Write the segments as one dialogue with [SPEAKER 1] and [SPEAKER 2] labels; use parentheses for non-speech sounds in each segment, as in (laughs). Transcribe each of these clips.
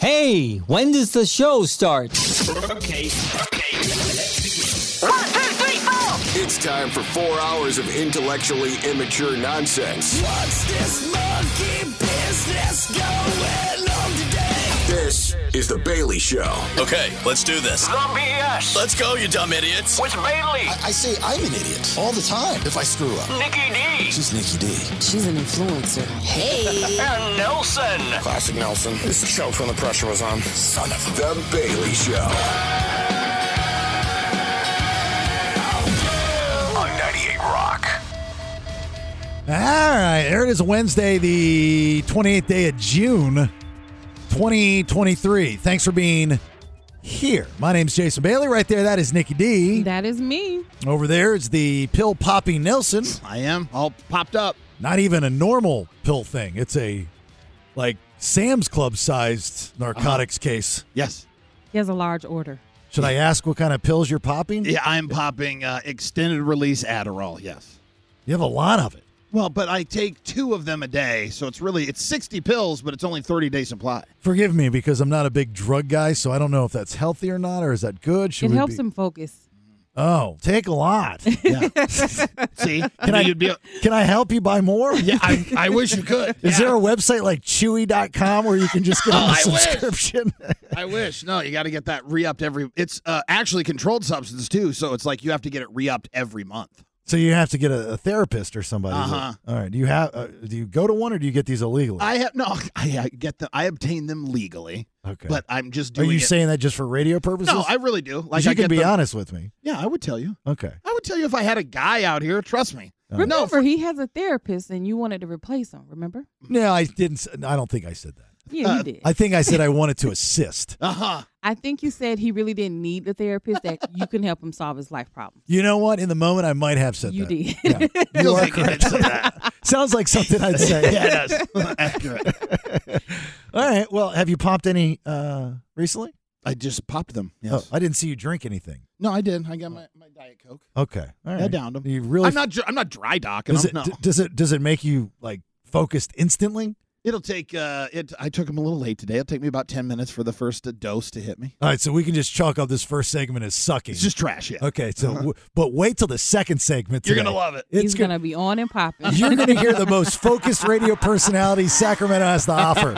[SPEAKER 1] Hey, when does the show start?
[SPEAKER 2] Okay.
[SPEAKER 3] It's time for four hours of intellectually immature nonsense.
[SPEAKER 4] What's this monkey business going on today?
[SPEAKER 3] This is The Bailey Show.
[SPEAKER 5] Okay, let's do this.
[SPEAKER 6] The BS
[SPEAKER 5] Let's go, you dumb idiots.
[SPEAKER 6] with Bailey,
[SPEAKER 4] I say I'm an idiot all the time if I screw up.
[SPEAKER 6] Nikki D,
[SPEAKER 4] She's Nikki D.
[SPEAKER 7] She's an influencer.
[SPEAKER 8] (laughs)
[SPEAKER 7] Hey.
[SPEAKER 6] and Nelson.
[SPEAKER 9] Classic Nelson. This show from the pressure was on. Son of
[SPEAKER 3] The Bailey Show.
[SPEAKER 6] On 98 Rock.
[SPEAKER 10] All right, there it is Wednesday, the 28th day of June, 2023. Thanks for being here. My name's Jason Bailey. Right there, that is Nikki D.
[SPEAKER 11] That is me.
[SPEAKER 10] Over there is the pill poppy Nelson.
[SPEAKER 9] I am all popped up.
[SPEAKER 10] Not even a normal pill thing. It's a like Sam's Club sized narcotics case.
[SPEAKER 9] Yes.
[SPEAKER 11] He has a large order.
[SPEAKER 10] Should I ask what kind of pills you're popping?
[SPEAKER 9] Yeah, I'm popping uh, extended release Adderall. Yes.
[SPEAKER 10] You have a lot of it.
[SPEAKER 9] Well, but I take two of them a day, so it's really it's 60 pills, but it's only 30 day supply.
[SPEAKER 10] Forgive me because I'm not a big drug guy, so I don't know if that's healthy or not, or is that good? Should
[SPEAKER 11] it
[SPEAKER 10] we
[SPEAKER 11] helps
[SPEAKER 10] be-
[SPEAKER 11] him focus.
[SPEAKER 10] Oh, take a lot. (laughs)
[SPEAKER 9] Yeah. See,
[SPEAKER 10] Can I-
[SPEAKER 9] You'd be,
[SPEAKER 10] Can I help you buy more?
[SPEAKER 9] (laughs) yeah, I, I wish you could.
[SPEAKER 10] Is there a website like chewy.com where you can just
[SPEAKER 9] (laughs)
[SPEAKER 10] get
[SPEAKER 9] Oh,
[SPEAKER 10] a
[SPEAKER 9] I wish.
[SPEAKER 10] subscription? (laughs)
[SPEAKER 9] I wish. No, you got to get that re-upped every. It's uh, actually controlled substance too, so it's like you have to get it re-upped every month.
[SPEAKER 10] so you have to get a, a therapist or somebody. is it?
[SPEAKER 9] Uh-huh.
[SPEAKER 10] All right. Do you have uh, do you go to one or do you get these illegally?
[SPEAKER 9] I have no. I, I get them. I obtain them legally,
[SPEAKER 10] okay.
[SPEAKER 9] but I'm just
[SPEAKER 10] Are
[SPEAKER 9] doing.
[SPEAKER 10] you
[SPEAKER 9] it-
[SPEAKER 10] saying that just for radio purposes?
[SPEAKER 9] No, I really do.
[SPEAKER 10] 'Cause
[SPEAKER 9] Like
[SPEAKER 10] you
[SPEAKER 9] I
[SPEAKER 10] can
[SPEAKER 9] get
[SPEAKER 10] be
[SPEAKER 9] them-
[SPEAKER 10] honest with me.
[SPEAKER 9] Yeah, I would tell you.
[SPEAKER 10] Okay.
[SPEAKER 9] I would tell you if I had a guy out here. Trust me.
[SPEAKER 11] Remember,
[SPEAKER 9] Uh-huh. No, for-
[SPEAKER 11] he has a therapist and you wanted to replace him, remember?
[SPEAKER 10] No, I didn't s- I don't think I said that.
[SPEAKER 11] Yeah,
[SPEAKER 9] Uh,
[SPEAKER 11] you did.
[SPEAKER 10] I
[SPEAKER 11] I,
[SPEAKER 10] think I said I wanted to assist.
[SPEAKER 9] Uh huh.
[SPEAKER 11] think you said he really didn't need the therapist, that you can help him solve his life problems.
[SPEAKER 10] You know what? In the moment I might have said
[SPEAKER 11] You
[SPEAKER 10] that.
[SPEAKER 9] (laughs)
[SPEAKER 11] did. (laughs)
[SPEAKER 10] Yeah, you are correct. Sounds like something I'd say.
[SPEAKER 9] (laughs) yeah, that's accurate.
[SPEAKER 10] All right. Well, have you popped any uh recently?
[SPEAKER 9] I just popped them.
[SPEAKER 10] Oh, I didn't see you drink anything.
[SPEAKER 9] No, I did. I got my, my diet coke.
[SPEAKER 10] Okay. All right.
[SPEAKER 9] I downed them.
[SPEAKER 10] You really
[SPEAKER 9] I'm not. dr- I'm not dry docking
[SPEAKER 10] Does
[SPEAKER 9] them.
[SPEAKER 10] it, d-
[SPEAKER 9] no,
[SPEAKER 10] does it does it make you like focused instantly?
[SPEAKER 9] it'll take. Uh, it. I took them a little late today. It'll take me about ten minutes for the first uh, dose to hit me.
[SPEAKER 10] All right, so we can just chalk up this first segment as sucking.
[SPEAKER 9] It's just trash. Yeah.
[SPEAKER 10] okay, so w- but wait till the second segment.
[SPEAKER 9] You're
[SPEAKER 10] today.
[SPEAKER 9] gonna love it.
[SPEAKER 10] It's
[SPEAKER 11] He's going to be on and popping.
[SPEAKER 10] You're going to hear the most focused radio personality Sacramento has to
[SPEAKER 9] (laughs)
[SPEAKER 10] offer,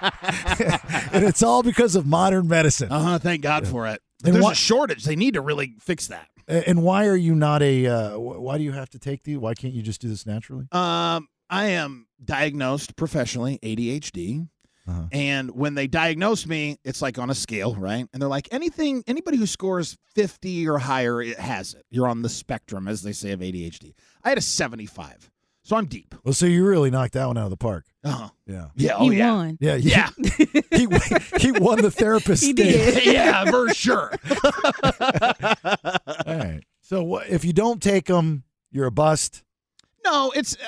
[SPEAKER 10] and it's all because of modern medicine.
[SPEAKER 9] Uh huh. Thank God for it.
[SPEAKER 10] And
[SPEAKER 9] There's
[SPEAKER 10] what-
[SPEAKER 9] a shortage. They need to really fix that.
[SPEAKER 10] A- And why are you not a? Uh, wh- why do you have to take the? Why can't you just do this naturally?
[SPEAKER 9] Um, I am diagnosed professionally ADHD.
[SPEAKER 10] Uh-huh.
[SPEAKER 9] And when they diagnosed me, it's like on a scale, right? And they're like, anything, anybody who scores 50 or higher, it has it. You're on the spectrum, as they say, of ADHD. I had a 75. So I'm deep.
[SPEAKER 10] Well, so you really knocked that one out of the park.
[SPEAKER 9] Uh-huh.
[SPEAKER 10] Yeah,
[SPEAKER 9] Yeah.
[SPEAKER 11] he
[SPEAKER 9] oh, yeah.
[SPEAKER 11] won.
[SPEAKER 10] yeah, he-
[SPEAKER 9] Yeah.
[SPEAKER 10] (laughs) He, he won the therapist.
[SPEAKER 11] He
[SPEAKER 10] thing.
[SPEAKER 11] did.
[SPEAKER 9] (laughs) yeah, for sure.
[SPEAKER 10] All right. So wha- if you don't take them, you're a bust.
[SPEAKER 9] No, it's uh,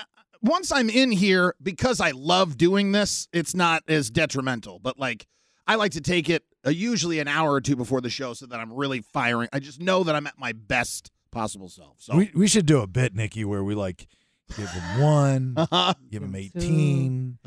[SPEAKER 9] once I'm in here because I love doing this, it's not as detrimental. But like, I like to take it uh, usually an hour or two before the show so that I'm really firing. I just know that I'm at my best possible self. So,
[SPEAKER 10] We, we should do a bit, Nikki, where we like give them (laughs) one, give them
[SPEAKER 11] Two.
[SPEAKER 10] 18.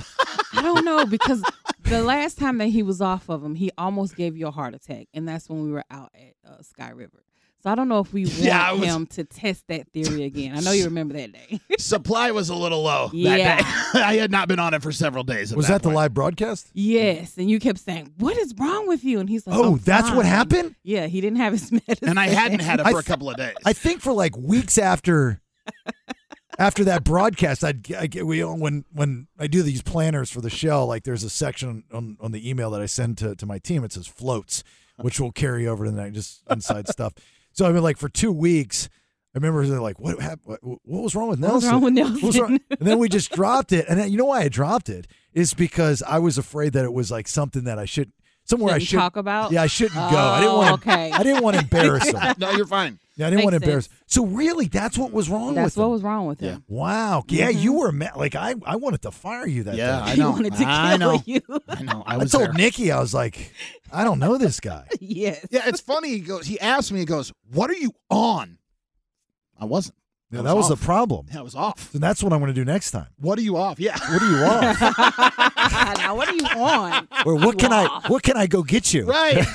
[SPEAKER 11] I don't know because the last time that he was off of him, he almost gave you a heart attack, and that's when we were out at uh, Sky River. So I don't know if we want
[SPEAKER 9] (laughs) Yeah, I was-
[SPEAKER 11] him to test that theory again. I know you remember that day.
[SPEAKER 9] supply was a little low.
[SPEAKER 11] Yeah.
[SPEAKER 9] That day. (laughs) I had not been on it for several days. at
[SPEAKER 10] Was that the
[SPEAKER 9] point.
[SPEAKER 10] live broadcast?
[SPEAKER 11] yes, and you kept saying, "What is wrong with you?" And he's like,
[SPEAKER 10] Oh,
[SPEAKER 11] "I'm
[SPEAKER 10] that's what
[SPEAKER 11] fine."
[SPEAKER 10] happened?
[SPEAKER 11] Yeah, he didn't have his (laughs) medicine,
[SPEAKER 9] And (laughs) I hadn't had it
[SPEAKER 10] I
[SPEAKER 9] for a
[SPEAKER 10] th-
[SPEAKER 9] couple of days.
[SPEAKER 10] I think for like weeks after. After that broadcast, I'd g- I get we uh, when when I do these planners for the show, like there's a section on, on the email that I send to, to my team. It says floats, which will carry over to the night, just
[SPEAKER 11] (laughs)
[SPEAKER 10] inside stuff. So I mean, like for two weeks, I remember they're like, "What happened? What, what was wrong with
[SPEAKER 11] What
[SPEAKER 10] Nelson?
[SPEAKER 11] was wrong with
[SPEAKER 10] What was wrong-
[SPEAKER 11] Nelson?
[SPEAKER 10] and then we just dropped it. And then- you know why I dropped it is because I was afraid that it was like something that I should somewhere I
[SPEAKER 11] Shouldn't
[SPEAKER 10] should
[SPEAKER 11] talk about?
[SPEAKER 10] Yeah, I shouldn't go. I didn't want.
[SPEAKER 11] Oh, okay.
[SPEAKER 10] I
[SPEAKER 11] (laughs)
[SPEAKER 10] didn't want to embarrass him.
[SPEAKER 9] (laughs) no, you're fine.
[SPEAKER 10] Yeah, I
[SPEAKER 11] Makes
[SPEAKER 10] didn't want to embarrass.
[SPEAKER 11] sense.
[SPEAKER 10] So really, that's what was wrong
[SPEAKER 11] That's
[SPEAKER 10] with
[SPEAKER 11] what
[SPEAKER 10] him.
[SPEAKER 11] was Mm-hmm. wrong with him.
[SPEAKER 10] wow. Yeah, you were mad. Like I, I wanted to fire you that
[SPEAKER 9] Yeah,
[SPEAKER 11] (laughs)
[SPEAKER 10] day.
[SPEAKER 9] I
[SPEAKER 11] He
[SPEAKER 9] know.
[SPEAKER 11] wanted to kill
[SPEAKER 9] I know.
[SPEAKER 11] (laughs) you.
[SPEAKER 9] I know. I
[SPEAKER 10] I,
[SPEAKER 9] was
[SPEAKER 10] told
[SPEAKER 9] there.
[SPEAKER 10] Nikki, I was like, I don't know this
[SPEAKER 9] (laughs)
[SPEAKER 10] guy.
[SPEAKER 11] yes.
[SPEAKER 9] Yeah, it's funny. He goes. He asked me. He goes, "What are you on?" I wasn't.
[SPEAKER 10] Yeah,
[SPEAKER 9] I
[SPEAKER 10] that was the
[SPEAKER 9] off.
[SPEAKER 10] problem.
[SPEAKER 9] I was off.
[SPEAKER 10] So that's what I'm going to do next time.
[SPEAKER 9] What are you off? Yeah. (laughs)
[SPEAKER 10] What are you off?
[SPEAKER 11] God, now what are you
[SPEAKER 10] (laughs)
[SPEAKER 11] on?
[SPEAKER 10] Or what
[SPEAKER 11] (laughs)
[SPEAKER 10] can I what can I go get you?
[SPEAKER 9] Right.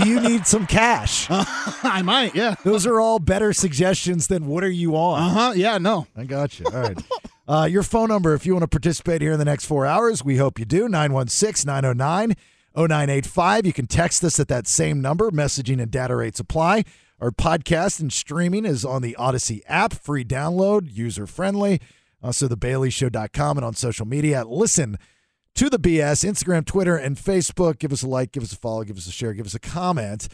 [SPEAKER 10] Do you need some cash?
[SPEAKER 9] (laughs) (laughs) I might, yeah.
[SPEAKER 10] Those are all better suggestions than what are you on?
[SPEAKER 9] Uh huh. Yeah, no.
[SPEAKER 10] I got you. All right. (laughs) Uh, your phone number, if you want to participate here in the next four hours, we hope you do. 916 909 0985. You can text us at that same number. Messaging and data rates apply. Our podcast and streaming is on the Odyssey app, free download, Uh, user friendly. Also, thebaileyshow.com and on social media. Listen to the BS, Instagram, Twitter, and Facebook. Give us a like, give us a follow, give us a share, give us a comment.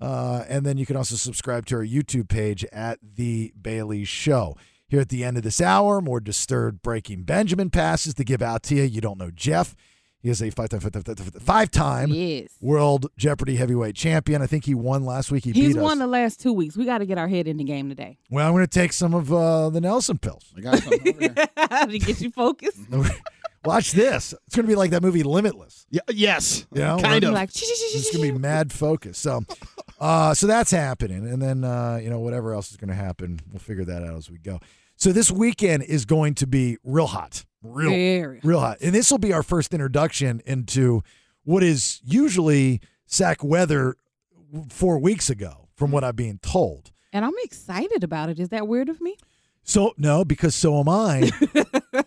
[SPEAKER 10] Uh, and then you can also subscribe to our YouTube page at The Bailey Show. Here at the end of this hour, more disturbed breaking Benjamin passes to give out to you. You don't know Jeff. He is a five time, five time
[SPEAKER 11] Yes.
[SPEAKER 10] world Jeopardy heavyweight champion. I think he won last week. He
[SPEAKER 11] He's
[SPEAKER 10] beat
[SPEAKER 11] won
[SPEAKER 10] us.
[SPEAKER 11] the last two weeks. We got to get our head in the game today (laughs)
[SPEAKER 10] well, I'm going to take some of uh, the Nelson pills. (laughs)
[SPEAKER 9] I got something (laughs) over here.
[SPEAKER 11] to get you focused.
[SPEAKER 10] Watch this. It's going to be like that movie Limitless.
[SPEAKER 9] Yeah, yes.
[SPEAKER 10] Yeah,
[SPEAKER 9] kind
[SPEAKER 11] You're
[SPEAKER 9] of.
[SPEAKER 11] like, "Shh, shh, shh,
[SPEAKER 10] It's
[SPEAKER 11] shh,
[SPEAKER 10] gonna be mad focus. So, uh, so that's happening, and then uh, you know whatever else is gonna happen, we'll figure that out as we go. So this weekend is going to be real hot,
[SPEAKER 11] shh."
[SPEAKER 10] real,
[SPEAKER 11] Very.
[SPEAKER 10] real hot, and this will be our first introduction into what is usually sack weather four weeks ago, from what I'm being told.
[SPEAKER 11] And I'm excited about it. Is that weird of me?
[SPEAKER 10] So no, because so am I.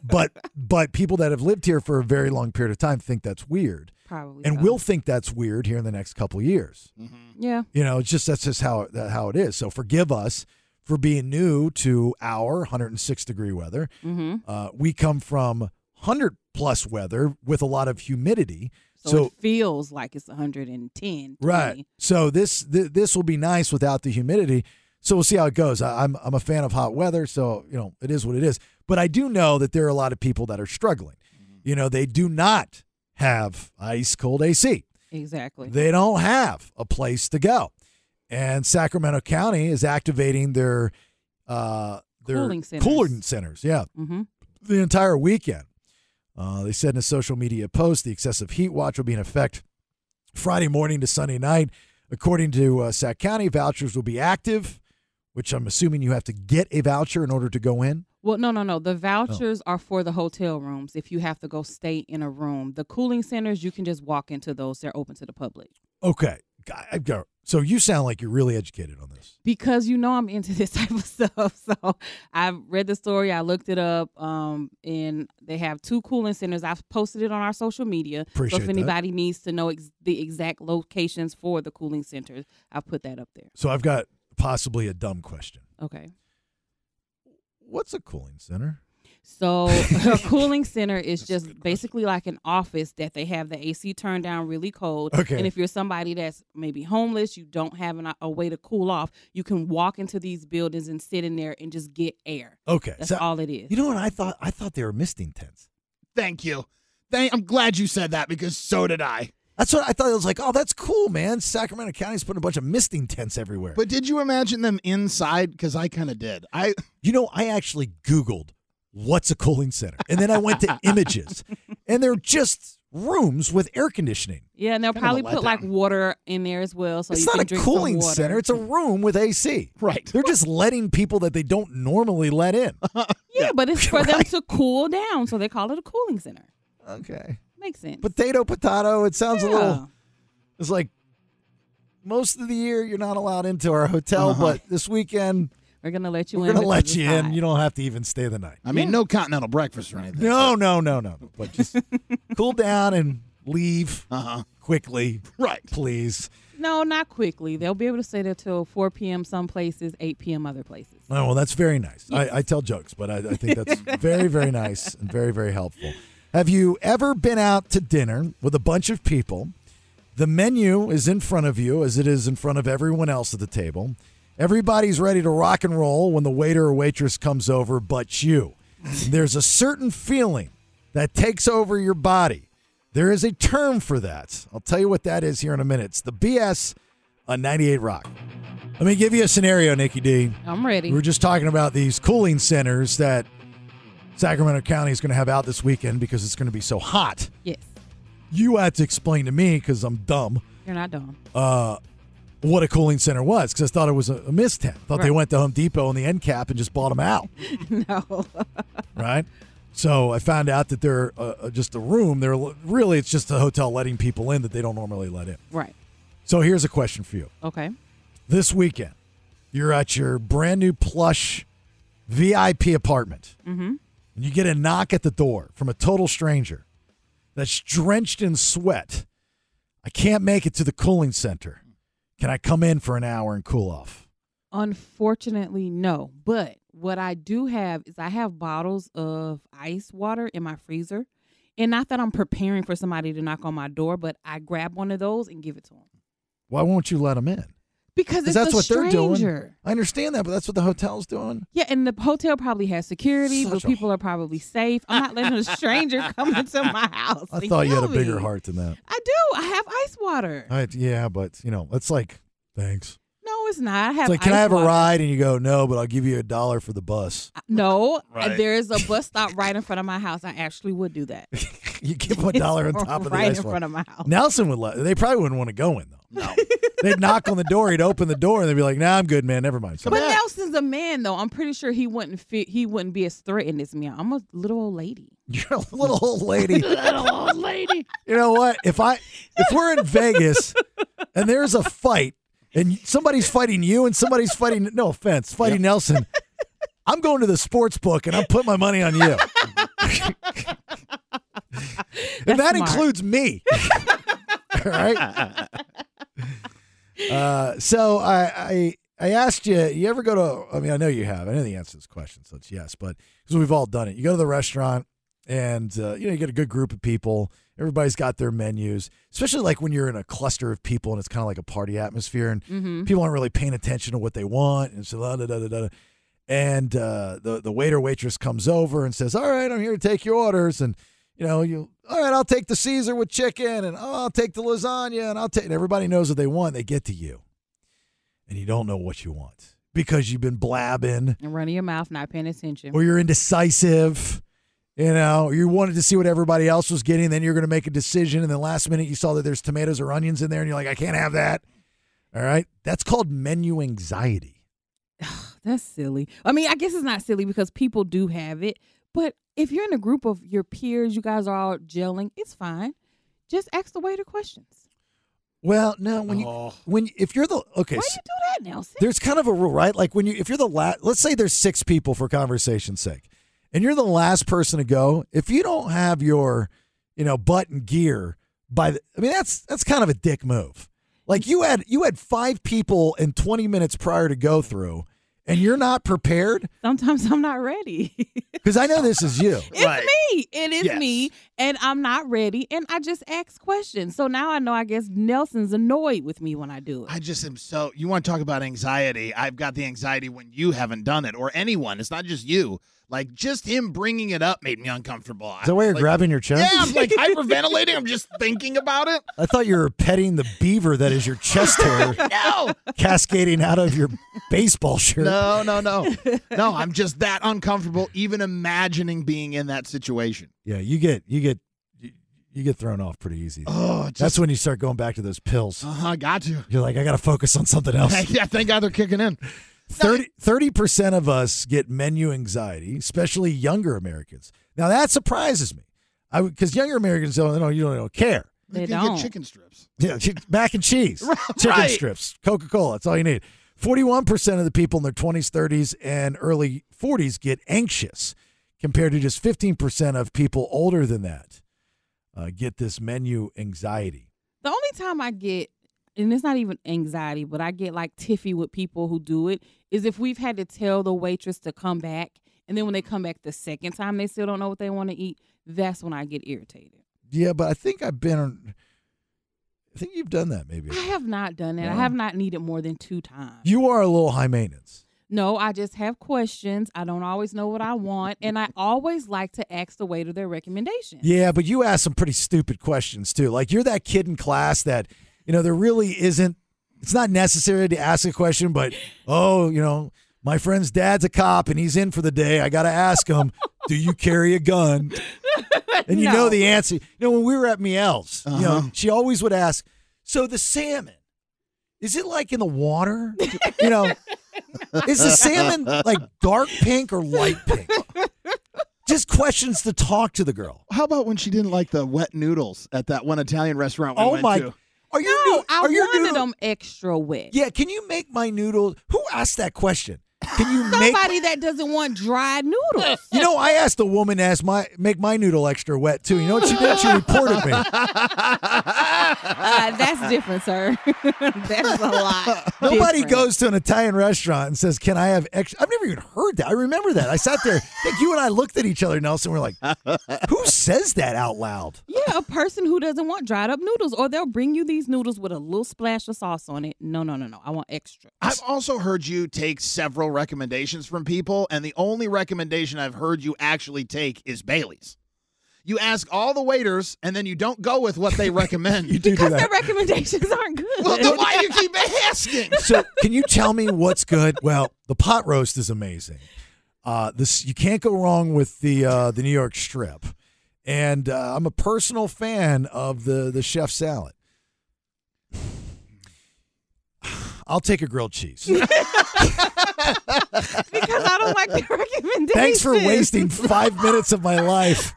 [SPEAKER 10] but but people that have lived here for a very long period of time think that's weird,
[SPEAKER 11] Probably.
[SPEAKER 10] and
[SPEAKER 11] so.
[SPEAKER 10] will think that's weird here in the next couple years.
[SPEAKER 11] Yeah.
[SPEAKER 10] You know, it's just that's just how that, how it is. So forgive us for being new to our 106 degree weather.
[SPEAKER 11] Mm-hmm.
[SPEAKER 10] Uh, we come from 100 plus weather with a lot of humidity.
[SPEAKER 11] So,
[SPEAKER 10] So-
[SPEAKER 11] it feels like it's 110. to me.
[SPEAKER 10] So this th- this will be nice without the humidity. So we'll see how it goes. I, I'm I'm a fan of hot weather, so you know it is what it is. But I do know that there are a lot of people that are struggling. You know, they do not have ice cold AC.
[SPEAKER 11] Exactly.
[SPEAKER 10] They don't have a place to go, and Sacramento County is activating their uh, their
[SPEAKER 11] Cooling centers.
[SPEAKER 10] coolant centers. Yeah,
[SPEAKER 11] mm-hmm.
[SPEAKER 10] the entire weekend. Uh, they said in a social media post the excessive heat watch will be in effect Friday morning to Sunday night. According to uh, Sac County, vouchers will be active, which I'm assuming you have to get a voucher in order to go in.
[SPEAKER 11] Well, no, no, no.
[SPEAKER 10] Oh.
[SPEAKER 11] The vouchers are for the hotel rooms. If you have to go stay in a room, the cooling centers you can just walk into those. They're open to the public.
[SPEAKER 10] Okay. Got- I've got- So you sound like you're really educated on this.
[SPEAKER 11] because you know I'm into (laughs) this type of stuff. So I've read the story, I looked it up, um, and they have two cooling centers. I've posted it on our social media. so
[SPEAKER 10] Appreciate
[SPEAKER 11] if
[SPEAKER 10] that.
[SPEAKER 11] anybody needs to know ex- the exact locations for the cooling centers, I'll put that up there.
[SPEAKER 10] So I've got possibly a dumb question.
[SPEAKER 11] Okay.
[SPEAKER 10] What's a cooling center?
[SPEAKER 11] So (laughs)
[SPEAKER 10] (laughs)
[SPEAKER 11] a cooling center is just basically like an office that they have the AC turned down really cold.
[SPEAKER 10] Okay.
[SPEAKER 11] And if you're somebody that's maybe homeless, you don't have an, a way to cool off, you can walk into these buildings and sit in there and just get air.
[SPEAKER 10] Okay.
[SPEAKER 11] That's
[SPEAKER 10] so-
[SPEAKER 11] all it is.
[SPEAKER 10] you know what I thought? I thought they were misting tents.
[SPEAKER 9] Thank you. Thank, I'm glad you said that because so did I.
[SPEAKER 10] That's what I thought. It was like, oh, that's cool, man. Sacramento County's putting a bunch of misting tents everywhere.
[SPEAKER 9] But did you imagine them inside? Because I kind of did. I
[SPEAKER 10] You know, I actually Googled what's a cooling center. And then I
[SPEAKER 11] (laughs)
[SPEAKER 10] went to images, and they're just rooms with air conditioning.
[SPEAKER 11] Yeah, and they'll
[SPEAKER 9] Kind of a
[SPEAKER 11] probably put like
[SPEAKER 9] letdown.
[SPEAKER 11] water in there as well, so
[SPEAKER 10] it's
[SPEAKER 11] you
[SPEAKER 10] not
[SPEAKER 11] can
[SPEAKER 10] a
[SPEAKER 11] drink some
[SPEAKER 10] cooling
[SPEAKER 11] water.
[SPEAKER 10] center, it's a room with AC.
[SPEAKER 9] (laughs) right.
[SPEAKER 10] They're just letting people that they don't normally
[SPEAKER 11] (laughs)
[SPEAKER 10] let in.
[SPEAKER 11] (laughs) yeah, but
[SPEAKER 10] (laughs)
[SPEAKER 11] it's for them to cool down, so they call it a cooling center.
[SPEAKER 10] Okay.
[SPEAKER 11] Makes sense.
[SPEAKER 10] Potato, potato. It sounds
[SPEAKER 11] yeah.
[SPEAKER 10] a little, it's like most of the year you're not allowed into our hotel,
[SPEAKER 11] Uh-huh.
[SPEAKER 10] but this weekend
[SPEAKER 11] we're gonna let you
[SPEAKER 10] we're
[SPEAKER 11] in.
[SPEAKER 10] going to
[SPEAKER 11] because
[SPEAKER 10] let
[SPEAKER 11] it's
[SPEAKER 10] you in.
[SPEAKER 11] hot.
[SPEAKER 10] You don't have to even stay the night.
[SPEAKER 9] I mean, no continental breakfast or anything.
[SPEAKER 10] No, no, no, no. no. But just cool down and leave
[SPEAKER 9] Uh huh.
[SPEAKER 10] quickly,
[SPEAKER 9] Right.
[SPEAKER 10] please.
[SPEAKER 11] no, not quickly. They'll be able to stay there till 4 p.m. some places, 8 p.m. other places.
[SPEAKER 10] Oh, well, that's very nice. I, I tell jokes, but I, I think that's very, very nice and very, very helpful. Have you ever been out to dinner with a bunch of people? The menu is in front of you as it is in front of everyone else at the table. Everybody's ready to rock and roll when the waiter or waitress comes over, but you. There's a certain feeling that takes over your body. There is a term for that. I'll tell you what that is here in a minute. It's the BS on 98 Rock. Let me give you a scenario, Nikki D.
[SPEAKER 11] I'm ready.
[SPEAKER 10] We were just talking about these cooling centers that Sacramento County is going to have out this weekend because it's going to be so hot.
[SPEAKER 11] yes,
[SPEAKER 10] You had to explain to me because I'm dumb
[SPEAKER 11] you're not dumb. (laughs)
[SPEAKER 10] what a cooling center was because I thought it was a, a misstep. Thought they
[SPEAKER 11] Right.
[SPEAKER 10] went to Home Depot and the end cap and just bought them out,
[SPEAKER 11] no,
[SPEAKER 10] right? So I found out that they're uh, uh, just a room. They're really it's just a hotel letting people in that they don't normally let in.
[SPEAKER 11] Right.
[SPEAKER 10] So here's a question for you:
[SPEAKER 11] Okay.
[SPEAKER 10] This weekend, you're at your brand new plush VIP apartment,
[SPEAKER 11] Mhm.
[SPEAKER 10] and you get a knock at the door from a total stranger that's drenched in sweat. I can't make it to the cooling center. Can I come in for an hour and cool off?
[SPEAKER 11] Unfortunately, no. But what I do have is I have bottles of ice water in my freezer. And not that I'm preparing for somebody to knock on my door, but I grab one of those and give it to them.
[SPEAKER 10] Why won't you let them in?
[SPEAKER 11] Because it's
[SPEAKER 10] Because that's
[SPEAKER 11] a
[SPEAKER 10] what
[SPEAKER 11] stranger.
[SPEAKER 10] they're doing. I understand that, but that's what the hotel's doing.
[SPEAKER 11] Yeah, and the hotel probably has security,
[SPEAKER 10] Such
[SPEAKER 11] but
[SPEAKER 10] a-
[SPEAKER 11] people are probably safe. I'm not
[SPEAKER 10] (laughs)
[SPEAKER 11] letting a stranger come into my house.
[SPEAKER 10] I
[SPEAKER 11] and
[SPEAKER 10] thought you had
[SPEAKER 11] kill
[SPEAKER 10] a
[SPEAKER 11] me.
[SPEAKER 10] bigger heart than that.
[SPEAKER 11] I do. I have ice water.
[SPEAKER 10] I, yeah, but you know, it's like thanks.
[SPEAKER 11] No, it's not. I have.
[SPEAKER 10] It's like, can I
[SPEAKER 11] ice
[SPEAKER 10] have a
[SPEAKER 11] water.
[SPEAKER 10] ride? And you go, no, but I'll give you a dollar for the bus.
[SPEAKER 11] No,
[SPEAKER 9] Right.
[SPEAKER 11] there is a bus stop right in front of my house. I actually would do that.
[SPEAKER 10] You give them a dollar on
[SPEAKER 11] It's
[SPEAKER 10] top of
[SPEAKER 11] (laughs)
[SPEAKER 10] the
[SPEAKER 11] right
[SPEAKER 10] ice
[SPEAKER 11] in
[SPEAKER 10] water.
[SPEAKER 11] front of my house.
[SPEAKER 10] Nelson would. Let, they probably wouldn't want to go in though.
[SPEAKER 9] (laughs)
[SPEAKER 10] No. they'd knock on the door. He'd open the door and they'd be like, "Nah, I'm good, man. Never mind."
[SPEAKER 11] But Nelson's a man, though. I'm pretty sure he wouldn't fit. He wouldn't be as threatened as me. I'm a little old lady.
[SPEAKER 10] (laughs) You're a little
[SPEAKER 11] (laughs)
[SPEAKER 10] old lady.
[SPEAKER 11] Little old lady.
[SPEAKER 10] You know what? If I if we're in Vegas and there's a fight and somebody's fighting you and somebody's fighting no offense, fighting Nelson, I'm going to the sports book and I'm putting my money on you.
[SPEAKER 11] (laughs)
[SPEAKER 10] and that
[SPEAKER 11] smart.
[SPEAKER 10] includes me. (laughs) All
[SPEAKER 9] uh,
[SPEAKER 10] right. Uh, so I, I I asked you, you ever go to I mean, I know you have. I know the answer to this question, so it's yes, but because we've all done it. You go to the restaurant and uh, you know you get a good group of people. Everybody's got their menus, especially like when you're in a cluster of people and it's kind of like a party atmosphere, and people aren't really paying attention to what they want, and so da da da da. da. And uh, the the waiter waitress comes over and says, "All right, I'm here to take your orders," and you know you, all right, I'll take the Caesar with chicken, and oh, I'll take the lasagna, and I'll take. And everybody knows what they want. They get to you, and you don't know what you want because you've been blabbing
[SPEAKER 11] And running your mouth, not paying attention.
[SPEAKER 10] or you're indecisive. You know, you wanted to see what everybody else was getting, then you're going to make a decision, and then last minute you saw that there's tomatoes or onions in there, and you're like, I can't have that. All right, that's called menu anxiety.
[SPEAKER 11] That's silly. I mean, I guess it's not silly because people do have it. But if you're in a group of your peers, you guys are all gelling, it's fine. Just ask the waiter questions.
[SPEAKER 10] Well, no, when you when if you're the okay,
[SPEAKER 11] Why
[SPEAKER 10] so
[SPEAKER 11] you do that, Nelson?
[SPEAKER 10] there's kind of a rule, right? Like when you if you're the last, let's say there's six people for conversation's sake, and you're the last person to go. If you don't have your, you know, button gear by the, I mean that's that's kind of a dick move. Like you had you had five people in 20 minutes prior to go through, and you're not prepared
[SPEAKER 11] Sometimes I'm not ready. (laughs)
[SPEAKER 10] because I know this is you.
[SPEAKER 11] It's
[SPEAKER 9] Right.
[SPEAKER 11] me. It is
[SPEAKER 9] Yes.
[SPEAKER 11] me. And I'm not ready. And I just ask questions. So now I know I guess Nelson's annoyed with me when I do it.
[SPEAKER 9] I just am so. You want to talk about anxiety? I've got the anxiety when you haven't done it, or anyone. It's not just you. Like just him bringing it up made me uncomfortable.
[SPEAKER 10] Is that why you're
[SPEAKER 9] Like,
[SPEAKER 10] grabbing your
[SPEAKER 9] Yeah,
[SPEAKER 10] chest?
[SPEAKER 9] I'm
[SPEAKER 10] (laughs)
[SPEAKER 9] like hyperventilating. I'm just thinking about it.
[SPEAKER 10] I thought you were petting the beaver that is your chest hair
[SPEAKER 9] No,
[SPEAKER 10] cascading out of your baseball shirt.
[SPEAKER 9] no, no, no, no. I'm just that uncomfortable, even imagining being in that situation.
[SPEAKER 10] Yeah, you get you get you you get thrown off pretty easy.
[SPEAKER 9] Oh, just,
[SPEAKER 10] That's when you start going back to those pills.
[SPEAKER 9] uh huh. Got you.
[SPEAKER 10] You're like, I got to focus on something else. (laughs)
[SPEAKER 9] yeah, thank God they're kicking in.
[SPEAKER 10] 30 percent of us get menu anxiety, especially younger Americans. Now that surprises me, I because younger Americans don't, they don't you don't care.
[SPEAKER 11] They
[SPEAKER 9] you
[SPEAKER 11] don't.
[SPEAKER 9] get chicken strips.
[SPEAKER 10] Yeah, (laughs) chi- mac and cheese, chicken
[SPEAKER 9] (laughs) Right.
[SPEAKER 10] strips, Coca Cola. That's all you need. 41% of the people in their 20s, 30s, and early 40s get anxious compared to just 15% of people older than that uh, get this menu anxiety.
[SPEAKER 11] The only time I get, and it's not even anxiety, but I get like tiffy with people who do it, is if we've had to tell the waitress to come back. And then when they come back the second time, they still don't know what they want to eat. That's when I get irritated.
[SPEAKER 10] Yeah, but I think I've been, I think you've done that maybe.
[SPEAKER 11] I have not done it. I have not needed more than two times.
[SPEAKER 10] You are a little high maintenance.
[SPEAKER 11] No, I just have questions. I don't always know what I want, and I always like to ask the waiter their recommendation.
[SPEAKER 10] Yeah, but you ask some pretty stupid questions too. Like you're that kid in class that, you know, there really isn't. It's not necessary to ask a question, but oh, you know, my friend's dad's a cop and he's in for the day. I got to ask him, do you carry a gun? And you know
[SPEAKER 11] No.
[SPEAKER 10] the answer. You know, when we were at Miel's, you know,
[SPEAKER 9] Uh-huh.
[SPEAKER 10] she always would ask, so the salmon, is it like in the water? you know, is the salmon like dark pink or light pink? just questions to talk to the girl.
[SPEAKER 9] How about when she didn't like the wet noodles at that one Italian restaurant we
[SPEAKER 10] oh
[SPEAKER 9] went
[SPEAKER 10] my!
[SPEAKER 9] to?
[SPEAKER 10] Are you?
[SPEAKER 11] No, I
[SPEAKER 10] are your
[SPEAKER 11] wanted
[SPEAKER 10] noodle-
[SPEAKER 11] them extra wet.
[SPEAKER 10] Yeah, can you make my noodles? Who asked that question? Can
[SPEAKER 11] (laughs)
[SPEAKER 10] you make?
[SPEAKER 11] Somebody that doesn't want dried noodles.
[SPEAKER 10] (laughs) You know, I asked a woman to ask my make my noodle extra wet too. You know what she did?
[SPEAKER 11] (laughs)
[SPEAKER 10] She reported me.
[SPEAKER 11] Uh, that's different, sir. (laughs) that's a lot.
[SPEAKER 10] (laughs) Nobody
[SPEAKER 11] different.
[SPEAKER 10] goes to an Italian restaurant and says, "Can I have extra?" I've never even heard that. I remember that. I sat there. I think you and I looked at each other, Nelson. We're (laughs) like, "Who says that out loud?"
[SPEAKER 11] Yeah, a person who doesn't want dried up noodles, or they'll bring you these noodles with a little splash of sauce on it. No, no, no, no. I want extra.
[SPEAKER 9] I've also heard you take several recommendations from people, and the only recommendation I've heard you actually take is Bailey's. You ask all the waiters, and then you don't go with
[SPEAKER 10] (laughs)
[SPEAKER 9] what they recommend.
[SPEAKER 10] You do do
[SPEAKER 11] Because their
[SPEAKER 10] that.
[SPEAKER 11] recommendations aren't good.
[SPEAKER 9] well, then why do you keep
[SPEAKER 10] (laughs)
[SPEAKER 9] asking?
[SPEAKER 10] so can you tell me what's good? Well, the pot roast is amazing. Uh, this you can't go wrong with the uh, the New York strip, and uh, I'm a personal fan of the the chef salad. I'll take a grilled cheese.
[SPEAKER 11] (laughs) because I don't like their recommendations.
[SPEAKER 10] (laughs) Thanks for wasting five minutes of my life.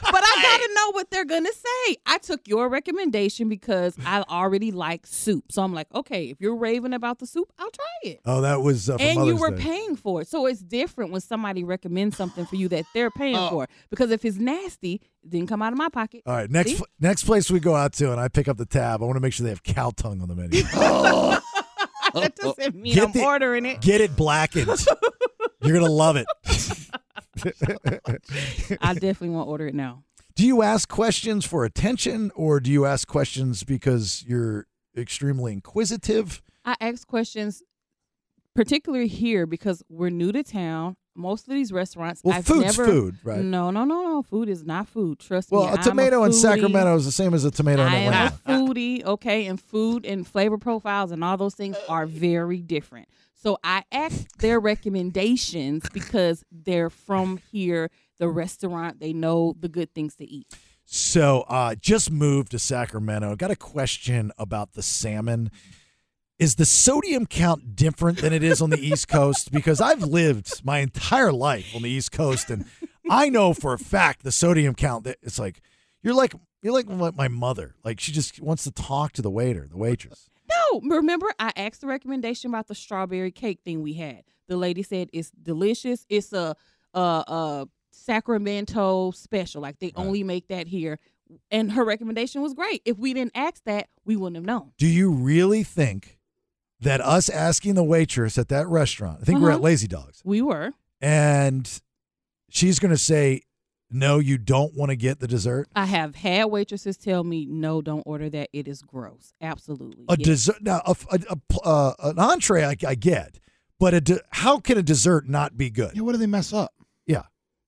[SPEAKER 11] But I gotta know what they're gonna say. I took your recommendation because I already like soup, so I'm like, okay, if you're raving about the soup, I'll try it.
[SPEAKER 10] Oh, that was uh, for
[SPEAKER 11] and you
[SPEAKER 10] Mother's
[SPEAKER 11] were
[SPEAKER 10] Day.
[SPEAKER 11] paying for it, so it's different when somebody recommends something for you that they're paying for. Because if it's nasty, it didn't come out of my pocket.
[SPEAKER 10] All right, next
[SPEAKER 11] See?
[SPEAKER 10] next place we go out to, and I pick up the tab. I want to make sure they have cow tongue on the menu.
[SPEAKER 11] (laughs) that doesn't mean
[SPEAKER 10] Get
[SPEAKER 11] I'm
[SPEAKER 10] the-
[SPEAKER 11] ordering
[SPEAKER 10] (laughs)
[SPEAKER 11] it.
[SPEAKER 10] Get it blackened. You're gonna love it.
[SPEAKER 11] I definitely won't order it now.
[SPEAKER 10] Do you ask questions for attention or do you ask questions because you're extremely inquisitive?
[SPEAKER 11] I ask questions, particularly here because we're new to town. Most of these restaurants,
[SPEAKER 10] Well,
[SPEAKER 11] I've
[SPEAKER 10] food's
[SPEAKER 11] never,
[SPEAKER 10] food, right?
[SPEAKER 11] No, no, no, no. Food is not food. Trust
[SPEAKER 10] Well,
[SPEAKER 11] me.
[SPEAKER 10] a
[SPEAKER 11] I'm
[SPEAKER 10] tomato in
[SPEAKER 11] foodie.
[SPEAKER 10] Sacramento is the same as a tomato in
[SPEAKER 11] I am
[SPEAKER 10] Atlanta.
[SPEAKER 11] a foodie, okay, and food and flavor profiles and all those things are very different. So I ask their recommendations because they're from here, the restaurant, they know the good things to eat.
[SPEAKER 10] So, uh, just moved to Sacramento. Got a question about the salmon. Is the sodium count different than it is on the East (laughs) Coast? Because I've lived my entire life on the East Coast, and I know for a fact the sodium count. That it's like you're like you're like my my mother. Like she just wants to talk to the waiter, the waitress.
[SPEAKER 11] No, remember I asked the recommendation about the strawberry cake thing we had. The lady said it's delicious. It's a a, a Sacramento special. Like they only make that here. And her recommendation was great. If we didn't ask that, we wouldn't have known.
[SPEAKER 10] Do you really think that us asking the waitress at that restaurant, I think we're at
[SPEAKER 11] Uh-huh.
[SPEAKER 10] Lazy Dogs,
[SPEAKER 11] We were.
[SPEAKER 10] and she's going to say, no, you don't want to get the dessert?
[SPEAKER 11] I have had waitresses tell me, no, don't order that. It is gross. Absolutely.
[SPEAKER 10] A
[SPEAKER 11] Yes.
[SPEAKER 10] dessert, now, a, a, a pl- uh, an entree, I, I get, but a de- how can a dessert not be good?
[SPEAKER 9] Yeah, what do they mess up?
[SPEAKER 10] Yeah.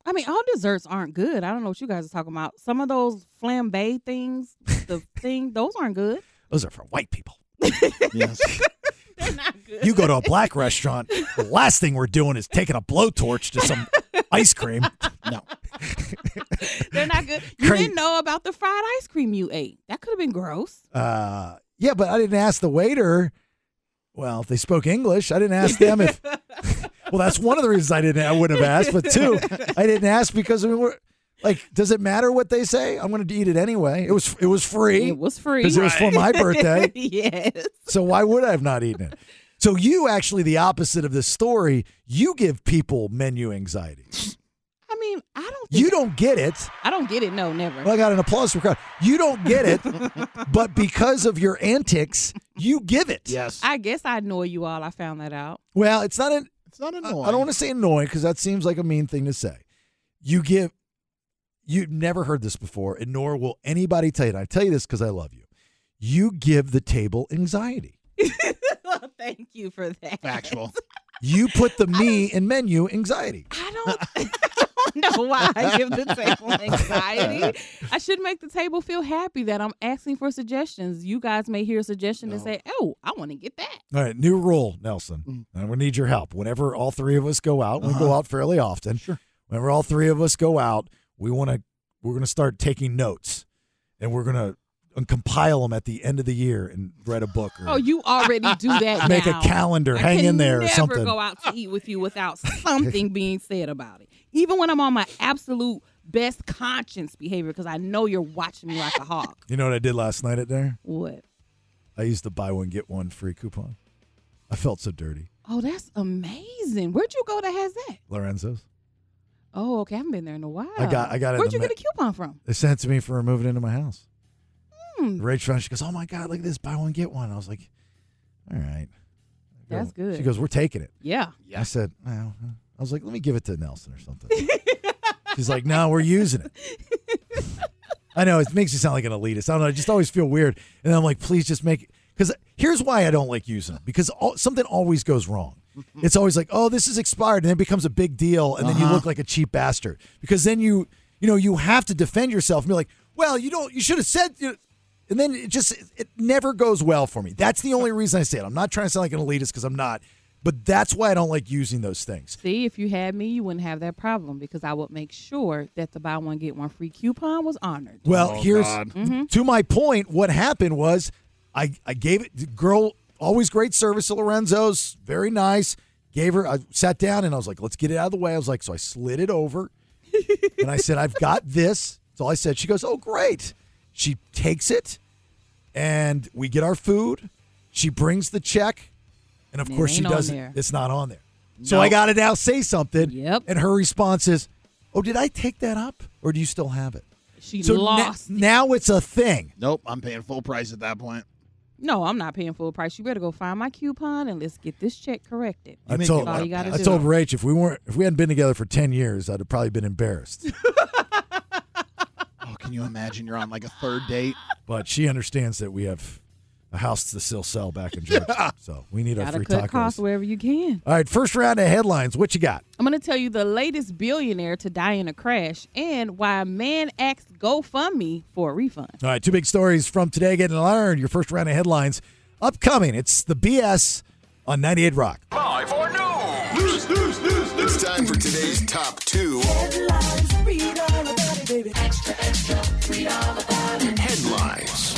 [SPEAKER 11] I mean, all desserts aren't good. I don't know what you guys are talking about. Some of those flambe things,
[SPEAKER 10] (laughs)
[SPEAKER 11] the thing, those aren't good.
[SPEAKER 10] Those are for white people.
[SPEAKER 9] (laughs) Yes.
[SPEAKER 11] (laughs) They're not good.
[SPEAKER 10] You go to a black restaurant, the last thing we're doing is taking a blowtorch to some ice cream. No.
[SPEAKER 11] They're not good. You
[SPEAKER 10] Crazy.
[SPEAKER 11] didn't know about the fried ice cream you ate. That could have been gross.
[SPEAKER 10] uh, yeah, but I didn't ask the waiter. Well, if they spoke English, I didn't ask them if. well, that's one of the reasons I didn't. I wouldn't have asked, but two, I didn't ask because I mean, we're, like, does it matter what they say? I'm going to eat it anyway. It was it was free
[SPEAKER 11] It was free.
[SPEAKER 10] because
[SPEAKER 11] (laughs)
[SPEAKER 10] it was for my birthday.
[SPEAKER 11] yes.
[SPEAKER 10] so why would I have not eaten it? So you actually the opposite of this story. You give people menu anxiety.
[SPEAKER 11] I mean, I don't. Think,
[SPEAKER 10] You don't get it.
[SPEAKER 11] I don't get it. No, never.
[SPEAKER 10] Well, I got an applause from crowd. You don't get it, but because of your antics, you give it.
[SPEAKER 9] yes.
[SPEAKER 11] I guess I annoy you all. I found that out. (laughs)
[SPEAKER 10] Well, it's not an
[SPEAKER 9] It's not
[SPEAKER 10] I-
[SPEAKER 9] annoying.
[SPEAKER 10] I don't
[SPEAKER 9] (laughs)
[SPEAKER 10] want to say annoying because that seems like a mean thing to say. You give, you've never heard this before, and nor will anybody tell you. And I tell you this because I love you. You give the table anxiety.
[SPEAKER 11] well, thank you for that.
[SPEAKER 9] factual.
[SPEAKER 10] You put the me in menu anxiety.
[SPEAKER 11] I don't, (laughs) I don't know why I give the table anxiety. I should make the table feel happy that I'm asking for suggestions. You guys may hear a suggestion and say, "Oh, I want to get that."
[SPEAKER 10] All right, new rule, Nelson. I'm gonna need your help. Whenever all three of us go out, we go out fairly often. Sure. Whenever all three of us go out, we want to we're gonna start taking notes, and we're gonna and compile them at the end of the year and write a book. Or
[SPEAKER 11] Oh, you already
[SPEAKER 10] (laughs)
[SPEAKER 11] do that.
[SPEAKER 10] make
[SPEAKER 11] now.
[SPEAKER 10] a calendar,
[SPEAKER 11] I
[SPEAKER 10] hang
[SPEAKER 11] can
[SPEAKER 10] in there or
[SPEAKER 11] never
[SPEAKER 10] something. (laughs)
[SPEAKER 11] go out to eat with you without something being said about it. even when I'm on my absolute best conscience behavior, because I know you're watching me like a hawk.
[SPEAKER 10] (laughs) You know what I did last night at dinner?
[SPEAKER 11] What?
[SPEAKER 10] I used the buy one get one free coupon. I felt so dirty,
[SPEAKER 11] Oh, that's amazing. Where'd you go that has that?
[SPEAKER 10] Lorenzo's.
[SPEAKER 11] Oh, okay. I haven't been there in a while.
[SPEAKER 10] I got- I got it in
[SPEAKER 11] Where'd
[SPEAKER 10] the
[SPEAKER 11] you get
[SPEAKER 10] ma-
[SPEAKER 11] a coupon from?
[SPEAKER 10] They sent it to me for moving into my house.
[SPEAKER 11] Hmm.
[SPEAKER 10] Rachel, she goes, "Oh my god, look at this! Buy one get one." I was like, "All right."
[SPEAKER 11] That's good.
[SPEAKER 10] She goes, "We're taking it."
[SPEAKER 11] Yeah.
[SPEAKER 10] I said, well, huh." "I was like, let me give it to Nelson or something." (laughs) She's like, "No, we're using it." I know it makes you sound like an elitist. I don't know. I just always feel weird, and I'm like, please just make because here's why I don't like using them because all, something always goes wrong. It's always like, oh, this is expired, and then it becomes a big deal, and then you look like a cheap bastard because then you, you know, you have to defend yourself and be like, well, you don't, you should have said, you and then it just it never goes well for me. That's the only reason I say it. I'm not trying to sound like an elitist because I'm not, but that's why I don't like using those things.
[SPEAKER 11] See, if you had me, you wouldn't have that problem because I would make sure that the buy one get one free coupon was honored.
[SPEAKER 10] Well, here's (laughs)
[SPEAKER 9] God.
[SPEAKER 11] Mm-hmm.
[SPEAKER 10] to my point. What happened was I, I gave it the girl always great service to Lorenzo's, very nice. Gave her I sat down and I was like, let's get it out of the way. I was like, so I slid it
[SPEAKER 11] (laughs)
[SPEAKER 10] over and I said, I've got this. That's all I said. She goes, Oh, great. She takes it and we get our food. She brings the check. And of
[SPEAKER 11] And it
[SPEAKER 10] course she
[SPEAKER 11] ain't on
[SPEAKER 10] doesn't
[SPEAKER 11] there.
[SPEAKER 10] it's not on there. So I gotta now say something.
[SPEAKER 11] Yep.
[SPEAKER 10] And her response is, Oh, did I take that up? Or do you still have it?
[SPEAKER 11] She
[SPEAKER 10] So na-
[SPEAKER 11] lost.
[SPEAKER 10] now it's a thing.
[SPEAKER 9] Nope, I'm paying full price at that point.
[SPEAKER 11] no, I'm not paying full price. You better go find my coupon and let's get this check corrected.
[SPEAKER 10] I
[SPEAKER 9] make
[SPEAKER 10] told,
[SPEAKER 9] it
[SPEAKER 11] all you gotta
[SPEAKER 10] I
[SPEAKER 11] do.
[SPEAKER 10] told Rach if we weren't if we hadn't been together for ten years, I'd have probably
[SPEAKER 11] (laughs)
[SPEAKER 10] been embarrassed.
[SPEAKER 9] Oh, can you imagine? You're on like a third date.
[SPEAKER 10] but she understands that we have a house to still sell back in Georgia, so we need our
[SPEAKER 11] Gotta
[SPEAKER 10] free
[SPEAKER 11] cut
[SPEAKER 10] tacos.
[SPEAKER 11] costs wherever you can.
[SPEAKER 10] All right, first round of headlines. What you got?
[SPEAKER 11] I'm gonna tell you the latest billionaire to die in a crash and why a man asks GoFundMe for a refund.
[SPEAKER 10] All right, two big stories from today. Getting learned. Your first round of headlines upcoming. It's the BS on 98 Rock.
[SPEAKER 6] Live for news.
[SPEAKER 3] It's time for today's top two headlines.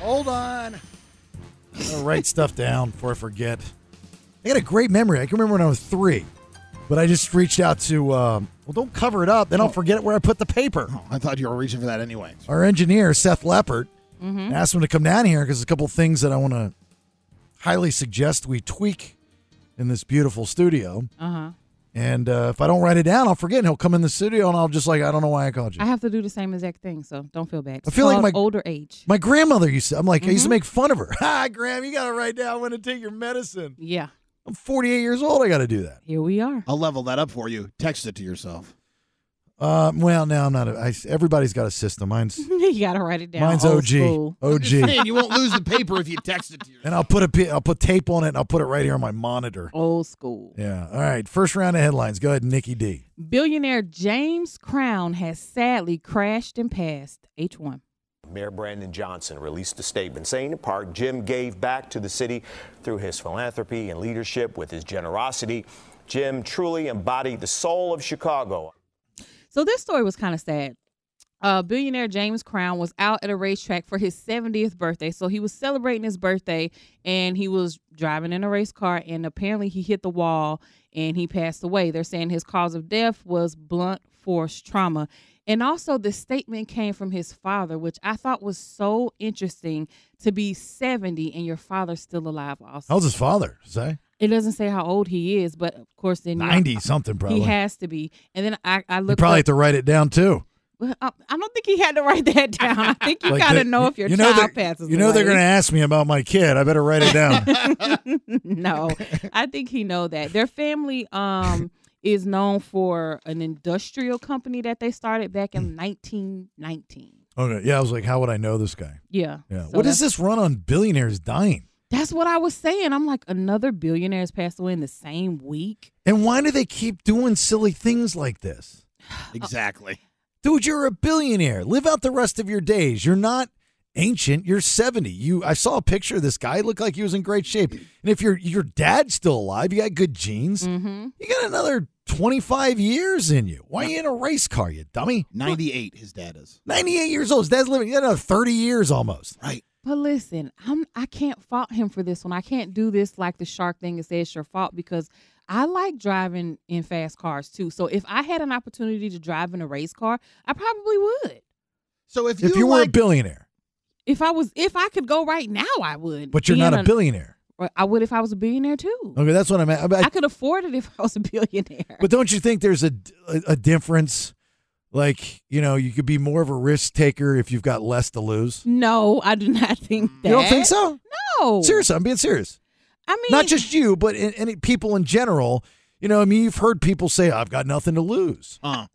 [SPEAKER 9] Hold on.
[SPEAKER 10] I'll write stuff down before I forget. I got a great memory. I can remember when I was three, but I just reached out to. Um, well, don't cover it up. Then I'll forget it where I put the paper.
[SPEAKER 9] I thought you were reaching for that anyway.
[SPEAKER 10] our engineer Seth Leppert
[SPEAKER 11] Mm-hmm.
[SPEAKER 10] asked him to come down here because there's a couple things that I want to highly suggest we tweak in this beautiful studio.
[SPEAKER 11] Uh-huh.
[SPEAKER 10] And uh, if I don't write it down, I'll forget. And he'll come in the studio, and I'll just like I don't know why I called you.
[SPEAKER 11] I have to do the same exact thing, so don't feel bad.
[SPEAKER 10] I feel like
[SPEAKER 11] Called
[SPEAKER 10] my-
[SPEAKER 11] older age.
[SPEAKER 10] My grandmother used to. I'm like
[SPEAKER 11] Mm-hmm.
[SPEAKER 10] I used to make fun of her. (laughs) Ha, Graham, you gotta write down when to take your medicine.
[SPEAKER 11] yeah,
[SPEAKER 10] I'm 48 years old. I gotta do that.
[SPEAKER 11] here we are. (laughs)
[SPEAKER 9] I'll level that up for you. Text it to yourself.
[SPEAKER 10] Uh, well, no, I'm not. A, I, everybody's got a system. Mine's
[SPEAKER 11] you gotta write it down.
[SPEAKER 10] mine's
[SPEAKER 11] Old
[SPEAKER 10] OG.
[SPEAKER 11] school. (laughs)
[SPEAKER 10] OG.
[SPEAKER 9] Man, you won't lose the paper if you text it to yourself.
[SPEAKER 10] and I'll put a pi- I'll put tape on it. and I'll put it right here on my monitor.
[SPEAKER 11] Old school.
[SPEAKER 10] Yeah. All right. First round of headlines. Go ahead, Nikki D.
[SPEAKER 11] Billionaire James Crown has sadly crashed and passed. H1.
[SPEAKER 2] Mayor Brandon Johnson released a statement saying, in part, Jim gave back to the city through his philanthropy and leadership with his generosity. Jim truly embodied the soul of Chicago.
[SPEAKER 11] So this story was kind of sad. Uh, billionaire James Crown was out at a racetrack for his 70th birthday. So he was celebrating his birthday and he was driving in a race car and apparently he hit the wall and he passed away. They're saying his cause of death was blunt force trauma. And also, this statement came from his father, which I thought was so interesting to be 70 and your father's still alive, also.
[SPEAKER 10] How's his father? Say
[SPEAKER 11] It doesn't say how old he is, but of course, then you-
[SPEAKER 10] 90 something probably.
[SPEAKER 11] He has to be. And then I, I
[SPEAKER 10] you
[SPEAKER 11] looked up-
[SPEAKER 10] probably have to write it down too.
[SPEAKER 11] well, I I don't think he had to write (laughs) that down. I think you
[SPEAKER 10] Like
[SPEAKER 11] gotta
[SPEAKER 10] they-
[SPEAKER 11] know if your
[SPEAKER 10] you know
[SPEAKER 11] child
[SPEAKER 10] they're-
[SPEAKER 11] passes.
[SPEAKER 10] You know they're
[SPEAKER 11] away.
[SPEAKER 10] going to ask me about my kid. I better write
[SPEAKER 11] (laughs)
[SPEAKER 10] it down.
[SPEAKER 11] no, I think he know that their family um is known for an industrial company that they started back
[SPEAKER 10] Hmm.
[SPEAKER 11] in 1919.
[SPEAKER 10] okay. Yeah, I was like, how would I know this guy?
[SPEAKER 11] Yeah.
[SPEAKER 10] Yeah.
[SPEAKER 11] So
[SPEAKER 10] what is
[SPEAKER 11] that's-
[SPEAKER 10] this run on billionaires dying?
[SPEAKER 11] That's what I was saying. I'm like another billionaire has passed away in the same week.
[SPEAKER 10] And why do they keep doing silly things like this?
[SPEAKER 9] Exactly.
[SPEAKER 10] Dude, you're a billionaire. Live out the rest of your days. You're not ancient. You're 70. You I saw a picture of this guy. He looked like he was in great shape. And if your your dad's still alive, you got good genes.
[SPEAKER 11] Mm-hmm.
[SPEAKER 10] You got another 25 years in you. Why are you in a race car, you dummy?
[SPEAKER 9] 98, his dad is.
[SPEAKER 10] 98 years old. His dad's living. You got another 30 years almost.
[SPEAKER 9] Right.
[SPEAKER 11] But listen, I'm I can't fault him for this one. I can't do this like the shark thing and say it's your fault because I like driving in fast cars too. So if I had an opportunity to drive in a race car, I probably would.
[SPEAKER 9] So if you,
[SPEAKER 10] If you were a
[SPEAKER 9] like,
[SPEAKER 10] billionaire,
[SPEAKER 11] If I was, if I could go right now, I would.
[SPEAKER 10] but you're
[SPEAKER 11] Being
[SPEAKER 10] not a
[SPEAKER 11] an-
[SPEAKER 10] billionaire.
[SPEAKER 11] I would if I was a billionaire too.
[SPEAKER 10] Okay, that's what I meant. I- I-
[SPEAKER 11] I could afford it if I was a (laughs) billionaire.
[SPEAKER 10] But don't you think there's a, a, a difference? Like, you know, you could be more of a risk taker if you've got less to lose.
[SPEAKER 11] no, I do not think that.
[SPEAKER 10] You don't think so?
[SPEAKER 11] No.
[SPEAKER 10] Seriously, I'm being serious.
[SPEAKER 11] I mean,
[SPEAKER 10] Not just you, but in, any people in general. You know, I mean, you've heard people say, "I've got nothing to lose."
[SPEAKER 9] uh,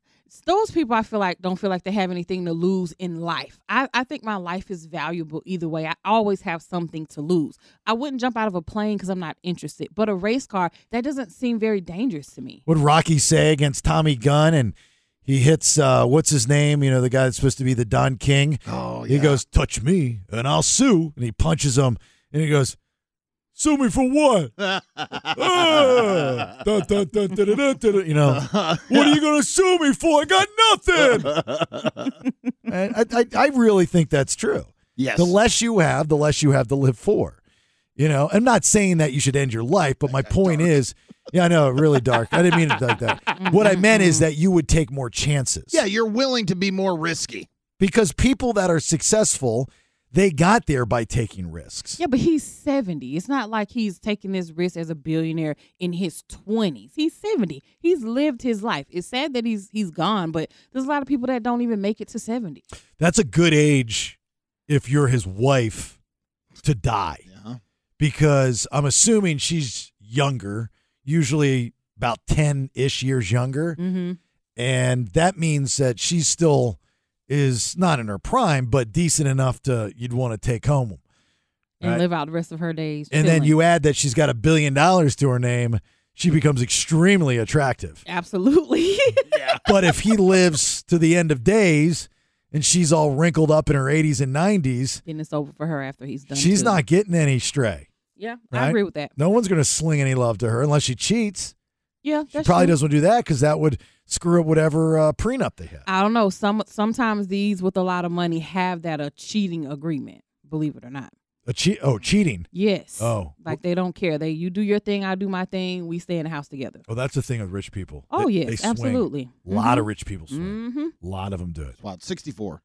[SPEAKER 11] those people I feel like don't feel like they have anything to lose in life. I, I think my life is valuable either way. I always have something to lose. I wouldn't jump out of a plane because I'm not interested, but a race car, that doesn't seem very dangerous to me.
[SPEAKER 10] What Rocky say against Tommy Gunn, and he hits uh, what's his name? You know, the guy that's supposed to be the Don King.
[SPEAKER 9] oh,
[SPEAKER 10] He
[SPEAKER 9] yeah.
[SPEAKER 10] goes, "Touch me, and I'll sue," and he punches him, and he goes, "Sue me for
[SPEAKER 9] (laughs)
[SPEAKER 10] what?" Ah, da, da, da, da, da, da, da, da, you know. What are you going to sue me for? I got nothing.
[SPEAKER 9] (laughs)
[SPEAKER 10] and I, I, I really think that's true.
[SPEAKER 9] yes.
[SPEAKER 10] The less you have, the less you have to live for. You know, I'm not saying that you should end your life, but my point is, yeah, I know, really dark. I didn't mean it like
[SPEAKER 9] (laughs)
[SPEAKER 10] that. What I meant is that you would take more chances.
[SPEAKER 9] Mm-hmm. yeah, you're willing to be more risky.
[SPEAKER 10] Because people that are successful, they got there by taking risks.
[SPEAKER 11] Yeah, but he's 70. It's not like he's taking this risk as a billionaire in his 20s. He's 70. He's lived his life. It's sad that he's he's gone, but there's a lot of people that don't even make it to 70.
[SPEAKER 10] That's a good age if you're his wife to die.
[SPEAKER 9] Yeah.
[SPEAKER 10] because I'm assuming she's younger, usually about 10 ish years younger.
[SPEAKER 11] Mm-hmm.
[SPEAKER 10] And that means that she still is not in her prime, but decent enough to you'd want to take home.
[SPEAKER 11] And
[SPEAKER 10] Right.
[SPEAKER 11] live out the rest of her days.
[SPEAKER 10] And then
[SPEAKER 11] chilling.
[SPEAKER 10] you add that she's got a billion dollars to her name, she becomes extremely attractive.
[SPEAKER 11] Absolutely. (laughs)
[SPEAKER 10] But if he lives to the end of days and she's all wrinkled up in her 80s and 90s,
[SPEAKER 11] then it's over for her after he's done.
[SPEAKER 10] she's
[SPEAKER 11] too.
[SPEAKER 10] not getting any stray.
[SPEAKER 11] Yeah,
[SPEAKER 10] right?
[SPEAKER 11] I agree with that.
[SPEAKER 10] No one's going to sling any love to her unless she cheats.
[SPEAKER 11] Yeah,
[SPEAKER 10] She
[SPEAKER 11] that's
[SPEAKER 10] probably
[SPEAKER 11] true.
[SPEAKER 10] doesn't want to do that because that would screw up whatever uh, prenup they had.
[SPEAKER 11] I don't know. Some sometimes these with a lot of money have that a cheating agreement. Believe it or not.
[SPEAKER 10] A che- oh, cheating.
[SPEAKER 11] Yes.
[SPEAKER 10] Oh.
[SPEAKER 11] Like they don't care. They you do your thing, I do my thing. We stay in the house together.
[SPEAKER 10] Oh, that's the thing with rich people.
[SPEAKER 11] Oh
[SPEAKER 10] They-
[SPEAKER 11] yes,
[SPEAKER 10] they swing.
[SPEAKER 11] absolutely.
[SPEAKER 10] A lot of rich people swing.
[SPEAKER 11] Mm-hmm. (laughs)
[SPEAKER 10] A lot of them do it.
[SPEAKER 9] Wow, it's 64.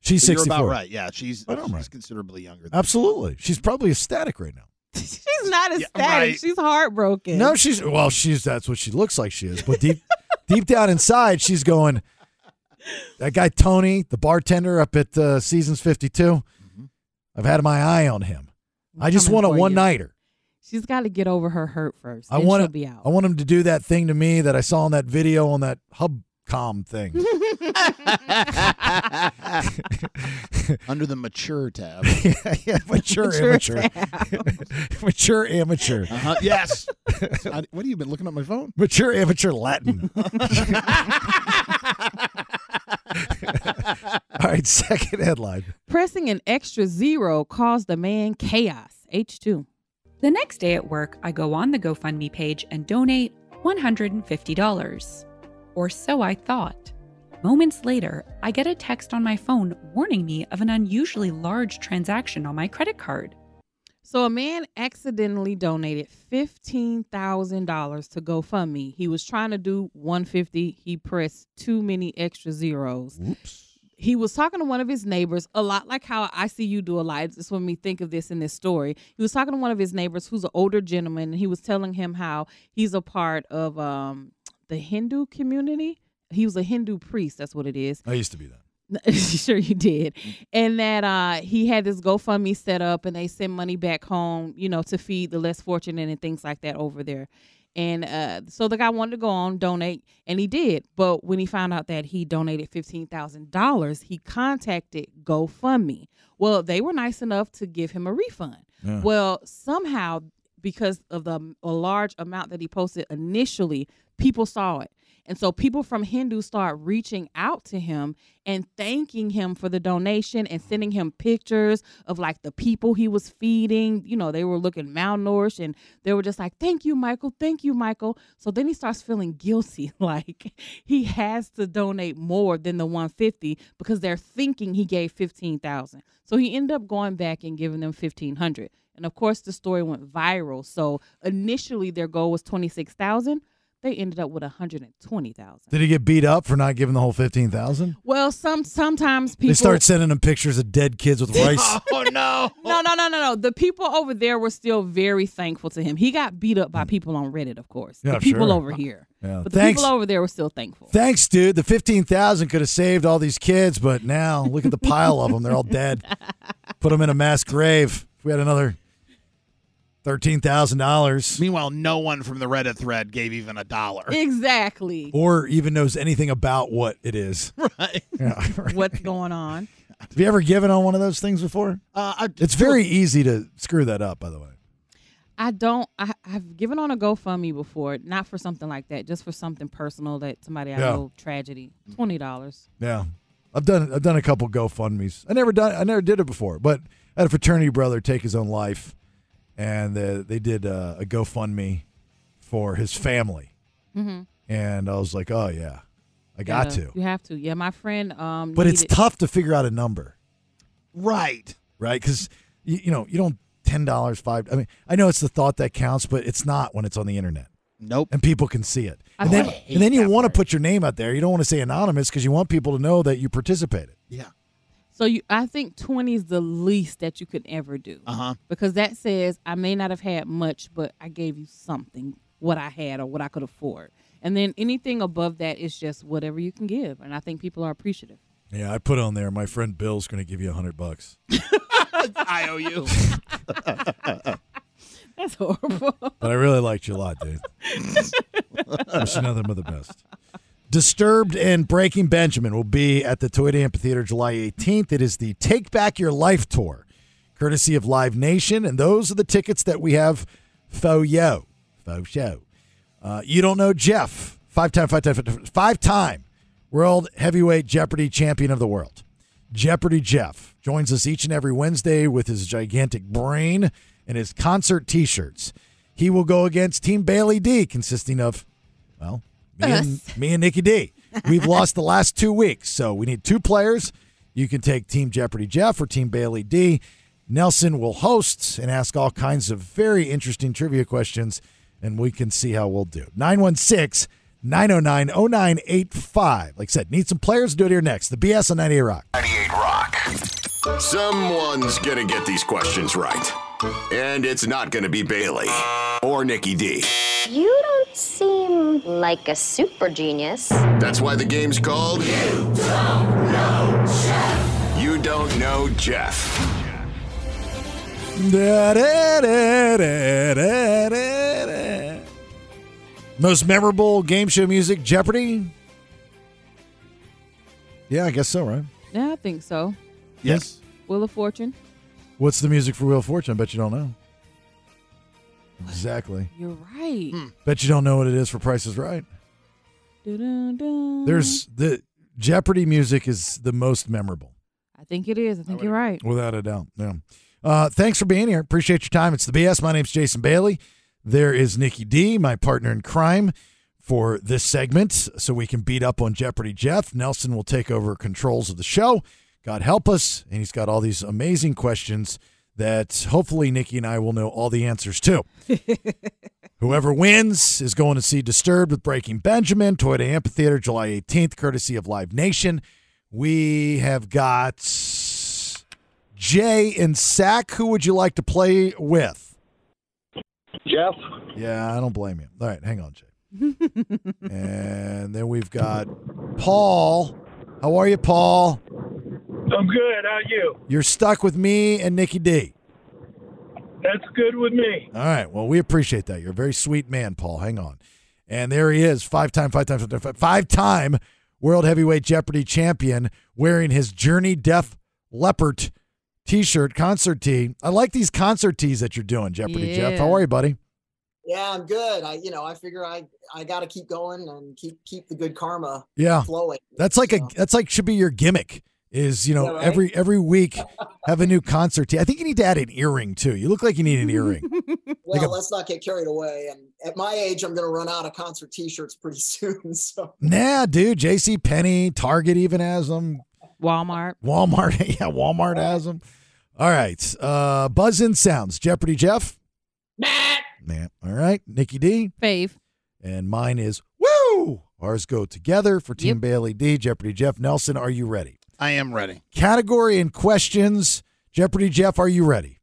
[SPEAKER 10] She's
[SPEAKER 9] So
[SPEAKER 10] 64.
[SPEAKER 9] You're about right. Yeah, she's,
[SPEAKER 10] Right on,
[SPEAKER 9] she's
[SPEAKER 10] right.
[SPEAKER 9] considerably younger. Than
[SPEAKER 10] Absolutely. She's probably ecstatic right now.
[SPEAKER 11] She's not ecstatic.
[SPEAKER 9] right.
[SPEAKER 11] She's heartbroken.
[SPEAKER 10] No, she's well, she's that's what she looks like she is, but
[SPEAKER 11] (laughs)
[SPEAKER 10] deep deep down inside she's going that guy Tony, the bartender up at uh, Seasons 52. I've had my eye on him.
[SPEAKER 11] I'm
[SPEAKER 10] I just
[SPEAKER 11] Mm-hmm. coming
[SPEAKER 10] want a
[SPEAKER 11] for you.
[SPEAKER 10] one-nighter.
[SPEAKER 11] She's got to get over her hurt first.
[SPEAKER 10] I
[SPEAKER 11] Then
[SPEAKER 10] want
[SPEAKER 11] she'll
[SPEAKER 10] to
[SPEAKER 11] be out.
[SPEAKER 10] I want him to do that thing to me that I saw in that video on that Hubcom
[SPEAKER 11] (laughs)
[SPEAKER 10] thing. (laughs)
[SPEAKER 9] (laughs) Under the mature tab.
[SPEAKER 10] yeah, mature,
[SPEAKER 11] Mature (laughs)
[SPEAKER 10] amateur, (laughs) mature amateur,
[SPEAKER 9] Uh-huh.
[SPEAKER 10] (laughs)
[SPEAKER 9] Yes. I- what have you been looking at my phone?
[SPEAKER 10] mature amateur Latin. All (laughs) right, second headline.
[SPEAKER 11] Pressing an extra zero caused the man chaos. H two.
[SPEAKER 8] The next day at work, I go on the GoFundMe page and donate $150. Or so I thought. Moments later, I get a text on my phone warning me of an unusually large transaction on my credit card.
[SPEAKER 11] So a man accidentally donated fifteen thousand dollars to GoFundMe. He was trying to do one fifty. He pressed too many extra zeros.
[SPEAKER 10] Whoops.
[SPEAKER 11] He was talking to one of his neighbers, a lot like how I see you do a lot. This when we think of this in this story. He was talking to one of his neighbors who's an older gentleman, and he was telling him how he's a part of um, the Hindu community. He was a Hindu priest, that's what it is.
[SPEAKER 10] I used to be that.
[SPEAKER 11] (laughs) sure you did and that uh he had this gofundme set up and they send money back home you know to feed the less fortunate and things like that over there and uh so the guy wanted to go on donate and he did but when he found out that he donated $15000 he contacted gofundme well they were nice enough to give him a refund
[SPEAKER 10] Yeah.
[SPEAKER 11] well somehow because of the a large amount that he posted initially people saw it and so people from Hindu start reaching out to him and thanking him for the donation and sending him pictures of like the people he was feeding. You know, they were looking malnourished and they were just like, thank you, Michael. Thank you, Michael. So then he starts feeling guilty. (laughs) Like he has to donate more than the 150 because they're thinking he gave 15,000. So he ended up going back and giving them 1500. And of course, the story went viral. So initially, their goal was 26,000. They ended up with 120,000.
[SPEAKER 10] Did he get beat up for not giving the whole fifteen thousand?
[SPEAKER 11] Well, some sometimes people
[SPEAKER 10] They start sending him pictures of dead kids with rice.
[SPEAKER 9] (laughs) Oh no.
[SPEAKER 11] No, no, no, no, no. The people over there were still very thankful to him. He got beat up by people on Reddit, of course.
[SPEAKER 10] Hmm. Yeah,
[SPEAKER 11] the people
[SPEAKER 10] sure.
[SPEAKER 11] over here.
[SPEAKER 10] Yeah.
[SPEAKER 11] But the
[SPEAKER 10] Thanks.
[SPEAKER 11] people over there were still thankful.
[SPEAKER 10] Thanks, dude. The fifteen thousand could have saved all these kids, but now look at the pile of them. They're all dead. Put them in a mass grave. If we had another thirteen thousand dollars,
[SPEAKER 9] Meanwhile, no one from the Reddit thread gave even a dollar.
[SPEAKER 11] (laughs) Exactly.
[SPEAKER 10] (laughs) or even knows anything about what it is.
[SPEAKER 9] Right.
[SPEAKER 10] Yeah. Have
[SPEAKER 11] What's going on?
[SPEAKER 10] you ever given on one of those things before?
[SPEAKER 9] Uh, I-
[SPEAKER 10] It's very easy to screw that up, by the way.
[SPEAKER 11] I don't. I, I've given on a GoFundMe before, not for something like that, just for something personal that somebody I
[SPEAKER 10] Yeah.
[SPEAKER 11] know tragedy. Twenty dollars.
[SPEAKER 10] Yeah, I've done I've done a couple GoFundmes. I never done I never did it before, but I had a fraternity brother take his own life, and uh, they did uh, a GoFundMe for his family,
[SPEAKER 11] Mhm.
[SPEAKER 10] and I was like, oh yeah, I got to.
[SPEAKER 11] You have to. Yeah, my friend. Um,
[SPEAKER 10] But it's
[SPEAKER 11] needed-
[SPEAKER 10] tough to figure out a number,
[SPEAKER 9] right.
[SPEAKER 10] right? Because you, you know you don't ten dollars five. I mean, I know it's the thought that counts, but it's not when it's on the internet.
[SPEAKER 9] Nope.
[SPEAKER 10] and people can see it.
[SPEAKER 11] I
[SPEAKER 10] and then,
[SPEAKER 11] hate
[SPEAKER 10] and then you want to put your name out there. You don't want to say anonymous because you want people to know that you participated.
[SPEAKER 9] Yeah.
[SPEAKER 11] So you, I think twenty is the least that you could ever do
[SPEAKER 9] Uh huh.
[SPEAKER 11] because that says I may not have had much, but I gave you something, what I had or what I could afford. And then anything above that is just whatever you can give, and I think people are appreciative. (laughs)
[SPEAKER 10] Yeah, I put on there. My friend Bill's going to give you a hundred bucks.
[SPEAKER 9] I owe you.
[SPEAKER 11] That's horrible.
[SPEAKER 9] (laughs)
[SPEAKER 10] But I really liked you a lot, dude. Wish you nothing but the best. Disturbed and Breaking Benjamin will be at the Toyota Amphitheater July 18th. It is the Take Back Your Life tour, courtesy of Live Nation. And those are the tickets that we have for yo. For show. Uh, you don't know Jeff, five time, five time, five time world heavyweight Jeopardy champion of the world. Jeopardy Jeff joins us each and every Wednesday with his gigantic brain and his concert t shirts. He will go against Team Bailey D, consisting of, well, me and, me and Nikki D. We've lost the last two weeks, so we need two players. You can take Team Jeopardy Jeff or Team Bailey D. Nelson will host and ask all kinds of very interesting trivia questions, and we can see how we'll do. 916 909 0985. Like I said, need some players to do it here next. The BS on 98 Rock.
[SPEAKER 6] 98 Rock.
[SPEAKER 3] Someone's going to get these questions right. And it's not going to be Bailey or Nikki D.
[SPEAKER 12] You don't seem like a super genius.
[SPEAKER 3] That's why the game's called You Don't Know Jeff. You Don't Know Jeff.
[SPEAKER 10] Most memorable game show music, Jeopardy? Yeah, I guess so, right?
[SPEAKER 11] Yeah, I think so.
[SPEAKER 10] Yes.
[SPEAKER 11] Wheel of Fortune.
[SPEAKER 10] What's the music for Wheel of Fortune? I bet you don't know. Exactly.
[SPEAKER 11] You're right.
[SPEAKER 9] Hmm.
[SPEAKER 10] Bet you don't know what it is for Price is Right.
[SPEAKER 11] Dun-dun-dun.
[SPEAKER 10] There's the Jeopardy music is the most memorable,
[SPEAKER 11] I think it is. I think you're right.
[SPEAKER 10] without a doubt. Yeah. Uh, thanks for being here. Appreciate your time. It's the BS. My name's Jason Bailey. There is Nikki D, my partner in crime, for this segment, so we can beat up on Jeopardy Jeff. Nelson will take over controls of the show. God help us. And he's got all these amazing questions that hopefully Nikki and I will know all the answers to. Whoever wins is going to see Disturbed with Breaking Benjamin, Toyota Amphitheater, July 18th, courtesy of Live Nation. We have got Jay and Sack. Who would you like to play with?
[SPEAKER 13] Jeff,
[SPEAKER 10] Yeah, I don't blame you. All right, hang on, Jay. (laughs) and then we've got Paul. How are you, Paul?
[SPEAKER 13] I'm good. How are you?
[SPEAKER 10] You're stuck with me and Nikki D.
[SPEAKER 13] That's good with me.
[SPEAKER 10] All right. Well, we appreciate that. You're a very sweet man, Paul. Hang on. And there he is, five time, five time, five time world heavyweight Jeopardy champion wearing his Journey Deaf Leopard t shirt, concert tee. I like these concert tees that you're doing, Jeopardy Jeff. How
[SPEAKER 14] Yeah.
[SPEAKER 10] are you, buddy?
[SPEAKER 14] Yeah, I'm good. I, you know, I figure I, I got to keep going and keep keep the good karma
[SPEAKER 10] Yeah.
[SPEAKER 14] flowing.
[SPEAKER 10] That's like a that's like should be your gimmick is you know
[SPEAKER 14] Yeah, right?
[SPEAKER 10] every every week
[SPEAKER 14] (laughs)
[SPEAKER 10] have a new concert tee. I think you need to add an earring too. You look like you
[SPEAKER 14] Mm-hmm.
[SPEAKER 10] need an earring.
[SPEAKER 9] (laughs)
[SPEAKER 14] Well, let's not get carried away. And at my age, I'm going to run out of concert T-shirts pretty (laughs) soon. So
[SPEAKER 10] Nah, dude. JC Penney, Target even has them.
[SPEAKER 11] (laughs) Walmart.
[SPEAKER 10] (laughs) Walmart. yeah, Walmart has them. All right. Uh, buzz in sounds. Jeopardy Jeff. Nah. All right. Nikki D.
[SPEAKER 11] Fave.
[SPEAKER 10] And mine is woo. Ours go together for Team Bailey D. Jeopardy Jeff. Nelson, are you ready?
[SPEAKER 9] I am ready.
[SPEAKER 10] Category and questions. Jeopardy Jeff, are you ready?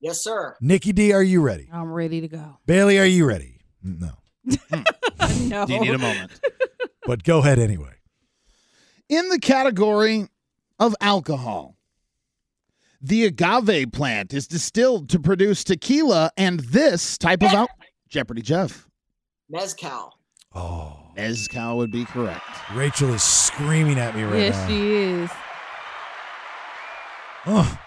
[SPEAKER 14] Yes, sir.
[SPEAKER 10] Nikki D, are you ready?
[SPEAKER 11] I'm ready to go.
[SPEAKER 10] Bailey, are you ready? No.
[SPEAKER 11] no.
[SPEAKER 9] Do you need a moment?
[SPEAKER 10] But go ahead anyway.
[SPEAKER 9] (laughs) In the category of alcohol, the agave plant is distilled to produce tequila and this type of alcohol. Jeopardy Jeff.
[SPEAKER 14] Mezcal.
[SPEAKER 10] Oh.
[SPEAKER 9] Mezcal would be correct.
[SPEAKER 10] Rachel is screaming at me
[SPEAKER 11] (laughs)
[SPEAKER 10] right
[SPEAKER 11] yes,
[SPEAKER 10] now.
[SPEAKER 11] she is.
[SPEAKER 10] Ugh.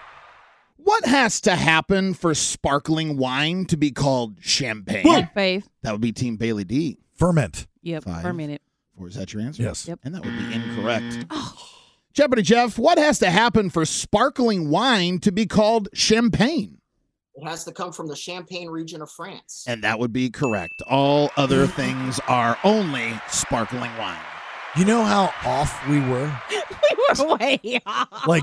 [SPEAKER 9] What has to happen for sparkling wine to be called champagne?
[SPEAKER 11] Fave.
[SPEAKER 9] That would be Team Bailey D.
[SPEAKER 10] Ferment.
[SPEAKER 11] Yep.
[SPEAKER 9] Five.
[SPEAKER 11] For a minute.
[SPEAKER 9] Or is that your answer?
[SPEAKER 10] Yes.
[SPEAKER 11] Yep.
[SPEAKER 9] And that would be incorrect. Jeopardy Jeff, what has to happen for sparkling wine to be called champagne?
[SPEAKER 14] It has to come from the Champagne region of France.
[SPEAKER 9] And that would be correct. All other things are only sparkling wine.
[SPEAKER 10] You know how off we were?
[SPEAKER 11] (laughs) we were way off.
[SPEAKER 10] Like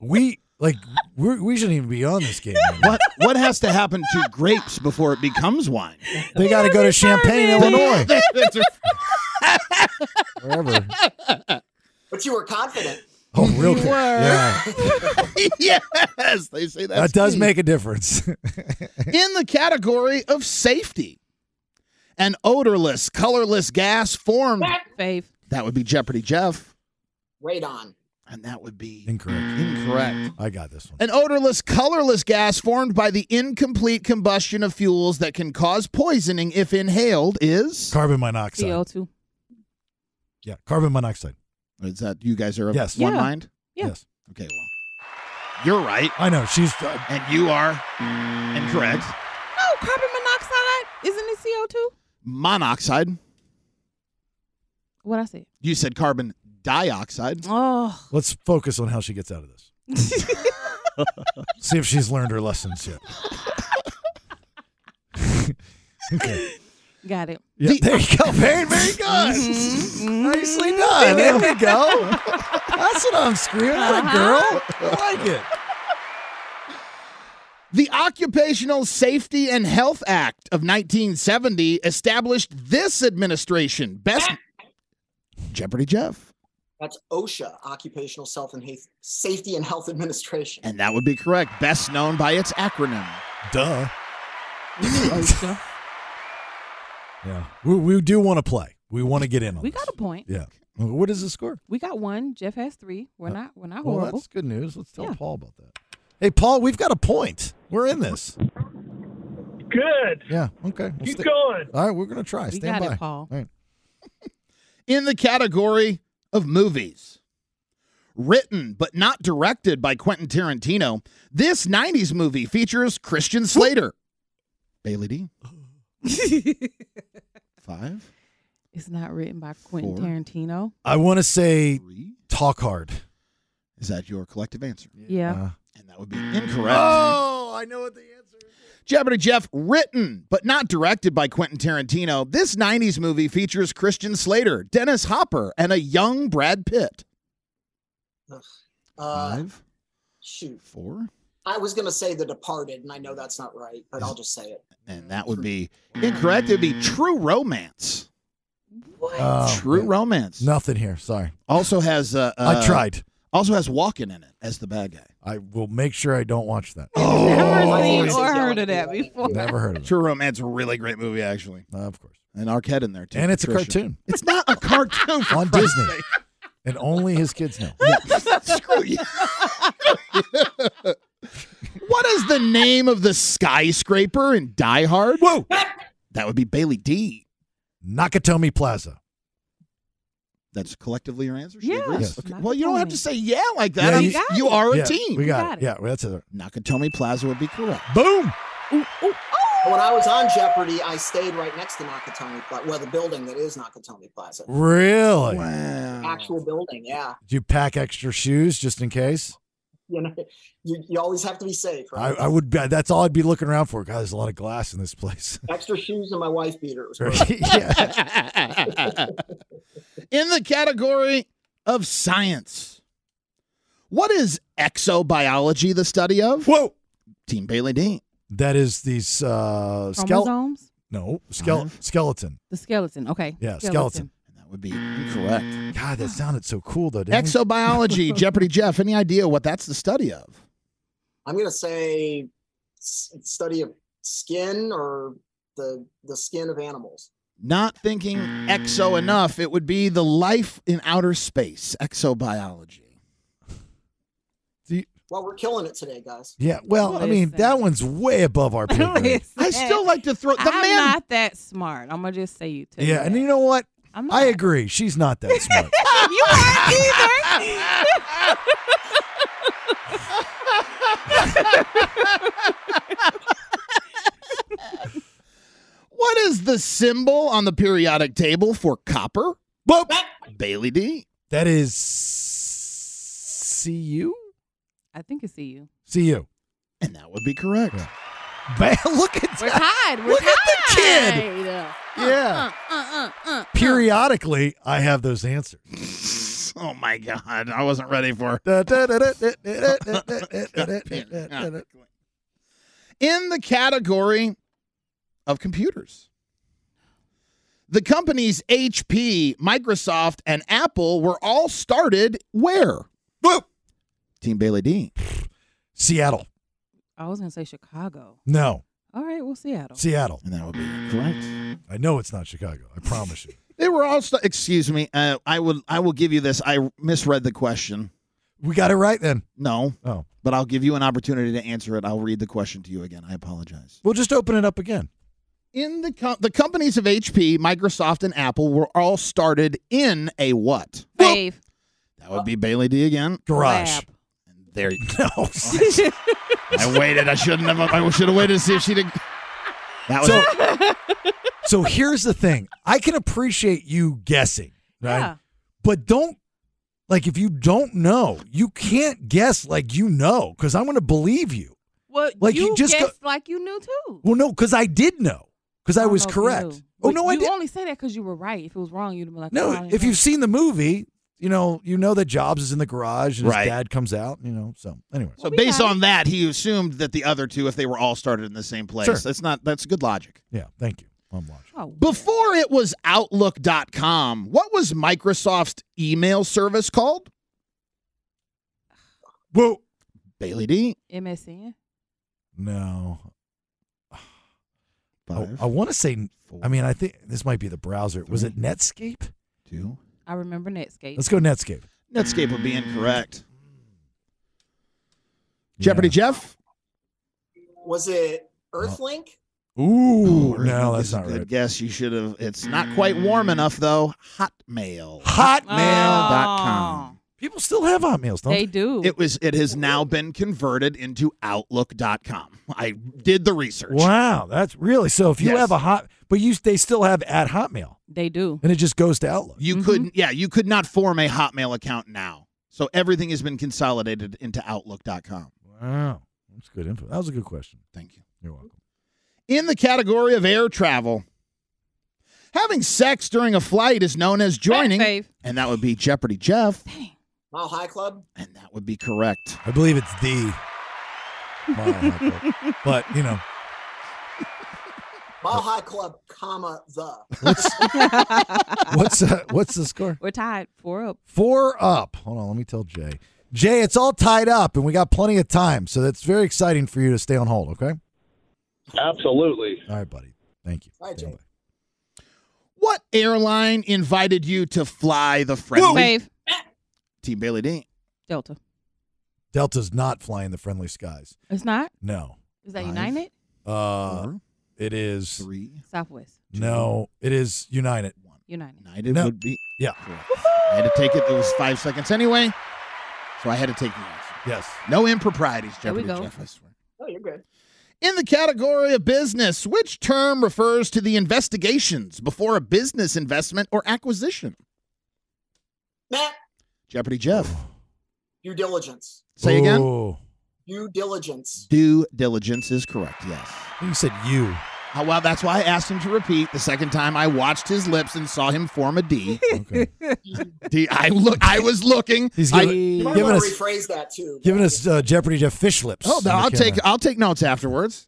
[SPEAKER 10] we like we're, we shouldn't even be on this game. right
[SPEAKER 11] (laughs)
[SPEAKER 10] now.
[SPEAKER 9] What what has to happen to grapes before it becomes (laughs) wine?
[SPEAKER 10] They got to go to Champaign, Illinois. Wherever.
[SPEAKER 14] (laughs) But you were confident.
[SPEAKER 10] Oh, real quick.
[SPEAKER 9] were.
[SPEAKER 11] (laughs)
[SPEAKER 10] Yeah.
[SPEAKER 9] yes, they say that.
[SPEAKER 10] that does make a difference. (laughs)
[SPEAKER 9] in the category of safety. An odorless, colorless gas formed.
[SPEAKER 11] Fave.
[SPEAKER 9] That would be Jeopardy Jeff,
[SPEAKER 14] Radon.
[SPEAKER 9] and that would be
[SPEAKER 10] Incorrect.
[SPEAKER 9] incorrect.
[SPEAKER 10] I got this one.
[SPEAKER 9] An odorless, colorless gas formed by the incomplete combustion of fuels that can cause poisoning if inhaled is.
[SPEAKER 10] Carbon monoxide.
[SPEAKER 11] CO2.
[SPEAKER 10] Yeah, carbon monoxide.
[SPEAKER 9] Is that you guys are of
[SPEAKER 10] Yes.
[SPEAKER 9] one
[SPEAKER 11] Yeah.
[SPEAKER 9] mind?
[SPEAKER 11] Yeah.
[SPEAKER 10] Yes.
[SPEAKER 9] Okay, well, you're right,
[SPEAKER 10] I know. She's uh,
[SPEAKER 9] and you are incorrect.
[SPEAKER 11] No, Oh, carbon monoxide. Isn't it CO2?
[SPEAKER 9] Monoxide.
[SPEAKER 11] What I said.
[SPEAKER 9] You said carbon dioxide.
[SPEAKER 11] Oh.
[SPEAKER 10] let's focus on how she gets out of this. See if she's learned her lessons yet. (laughs) okay.
[SPEAKER 11] (laughs) Got it.
[SPEAKER 10] Yeah, there you (laughs) go. Very, very good. Nicely done. There we go.
[SPEAKER 9] (laughs)
[SPEAKER 10] That's what I'm screaming at, a girl. I like it.
[SPEAKER 9] The Occupational Safety and Health Act of 1970 established this administration. Best Jeopardy Jeff.
[SPEAKER 14] That's OSHA, Occupational Self and Heath- Safety and Health Administration.
[SPEAKER 9] And that would be correct. Best known by its acronym.
[SPEAKER 10] Duh. (laughs) Yeah. We, we do want to play. We want to get in on
[SPEAKER 11] We
[SPEAKER 10] this.
[SPEAKER 11] got a point.
[SPEAKER 10] Yeah. What is the score?
[SPEAKER 11] We got one. Jeff has three. We're
[SPEAKER 10] Uh,
[SPEAKER 11] not. We're not
[SPEAKER 10] Well,
[SPEAKER 11] horrible.
[SPEAKER 10] that's good news. Let's tell
[SPEAKER 11] Yeah.
[SPEAKER 10] Paul about that. Hey, Paul, we've got a point. We're in this.
[SPEAKER 13] Good.
[SPEAKER 10] Yeah. Okay. We'll
[SPEAKER 13] Keep
[SPEAKER 10] stay-
[SPEAKER 13] going.
[SPEAKER 10] All right, we're gonna try.
[SPEAKER 11] We
[SPEAKER 10] Stand
[SPEAKER 11] got it,
[SPEAKER 10] by,
[SPEAKER 11] Paul.
[SPEAKER 10] All right.
[SPEAKER 9] In the category of movies. Written but not directed by Quentin Tarantino, this 90s movie features Christian Slater. Bailey D. Five,
[SPEAKER 11] it's not written by Quentin
[SPEAKER 9] Four.
[SPEAKER 11] Tarantino.
[SPEAKER 10] I want to say
[SPEAKER 9] three.
[SPEAKER 10] talk hard.
[SPEAKER 9] Is that your collective answer?
[SPEAKER 11] Yeah.
[SPEAKER 10] Uh,
[SPEAKER 9] And that would be incorrect.
[SPEAKER 10] oh, I know what the answer is.
[SPEAKER 9] Jeopardy Jeff, written but not directed by Quentin Tarantino, this 90s movie features Christian Slater, Dennis Hopper, and a young Brad Pitt.
[SPEAKER 14] Uh, shoot.
[SPEAKER 9] four,
[SPEAKER 14] I was going to say The Departed, and I know that's not right, but I'll just say it.
[SPEAKER 9] and that would be incorrect. It'd be True Romance.
[SPEAKER 11] What?
[SPEAKER 10] Oh,
[SPEAKER 9] True
[SPEAKER 10] yeah.
[SPEAKER 9] Romance.
[SPEAKER 10] Nothing here. Sorry,
[SPEAKER 9] Also has uh, uh,
[SPEAKER 10] I tried.
[SPEAKER 9] Also has Walken in it as the bad guy.
[SPEAKER 10] I will make sure I don't watch that.
[SPEAKER 11] Never
[SPEAKER 14] Oh.
[SPEAKER 11] seen or heard of that before.
[SPEAKER 9] (laughs)
[SPEAKER 10] Never heard of it.
[SPEAKER 9] True Romance, a really great movie actually,
[SPEAKER 10] Uh, of course,
[SPEAKER 9] and Arquette in there too.
[SPEAKER 10] and it's a
[SPEAKER 9] Patricia.
[SPEAKER 10] cartoon
[SPEAKER 9] It's not a (laughs) cartoon for
[SPEAKER 10] on
[SPEAKER 9] Christ's
[SPEAKER 10] Disney,
[SPEAKER 9] sake.
[SPEAKER 10] (laughs) and only his kids know.
[SPEAKER 9] Screw you. what is the name of the skyscraper in Die Hard? Whoa. That would be Bailey D.
[SPEAKER 10] Nakatomi Plaza.
[SPEAKER 9] That's collectively your answer? She
[SPEAKER 11] Yeah.
[SPEAKER 9] agrees?
[SPEAKER 10] Yes.
[SPEAKER 9] Okay. Well, you don't have to say yeah like that.
[SPEAKER 10] Yeah,
[SPEAKER 9] I'm-
[SPEAKER 10] you-
[SPEAKER 9] you, are a
[SPEAKER 10] yeah,
[SPEAKER 9] team.
[SPEAKER 10] We got,
[SPEAKER 11] got
[SPEAKER 10] it. Yeah, well, that's it.
[SPEAKER 9] Nakatomi Plaza would be correct.
[SPEAKER 10] Boom.
[SPEAKER 11] Ooh, ooh,
[SPEAKER 14] When I was on Jeopardy, I stayed right next to Nakatomi Plaza. Well, the building that is Nakatomi Plaza.
[SPEAKER 10] Really?
[SPEAKER 9] Wow. (laughs)
[SPEAKER 14] Actual building, yeah.
[SPEAKER 10] Did you pack extra shoes just in case?
[SPEAKER 14] You know, (laughs) you, you always have to be safe,
[SPEAKER 10] I,
[SPEAKER 14] right?
[SPEAKER 10] I would. That's all I'd be looking around for. God, there's a lot of glass in this place. (laughs)
[SPEAKER 14] Extra shoes and my wife beater. It was perfect.
[SPEAKER 10] yeah.
[SPEAKER 9] In the category of science, What is exobiology the study of?
[SPEAKER 10] Whoa.
[SPEAKER 9] Team Bailey Dean.
[SPEAKER 10] That is these uh, skeleton.
[SPEAKER 11] Chromosomes?
[SPEAKER 10] No, skele-
[SPEAKER 9] Uh-huh.
[SPEAKER 10] skeleton.
[SPEAKER 11] The skeleton. Okay.
[SPEAKER 10] Yeah, skeleton.
[SPEAKER 9] That would be incorrect.
[SPEAKER 10] God, that sounded so cool though. Didn't it?
[SPEAKER 11] (laughs)
[SPEAKER 9] Exobiology, Jeopardy Jeff. Any idea what that's the study of?
[SPEAKER 14] I'm going to say s- study of skin or the the skin of animals.
[SPEAKER 9] Not thinking
[SPEAKER 11] Mm.
[SPEAKER 9] exo enough, it would be the life in outer space, exobiology.
[SPEAKER 14] Well, we're killing it today, guys.
[SPEAKER 10] Yeah. Well, I mean, that one's way above (laughs) our pay
[SPEAKER 11] (laughs)
[SPEAKER 10] grade.
[SPEAKER 9] I still like to throw. The
[SPEAKER 11] I'm
[SPEAKER 9] man-
[SPEAKER 11] not that smart. I'm gonna just say you too.
[SPEAKER 10] Yeah, and you know what?
[SPEAKER 11] I'm
[SPEAKER 10] I agree. She's not that (laughs) smart.
[SPEAKER 11] you aren't either.
[SPEAKER 10] (laughs)
[SPEAKER 11] (laughs)
[SPEAKER 9] What is the symbol on the periodic table for copper? Boop. Bailey D.
[SPEAKER 10] That is CU.
[SPEAKER 11] I think it's you.
[SPEAKER 10] (laughs) CU.
[SPEAKER 9] And that would be correct.
[SPEAKER 10] Ba- Look at
[SPEAKER 11] We're tied. We're
[SPEAKER 10] Look
[SPEAKER 11] tied.
[SPEAKER 10] at the kid. Yeah.
[SPEAKER 11] Uh, uh, uh, uh.
[SPEAKER 10] Periodically, I have those answers.
[SPEAKER 9] (laughs) Oh my God. I wasn't ready for
[SPEAKER 10] Da, da, da, da, da, da, da, da, da, da, da, da, da, da.
[SPEAKER 9] it. In the category of computers, the companies HP, Microsoft, and Apple were all started where? Boop. Team Bailey D.
[SPEAKER 10] Seattle.
[SPEAKER 11] I was gonna say Chicago.
[SPEAKER 10] No,
[SPEAKER 11] All right, well Seattle.
[SPEAKER 10] Seattle.
[SPEAKER 9] And that would be correct.
[SPEAKER 10] I know it's not Chicago. I
[SPEAKER 11] (laughs)
[SPEAKER 10] promise you.
[SPEAKER 9] They were all. St- Excuse me. Uh, I will. I will give you this. I misread the question.
[SPEAKER 10] We got it right then.
[SPEAKER 9] No,
[SPEAKER 10] Oh,
[SPEAKER 9] but I'll give you an opportunity to answer it. I'll read the question to you again. I apologize.
[SPEAKER 10] we'll just open it up again.
[SPEAKER 9] in the com- the companies of HP, Microsoft, and Apple were all started in a what?
[SPEAKER 11] Fave.
[SPEAKER 9] That would be Bailey D again.
[SPEAKER 10] Garage.
[SPEAKER 11] Lab.
[SPEAKER 9] There, you-
[SPEAKER 10] (laughs) No.
[SPEAKER 9] I waited. I shouldn't have. I should have waited to see if she did. That was
[SPEAKER 11] (laughs)
[SPEAKER 10] So, so here's the thing. I can appreciate you guessing, right?
[SPEAKER 11] Yeah.
[SPEAKER 10] But don't like if you don't know, you can't guess like you know because I'm going to believe you.
[SPEAKER 11] Well,
[SPEAKER 10] Like,
[SPEAKER 11] you,
[SPEAKER 10] you just go-
[SPEAKER 11] guessed like you knew too.
[SPEAKER 10] Well, no, because I did know because I,
[SPEAKER 11] don't
[SPEAKER 10] was
[SPEAKER 11] know if you
[SPEAKER 10] correct.
[SPEAKER 11] knew.
[SPEAKER 10] Oh
[SPEAKER 11] But
[SPEAKER 10] no, I
[SPEAKER 11] you
[SPEAKER 10] did.
[SPEAKER 11] only say that because you were right. If it was wrong, you'd have been like,
[SPEAKER 10] No,
[SPEAKER 11] oh, I
[SPEAKER 10] if
[SPEAKER 11] didn't
[SPEAKER 10] you've seen the movie, you know you know that Jobs is in the garage and his
[SPEAKER 9] Right.
[SPEAKER 10] dad comes out. You know, so anyway,
[SPEAKER 9] so.
[SPEAKER 11] we
[SPEAKER 9] Based
[SPEAKER 11] got
[SPEAKER 9] on that, he assumed that the other two, if they were all started in the same place,
[SPEAKER 10] Sure.
[SPEAKER 9] that's not. That's good logic.
[SPEAKER 10] yeah. Thank you. I'm watching.
[SPEAKER 11] know." Oh,
[SPEAKER 9] Before it was Outlook.com, what was Microsoft's email service called?
[SPEAKER 10] Whoa.
[SPEAKER 9] Bailey D.
[SPEAKER 11] MSN.
[SPEAKER 10] No, I,
[SPEAKER 9] Five,
[SPEAKER 10] I want to say.
[SPEAKER 9] four,
[SPEAKER 10] Oh, I mean, I think this might be the browser. Was it
[SPEAKER 9] Three.
[SPEAKER 10] Netscape?
[SPEAKER 9] two.
[SPEAKER 11] I remember Netscape.
[SPEAKER 10] Let's go Netscape.
[SPEAKER 9] Netscape would be incorrect. Jeopardy Jeff?
[SPEAKER 14] Was it Earthlink?
[SPEAKER 10] Ooh,
[SPEAKER 9] Or
[SPEAKER 10] no,
[SPEAKER 9] Oh,
[SPEAKER 10] that's
[SPEAKER 9] is a
[SPEAKER 10] not
[SPEAKER 9] good
[SPEAKER 10] right.
[SPEAKER 9] guess. You should have. It's not quite warm enough though. Hotmail.
[SPEAKER 10] Oh.
[SPEAKER 11] Hotmail.com.
[SPEAKER 10] People still have hotmails, don't
[SPEAKER 11] Uh, They
[SPEAKER 10] they?
[SPEAKER 11] do.
[SPEAKER 9] It was. It has now been converted into Outlook.com. I did the research.
[SPEAKER 10] Wow, that's really so. If you
[SPEAKER 9] Yes.
[SPEAKER 10] have a hot, but you they still have at Hotmail,
[SPEAKER 11] they do.
[SPEAKER 10] and it just goes to Outlook.
[SPEAKER 9] You
[SPEAKER 11] Mhm.
[SPEAKER 9] couldn't. Yeah, you could not form a Hotmail account now. So everything has been consolidated into Outlook.com.
[SPEAKER 10] Wow, that's good info. That was a good question.
[SPEAKER 9] Thank you.
[SPEAKER 10] You're welcome.
[SPEAKER 9] In the category of air travel, having sex during a flight is known as
[SPEAKER 10] (laughs)
[SPEAKER 9] joining,
[SPEAKER 11] Fave.
[SPEAKER 9] and that would be Jeopardy Jeff,
[SPEAKER 14] Mile High Club?
[SPEAKER 9] and that would be correct.
[SPEAKER 10] I believe it's the. (laughs) Mile High Club. but you know,
[SPEAKER 14] Mile High Club, comma, the.
[SPEAKER 10] what's uh, what's the score?
[SPEAKER 11] We're tied four up.
[SPEAKER 10] Four up. Hold on, let me tell Jay. Jay, it's all tied up, and we got plenty of time, so that's very exciting for you to stay on hold. Okay.
[SPEAKER 13] Absolutely.
[SPEAKER 10] All right, buddy. Thank you.
[SPEAKER 14] All right,
[SPEAKER 10] Stand
[SPEAKER 14] Jay.
[SPEAKER 10] by.
[SPEAKER 9] What airline invited you to fly the friendly
[SPEAKER 11] Fave.
[SPEAKER 9] Team Bailey Dean?
[SPEAKER 11] Delta.
[SPEAKER 10] Delta's not flying the friendly skies.
[SPEAKER 11] It's not.
[SPEAKER 10] No.
[SPEAKER 11] Is that
[SPEAKER 9] Five.
[SPEAKER 11] United?
[SPEAKER 10] Uh,
[SPEAKER 9] Four,
[SPEAKER 10] it is
[SPEAKER 9] three,
[SPEAKER 11] Southwest.
[SPEAKER 10] no. It is United.
[SPEAKER 9] one.
[SPEAKER 11] United.
[SPEAKER 9] United
[SPEAKER 10] No.
[SPEAKER 9] would be.
[SPEAKER 10] Yeah.
[SPEAKER 9] correct. I had to take it. It was five seconds anyway, so I had to take the answer.
[SPEAKER 10] Yes.
[SPEAKER 9] No improprieties,
[SPEAKER 11] There we
[SPEAKER 9] Jeopardy
[SPEAKER 11] go.
[SPEAKER 9] Jeff. I swear.
[SPEAKER 14] Oh, you're good.
[SPEAKER 9] In the category of business, which term refers to the investigations before a business investment or acquisition?
[SPEAKER 14] Matt,
[SPEAKER 9] Jeopardy Jeff.
[SPEAKER 14] due diligence.
[SPEAKER 9] Say
[SPEAKER 10] Oh.
[SPEAKER 9] again.
[SPEAKER 10] Ooh.
[SPEAKER 14] Due diligence.
[SPEAKER 9] Due diligence is correct. Yes.
[SPEAKER 10] You said you.
[SPEAKER 9] Uh, well, that's why I asked him to repeat the second time I watched his lips and saw him form
[SPEAKER 11] (laughs)
[SPEAKER 9] a D. D I look. I was looking.
[SPEAKER 10] (laughs) He's
[SPEAKER 9] I-
[SPEAKER 10] giving,
[SPEAKER 14] You might
[SPEAKER 10] giving
[SPEAKER 14] want
[SPEAKER 10] us
[SPEAKER 14] to rephrase that too.
[SPEAKER 10] giving us uh, Jeopardy Jeff fish lips.
[SPEAKER 9] Oh, no,
[SPEAKER 10] on the
[SPEAKER 9] I'll take
[SPEAKER 10] camera.
[SPEAKER 9] I'll take notes afterwards.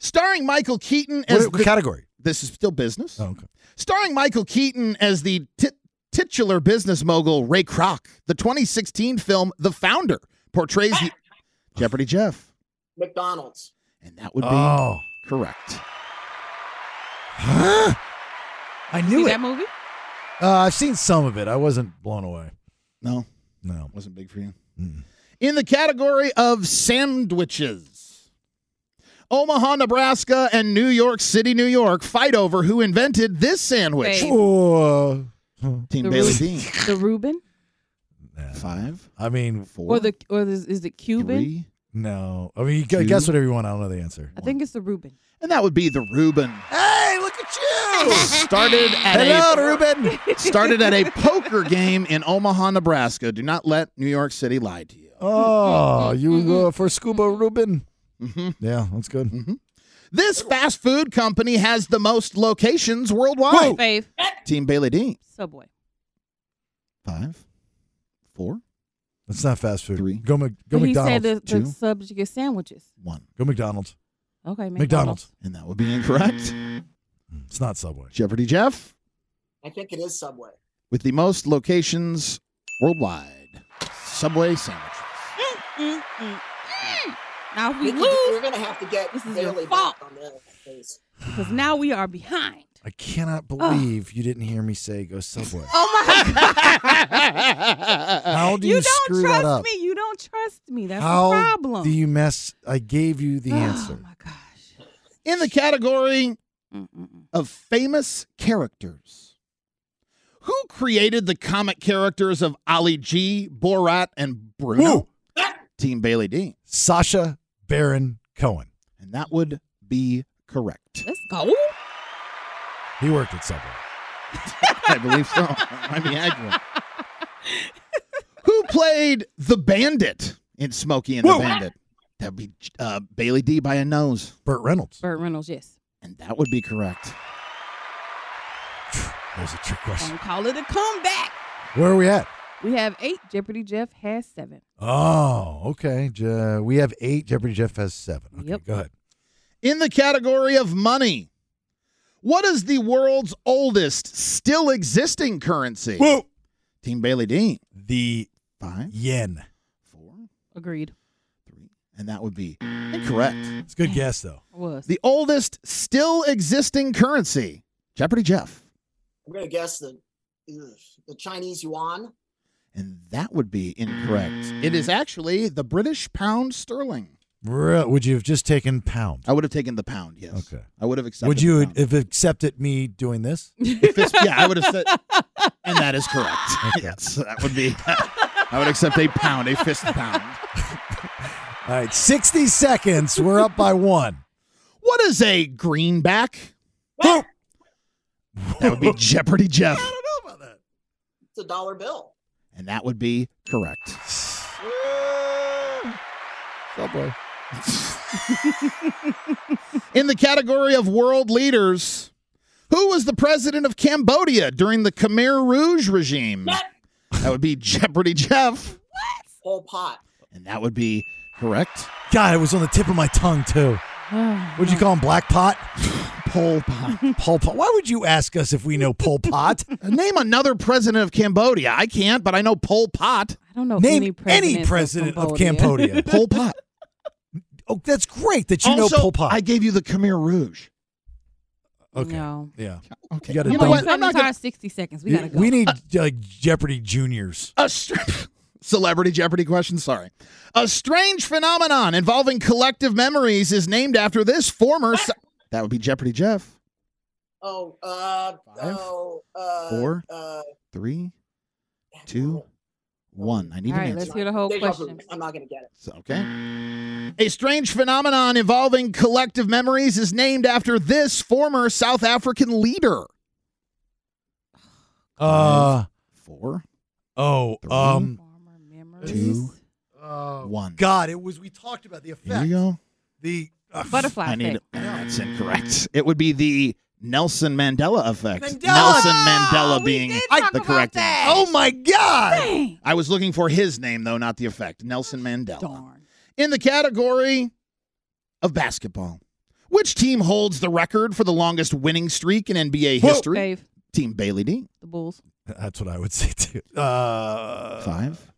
[SPEAKER 9] Starring Michael Keaton
[SPEAKER 10] What,
[SPEAKER 9] as
[SPEAKER 10] what
[SPEAKER 9] the-
[SPEAKER 10] category?
[SPEAKER 9] This is still business.
[SPEAKER 10] Oh, okay.
[SPEAKER 9] Starring Michael Keaton as the tit- titular business mogul Ray Kroc. The 2016 film The Founder portrays the Jeopardy Jeff.
[SPEAKER 14] McDonald's.
[SPEAKER 9] And that would be
[SPEAKER 10] Oh.
[SPEAKER 9] correct.
[SPEAKER 10] Huh? I knew
[SPEAKER 8] See
[SPEAKER 10] it.
[SPEAKER 8] that movie?
[SPEAKER 10] Uh, I've seen some of it. I wasn't blown away.
[SPEAKER 9] No,
[SPEAKER 10] No.
[SPEAKER 9] wasn't big for you.
[SPEAKER 10] Hmm.
[SPEAKER 9] In the category of sandwiches, Omaha, Nebraska, and New York City, New York fight over who invented this sandwich.
[SPEAKER 8] Wait.
[SPEAKER 10] Oh,
[SPEAKER 9] Team
[SPEAKER 11] The
[SPEAKER 9] Bailey
[SPEAKER 11] Reuben?
[SPEAKER 9] Dean.
[SPEAKER 11] The Reuben
[SPEAKER 9] Five,
[SPEAKER 10] I mean,
[SPEAKER 9] four,
[SPEAKER 11] or the or the, is it Cuban?
[SPEAKER 9] three,
[SPEAKER 10] no. I mean, you gu-
[SPEAKER 9] Two.
[SPEAKER 10] guess whatever you want. I don't know the answer.
[SPEAKER 11] I think it's the Reuben.
[SPEAKER 9] and that would be the Reuben.
[SPEAKER 10] Hey, look at
[SPEAKER 11] (laughs)
[SPEAKER 10] you! (laughs)
[SPEAKER 9] Started at
[SPEAKER 10] Hello,
[SPEAKER 9] a
[SPEAKER 10] Ruben.
[SPEAKER 9] started at a poker game in Omaha, Nebraska. Do not let New York City lie to you.
[SPEAKER 10] (laughs) Oh, you go for scuba, Ruben?
[SPEAKER 9] Mhm.
[SPEAKER 10] Yeah, that's good.
[SPEAKER 9] This fast food company has the most locations worldwide.
[SPEAKER 11] Fave.
[SPEAKER 9] Team Bailey Dean.
[SPEAKER 11] Subway.
[SPEAKER 9] Five, four,
[SPEAKER 10] That's not fast food.
[SPEAKER 9] Three.
[SPEAKER 10] Go, Mc, go
[SPEAKER 11] But he
[SPEAKER 10] McDonald's.
[SPEAKER 11] said the,
[SPEAKER 9] Two.
[SPEAKER 11] the subject is sandwiches.
[SPEAKER 9] one,
[SPEAKER 10] Go McDonald's.
[SPEAKER 11] Okay,
[SPEAKER 10] McDonald's.
[SPEAKER 9] and that would be incorrect.
[SPEAKER 10] It's not Subway.
[SPEAKER 9] Jeopardy Jeff
[SPEAKER 14] I think it is Subway.
[SPEAKER 9] with the most locations worldwide.
[SPEAKER 11] (laughs)
[SPEAKER 9] Subway sandwiches.
[SPEAKER 11] Now if we
[SPEAKER 14] Nikki,
[SPEAKER 11] lose
[SPEAKER 14] We're gonna have to get
[SPEAKER 11] This is your
[SPEAKER 14] Bailey
[SPEAKER 11] fault.
[SPEAKER 14] back on that. please.
[SPEAKER 11] because now we are behind.
[SPEAKER 10] I cannot believe you didn't hear me say go Subway.
[SPEAKER 11] Oh my god!
[SPEAKER 10] How do you,
[SPEAKER 11] You, don't
[SPEAKER 10] screw that
[SPEAKER 11] trust
[SPEAKER 10] up?
[SPEAKER 11] me. You don't trust me. That's
[SPEAKER 10] How
[SPEAKER 11] the problem.
[SPEAKER 10] do you mess? I gave you the
[SPEAKER 11] oh
[SPEAKER 10] answer.
[SPEAKER 11] my gosh.
[SPEAKER 9] In the category
[SPEAKER 11] Mm-mm-mm.
[SPEAKER 9] of famous characters. Who created the comic characters of Ali G, Borat, and Bruno?
[SPEAKER 10] Woo!
[SPEAKER 9] Team Bailey D.
[SPEAKER 10] Sasha Baron Cohen.
[SPEAKER 9] And that would be correct.
[SPEAKER 11] Let's go.
[SPEAKER 10] He worked at Subway.
[SPEAKER 9] I believe so. (laughs) I mean, accurate. Who played the bandit in Smokey and
[SPEAKER 10] Whoa.
[SPEAKER 9] the Bandit? That'd be uh, Bailey D by a nose.
[SPEAKER 10] Burt Reynolds.
[SPEAKER 11] Burt Reynolds. Yes.
[SPEAKER 9] And that would be correct.
[SPEAKER 10] That was a trick question.
[SPEAKER 11] Don't call it a comeback.
[SPEAKER 10] Where are we at?
[SPEAKER 11] We have eight. Jeopardy Jeff has seven.
[SPEAKER 10] Oh, okay. Je- we have eight. Jeopardy Jeff has seven. Okay,
[SPEAKER 11] Yep.
[SPEAKER 10] go ahead.
[SPEAKER 9] In the category of money, what is the world's oldest still existing currency?
[SPEAKER 10] Whoa.
[SPEAKER 9] Team Bailey D.
[SPEAKER 10] The
[SPEAKER 9] Five,
[SPEAKER 10] yen.
[SPEAKER 9] four,
[SPEAKER 11] Agreed.
[SPEAKER 9] three. And that would be incorrect.
[SPEAKER 10] It's a good guess, though.
[SPEAKER 11] I was. (sighs)
[SPEAKER 9] The oldest still existing currency. Jeopardy Jeff.
[SPEAKER 14] I'm gonna guess the ugh, the Chinese yuan.
[SPEAKER 9] And that would be incorrect. It is actually the British pound sterling.
[SPEAKER 10] Re- Would you have just taken pound?
[SPEAKER 9] I would have taken the pound, yes.
[SPEAKER 10] Okay.
[SPEAKER 9] I would have accepted.
[SPEAKER 10] Would
[SPEAKER 9] the
[SPEAKER 10] you
[SPEAKER 9] pound.
[SPEAKER 10] have accepted me doing this?
[SPEAKER 9] If this- yeah, I would have said. And that is correct.
[SPEAKER 10] (laughs) Okay.
[SPEAKER 9] Yes, that would be. (laughs) I would accept a pound, a fist pound.
[SPEAKER 10] All right, 60 seconds. We're up by one.
[SPEAKER 9] What is a greenback? that would be Jeopardy Jeff.
[SPEAKER 10] know about that.
[SPEAKER 14] It's a dollar bill.
[SPEAKER 9] And that would be correct. Oh,
[SPEAKER 10] Subway.
[SPEAKER 9] In the category of world leaders, who was the president of Cambodia during the Khmer Rouge regime? That would be Jeopardy Jeff.
[SPEAKER 14] Whole pot.
[SPEAKER 9] And that would be correct.
[SPEAKER 10] God, it was on the tip of my tongue, too. Would you call him Black Pot?
[SPEAKER 9] Pol Pot.
[SPEAKER 10] (laughs) Pol Pot. Why would you ask us if we know Pol (laughs) Pot?
[SPEAKER 9] Name another president of Cambodia. I can't, but I know Pol Pot.
[SPEAKER 11] I don't know
[SPEAKER 10] Name
[SPEAKER 11] any president,
[SPEAKER 10] of Cambodia. (laughs)
[SPEAKER 9] Pol Pot.
[SPEAKER 10] oh, that's great that you
[SPEAKER 9] also,
[SPEAKER 10] know Pol Pot.
[SPEAKER 9] I gave you the Khmer Rouge.
[SPEAKER 10] okay.
[SPEAKER 11] (laughs) No.
[SPEAKER 10] Yeah.
[SPEAKER 9] Okay.
[SPEAKER 10] You gotta
[SPEAKER 11] You
[SPEAKER 10] Don't-
[SPEAKER 11] know what?
[SPEAKER 9] I'm
[SPEAKER 11] I'm
[SPEAKER 9] not
[SPEAKER 11] not
[SPEAKER 9] gonna-
[SPEAKER 11] 60 seconds. We gotta go.
[SPEAKER 10] We need like Jeopardy Juniors.
[SPEAKER 9] A str- (laughs) Celebrity Jeopardy question, sorry. A strange phenomenon involving collective memories is named after this former. s- that would be Jeopardy Jeff.
[SPEAKER 14] Oh, uh, oh, uh,
[SPEAKER 9] four,
[SPEAKER 14] uh,
[SPEAKER 9] Three, two, one. I need
[SPEAKER 11] All right,
[SPEAKER 9] an
[SPEAKER 11] let's
[SPEAKER 9] answer.
[SPEAKER 11] hear the whole
[SPEAKER 14] deja vu.
[SPEAKER 11] question.
[SPEAKER 14] I'm not gonna get it.
[SPEAKER 9] So, okay. A strange phenomenon involving collective memories is named after this former South African leader.
[SPEAKER 10] Uh
[SPEAKER 9] Four,
[SPEAKER 10] oh.
[SPEAKER 9] Three.
[SPEAKER 10] Um.
[SPEAKER 11] Former memories.
[SPEAKER 9] Two.
[SPEAKER 10] Oh,
[SPEAKER 9] one.
[SPEAKER 10] God, it was. We talked about the
[SPEAKER 9] Here
[SPEAKER 10] effect.
[SPEAKER 9] you go.
[SPEAKER 10] The uh,
[SPEAKER 11] Butterfly
[SPEAKER 9] I need
[SPEAKER 11] effect.
[SPEAKER 9] it. that's incorrect. It would be the Nelson Mandela effect.
[SPEAKER 15] Mandela!
[SPEAKER 9] Nelson Mandela being the correct. answer.
[SPEAKER 15] Oh my god!
[SPEAKER 9] I was looking for his name though, not the effect. Nelson Mandela. In the category of basketball, which team holds the record for the longest winning streak in NBA
[SPEAKER 11] Whoa.
[SPEAKER 9] history?
[SPEAKER 11] Dave.
[SPEAKER 9] Team Bailey D.
[SPEAKER 11] The Bulls.
[SPEAKER 10] (laughs) That's what I would say too. Uh,
[SPEAKER 9] Five,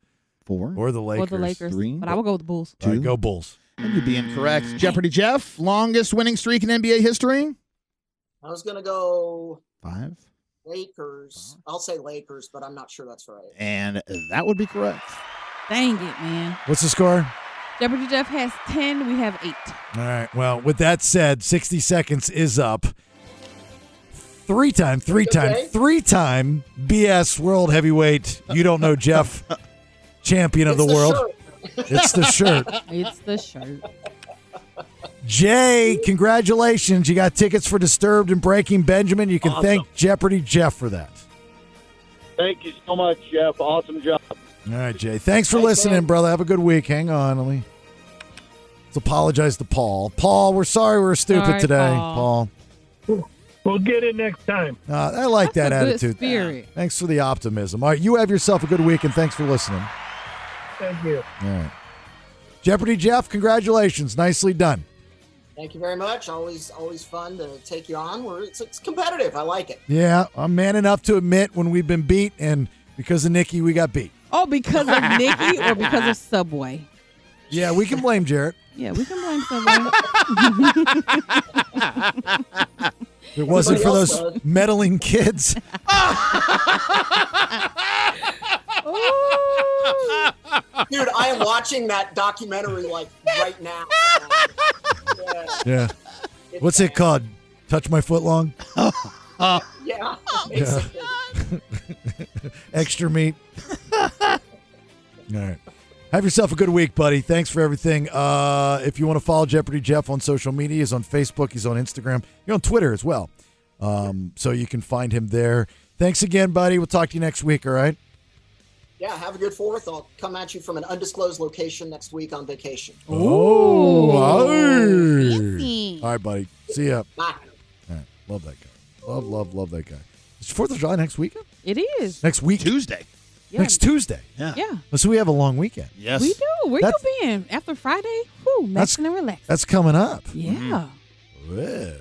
[SPEAKER 9] four,
[SPEAKER 10] or the
[SPEAKER 11] Or
[SPEAKER 10] Lakers.
[SPEAKER 11] the Lakers.
[SPEAKER 9] Three.
[SPEAKER 11] But I will go with the Bulls.
[SPEAKER 10] All right, go Bulls.
[SPEAKER 9] That would be incorrect. Jeopardy Jeff, longest winning streak in NBA history?
[SPEAKER 14] I was gonna go
[SPEAKER 9] Five.
[SPEAKER 14] Lakers.
[SPEAKER 10] Uh-huh.
[SPEAKER 14] I'll say Lakers, but I'm not sure that's right.
[SPEAKER 9] And that would be correct.
[SPEAKER 11] Dang it, man.
[SPEAKER 10] What's the score?
[SPEAKER 11] Jeopardy Jeff has 10. We have 8.
[SPEAKER 10] All right. Well, with that said, 60 seconds is up. Three time, three time,
[SPEAKER 14] Okay.
[SPEAKER 10] three time BS World Heavyweight. You don't know Jeff, champion of the, world. It's the shirt.
[SPEAKER 11] it's the shirt.
[SPEAKER 10] Jay, congratulations. You got tickets for Disturbed and Breaking Benjamin. You can
[SPEAKER 13] Awesome.
[SPEAKER 10] thank Jeopardy Jeff for that.
[SPEAKER 13] Thank you so much, Jeff. Awesome job.
[SPEAKER 10] All right, Jay. Thanks for listening, brother. Have a good week. Hang on. Let me let's apologize to Paul. Paul, we're sorry we were stupid
[SPEAKER 13] Sorry,
[SPEAKER 10] today,
[SPEAKER 13] Paul.
[SPEAKER 10] Paul.
[SPEAKER 13] We'll get it next time.
[SPEAKER 10] Uh, I like
[SPEAKER 13] That's
[SPEAKER 10] that
[SPEAKER 13] a good
[SPEAKER 10] attitude.
[SPEAKER 13] spirit.
[SPEAKER 10] Thanks for the optimism. All right, you have yourself a good week, and thanks for listening.
[SPEAKER 13] Thank you.
[SPEAKER 10] All right. Jeopardy Jeff, congratulations. Nicely done.
[SPEAKER 14] Thank you very much. Always, always fun to take you on. We're, it's, it's competitive. I like it.
[SPEAKER 10] Yeah, I'm man enough to admit when we've been beat, and because of Nikki, we got beat.
[SPEAKER 11] Oh, because of Nikki or because of Subway?
[SPEAKER 10] Yeah, we can blame Jarrett.
[SPEAKER 11] Yeah, we can blame Subway.
[SPEAKER 10] If it wasn't for
[SPEAKER 11] Everybody else
[SPEAKER 10] those meddling kids.
[SPEAKER 14] Dude, I am watching that documentary like right now. Um,
[SPEAKER 10] (laughs) Yeah. What's it called? Touch my foot long?
[SPEAKER 14] Yeah.
[SPEAKER 10] Yeah.
[SPEAKER 14] basically.
[SPEAKER 10] (laughs) Extra meat. All right. Have yourself a good week, buddy. Thanks for everything. Uh, if you want to follow Jeopardy Jeff on social media, he's on Facebook, he's on Instagram, he's on Twitter as well. Um, so you can find him there. Thanks again, buddy. We'll talk to you next week. All right.
[SPEAKER 14] Yeah, have a good fourth. I'll come at you from an undisclosed location next week on vacation.
[SPEAKER 10] Oh, aye. all right, buddy. See ya.
[SPEAKER 14] Bye.
[SPEAKER 10] All right. Love that guy. Love, love, love that guy. It's Fourth of July next weekend.
[SPEAKER 11] it is.
[SPEAKER 10] Next week.
[SPEAKER 9] Tuesday.
[SPEAKER 11] Yeah.
[SPEAKER 10] Next Tuesday. Oh,
[SPEAKER 11] Yeah. Yeah.
[SPEAKER 10] So we have a long weekend.
[SPEAKER 9] Yes.
[SPEAKER 11] We do. Where
[SPEAKER 10] That's-
[SPEAKER 11] you been? After Friday? Whew,
[SPEAKER 10] That's-
[SPEAKER 11] maxing and relax.
[SPEAKER 10] That's coming up.
[SPEAKER 11] Yeah.
[SPEAKER 9] Mm-hmm.
[SPEAKER 10] Whoa.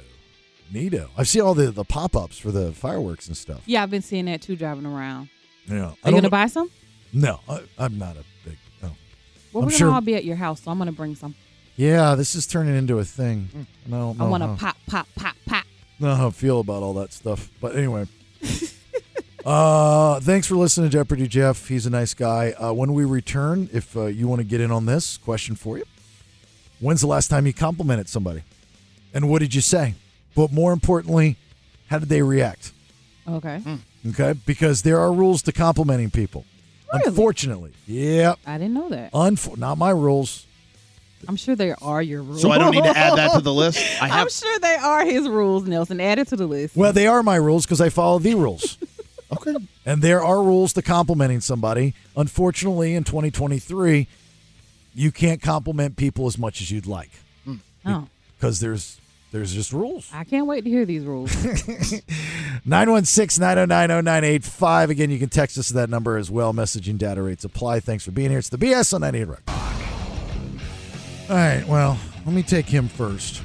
[SPEAKER 10] Neato. I've seen all the, the pop ups for the fireworks and stuff.
[SPEAKER 11] Yeah, I've been seeing that too driving around.
[SPEAKER 10] Yeah.
[SPEAKER 11] Are you going to buy some?
[SPEAKER 10] No, I, I'm not a big. oh. No.
[SPEAKER 11] Well,
[SPEAKER 10] I'm
[SPEAKER 11] we're
[SPEAKER 10] sure-
[SPEAKER 11] going to all be at your house, so I'm going to bring some.
[SPEAKER 10] Yeah, this is turning into a thing. No,
[SPEAKER 11] Mm. I
[SPEAKER 9] Uh-huh.
[SPEAKER 11] want to pop, pop, pop, pop.
[SPEAKER 10] know how I feel about all that stuff. But anyway, (laughs) uh, thanks for listening to Jeopardy, Jeff. He's a nice guy. Uh, when we return, if uh, you want to get in on this question for you, when's the last time you complimented somebody, and what did you say? But more importantly, how did they react?
[SPEAKER 11] Okay.
[SPEAKER 9] Mm.
[SPEAKER 10] Okay, because there are rules to complimenting people. Unfortunately, yeah,
[SPEAKER 11] I didn't know that.
[SPEAKER 10] Unfor- not my rules.
[SPEAKER 11] I'm sure there are your rules.
[SPEAKER 10] So I don't need to add that to
[SPEAKER 9] the (laughs) list? I
[SPEAKER 11] am sure they are his rules, Nelson. Add it to the list.
[SPEAKER 10] Well, they are my rules because I follow the rules.
[SPEAKER 9] okay.
[SPEAKER 10] And there are rules to complimenting somebody. Unfortunately, in 2023, you can't compliment people as much as you'd like
[SPEAKER 11] Oh,
[SPEAKER 10] because there's there's just rules.
[SPEAKER 11] I can't wait to hear these
[SPEAKER 10] (laughs)
[SPEAKER 11] rules.
[SPEAKER 10] 916-909-0985. Again, you can text us at that number as well. Messaging data rates apply. Thanks for being here. It's the BS on 98 Rock. All right, well, let me take him first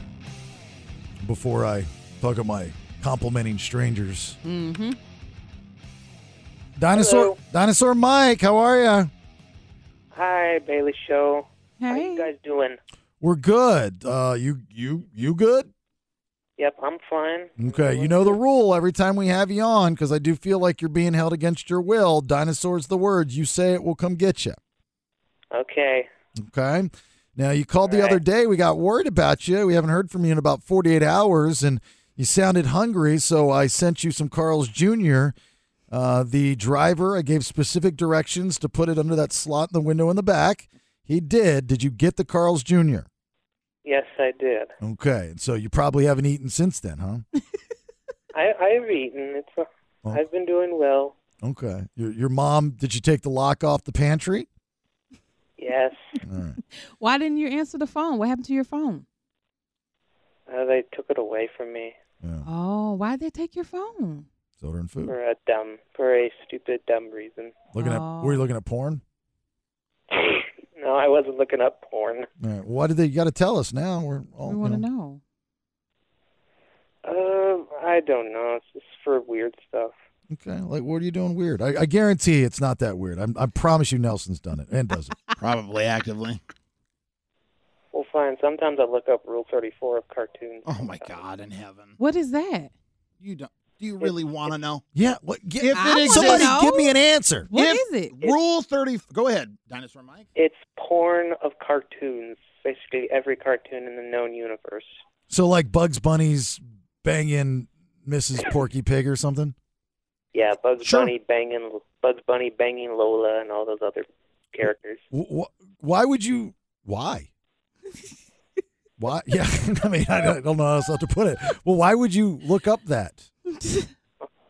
[SPEAKER 10] before I talk of my complimenting strangers.
[SPEAKER 11] mm-hmm.
[SPEAKER 10] Dinosaur Dinosaur Mike, how are you?
[SPEAKER 16] Hi, Bailey Show. How you guys doing?
[SPEAKER 10] We're good. Uh, you you you good?
[SPEAKER 16] Yep, I'm fine.
[SPEAKER 10] Okay, you know the rule every time we have you on because I do feel like you're being held against your will. Dinosaur's the word. You say it, we'll come get you.
[SPEAKER 16] Okay.
[SPEAKER 10] Okay. Now, you called the other day. We got worried about you. We haven't heard from you in about 48 hours, and you sounded hungry. So I sent you some Carl's Jr. Uh, the driver, I gave specific directions to put it under that slot in the window in the back. He did. Did you get the Carl's Jr.?
[SPEAKER 16] Yes, I did.
[SPEAKER 10] Okay. And so you probably haven't eaten since then, huh?
[SPEAKER 16] I I've eaten. It's a,
[SPEAKER 10] Oh.
[SPEAKER 16] I've been doing well.
[SPEAKER 10] Okay. Your, your mom, did you take the lock off the pantry?
[SPEAKER 16] Yes.
[SPEAKER 10] All right.
[SPEAKER 11] Why didn't you answer the phone? What happened to your phone?
[SPEAKER 16] I Uh, they took it away from me
[SPEAKER 11] Oh, why'd they take your phone?
[SPEAKER 10] It's ordering food.
[SPEAKER 16] for a dumb, for a stupid, dumb reason.
[SPEAKER 10] Looking at were you looking at porn?
[SPEAKER 16] (laughs) No, I wasn't looking up porn.
[SPEAKER 10] All right. Why did they? You got to tell us now. We're all.
[SPEAKER 11] We
[SPEAKER 10] you
[SPEAKER 11] want to
[SPEAKER 10] know.
[SPEAKER 11] know.
[SPEAKER 16] Um, I don't know. It's just for weird stuff.
[SPEAKER 10] Okay. Like, what are you doing weird? I, I guarantee it's not that weird. I'm, I promise you, Nelson's done it and
[SPEAKER 9] (laughs)
[SPEAKER 10] does it.
[SPEAKER 9] Probably actively.
[SPEAKER 16] Well, fine. Sometimes I look up Rule 34 of cartoons.
[SPEAKER 9] Oh my God in heaven!
[SPEAKER 11] What is that?
[SPEAKER 9] You don't. Do you really want to know?
[SPEAKER 10] Yeah. What? Get,
[SPEAKER 9] If
[SPEAKER 11] I
[SPEAKER 9] it
[SPEAKER 11] wanna
[SPEAKER 9] exists,
[SPEAKER 11] know.
[SPEAKER 10] give me an answer.
[SPEAKER 11] What
[SPEAKER 9] If-
[SPEAKER 11] is it?
[SPEAKER 9] Rule thirty. Go ahead, dinosaur Mike.
[SPEAKER 16] It's porn of cartoons. Basically, every cartoon in the known universe.
[SPEAKER 10] So, like Bugs Bunny's banging Mrs. Porky Pig or something.
[SPEAKER 16] Yeah, Bugs Bunny banging Bugs Bunny banging Lola and all those other characters.
[SPEAKER 10] Wh- wh- why would you?
[SPEAKER 9] (laughs)
[SPEAKER 10] Why? Why? Yeah. (laughs) I mean, I don't I don't know how else to put it. Well, why would you look up that?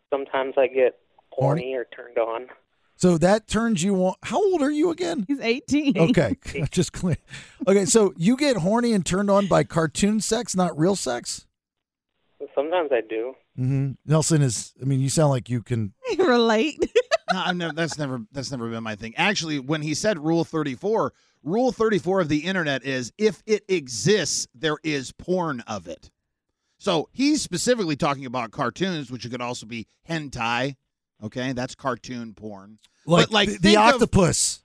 [SPEAKER 16] Sometimes I get horny or turned on.
[SPEAKER 10] So that turns you on. How old are you again?
[SPEAKER 11] He's 18. (laughs)
[SPEAKER 10] Okay, (laughs) just clear. Okay, so you get horny and turned on by cartoon sex, not real sex.
[SPEAKER 16] Sometimes I do.
[SPEAKER 10] Mm-hmm. Nelson is. I mean, you sound like you can.
[SPEAKER 11] Relate.
[SPEAKER 9] No, I've never. That's never. That's never been my thing. Actually, when he said Rule Thirty Four, Rule Thirty Four of the internet is if it exists, there is porn of it. So he's specifically talking about cartoons, which could also be hentai. Okay, that's cartoon porn.
[SPEAKER 10] Like,
[SPEAKER 9] but like
[SPEAKER 10] the, the
[SPEAKER 9] think of-
[SPEAKER 10] octopus.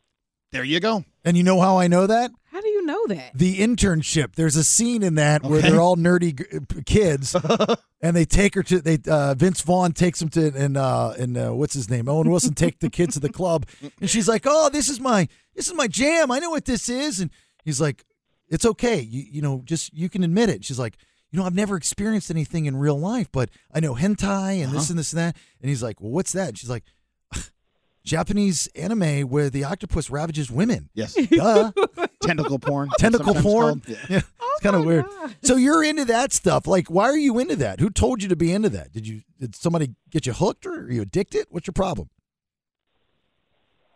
[SPEAKER 9] there you go.
[SPEAKER 10] And you know how I know that?
[SPEAKER 11] How do you know that?
[SPEAKER 10] The internship. There's a scene in that where
[SPEAKER 9] Okay.
[SPEAKER 10] they're all nerdy g- p- kids, and they take her to. They uh, Vince Vaughn takes them to, and uh, and uh, what's his name? Owen Wilson take the kids to the club, and she's like, "Oh, this is my this is my jam. I know what this is." And he's like, "It's okay. You you know, just you can admit it." She's like. You know, I've never experienced anything in real life, but I know hentai and this and this and that. And he's like, "Well, what's that?" And she's like, "Japanese anime where the octopus ravages
[SPEAKER 9] (laughs)
[SPEAKER 10] women." (laughs)
[SPEAKER 9] Yes,
[SPEAKER 11] (laughs)
[SPEAKER 10] Duh.
[SPEAKER 11] Oh
[SPEAKER 9] tentacle porn.
[SPEAKER 10] (laughs) tentacle
[SPEAKER 9] sometimes
[SPEAKER 10] porn.
[SPEAKER 9] called.
[SPEAKER 10] Yeah. it's kind of weird. So you're into that stuff. Like, why are you into that? Who told you to be into that? Did you did somebody get you hooked or are you addicted? What's your problem?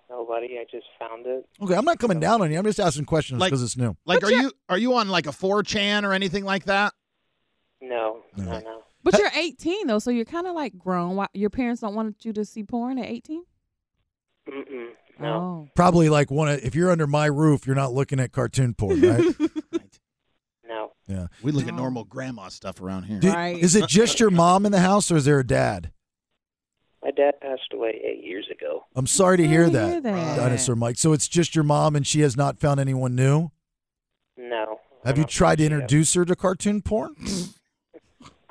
[SPEAKER 16] Nobody. I just found it.
[SPEAKER 10] Okay, I'm not coming down on you. I'm just asking questions
[SPEAKER 9] Like-
[SPEAKER 10] because it's new.
[SPEAKER 9] Like, are you are you on like a four chan or anything like that?
[SPEAKER 16] No, no, no.
[SPEAKER 11] But you're 18 though, so you're kind of like grown. Why, your parents don't want you to see porn at 18.
[SPEAKER 16] Mm-mm,
[SPEAKER 11] Oh.
[SPEAKER 16] no.
[SPEAKER 10] Probably like one of, if you're under my roof, you're not looking at cartoon porn, (laughs) right?
[SPEAKER 16] No.
[SPEAKER 10] (laughs) yeah.
[SPEAKER 9] We look at normal grandma stuff around here.
[SPEAKER 10] Do- Is it just your mom in the house or is there a dad?
[SPEAKER 16] My dad passed away eight years ago.
[SPEAKER 10] I'm sorry to hear that,
[SPEAKER 11] that.
[SPEAKER 10] Dinosaur Mike. So it's just your mom and she has not found anyone new?
[SPEAKER 16] No.
[SPEAKER 10] Have you tried to introduce her to cartoon porn?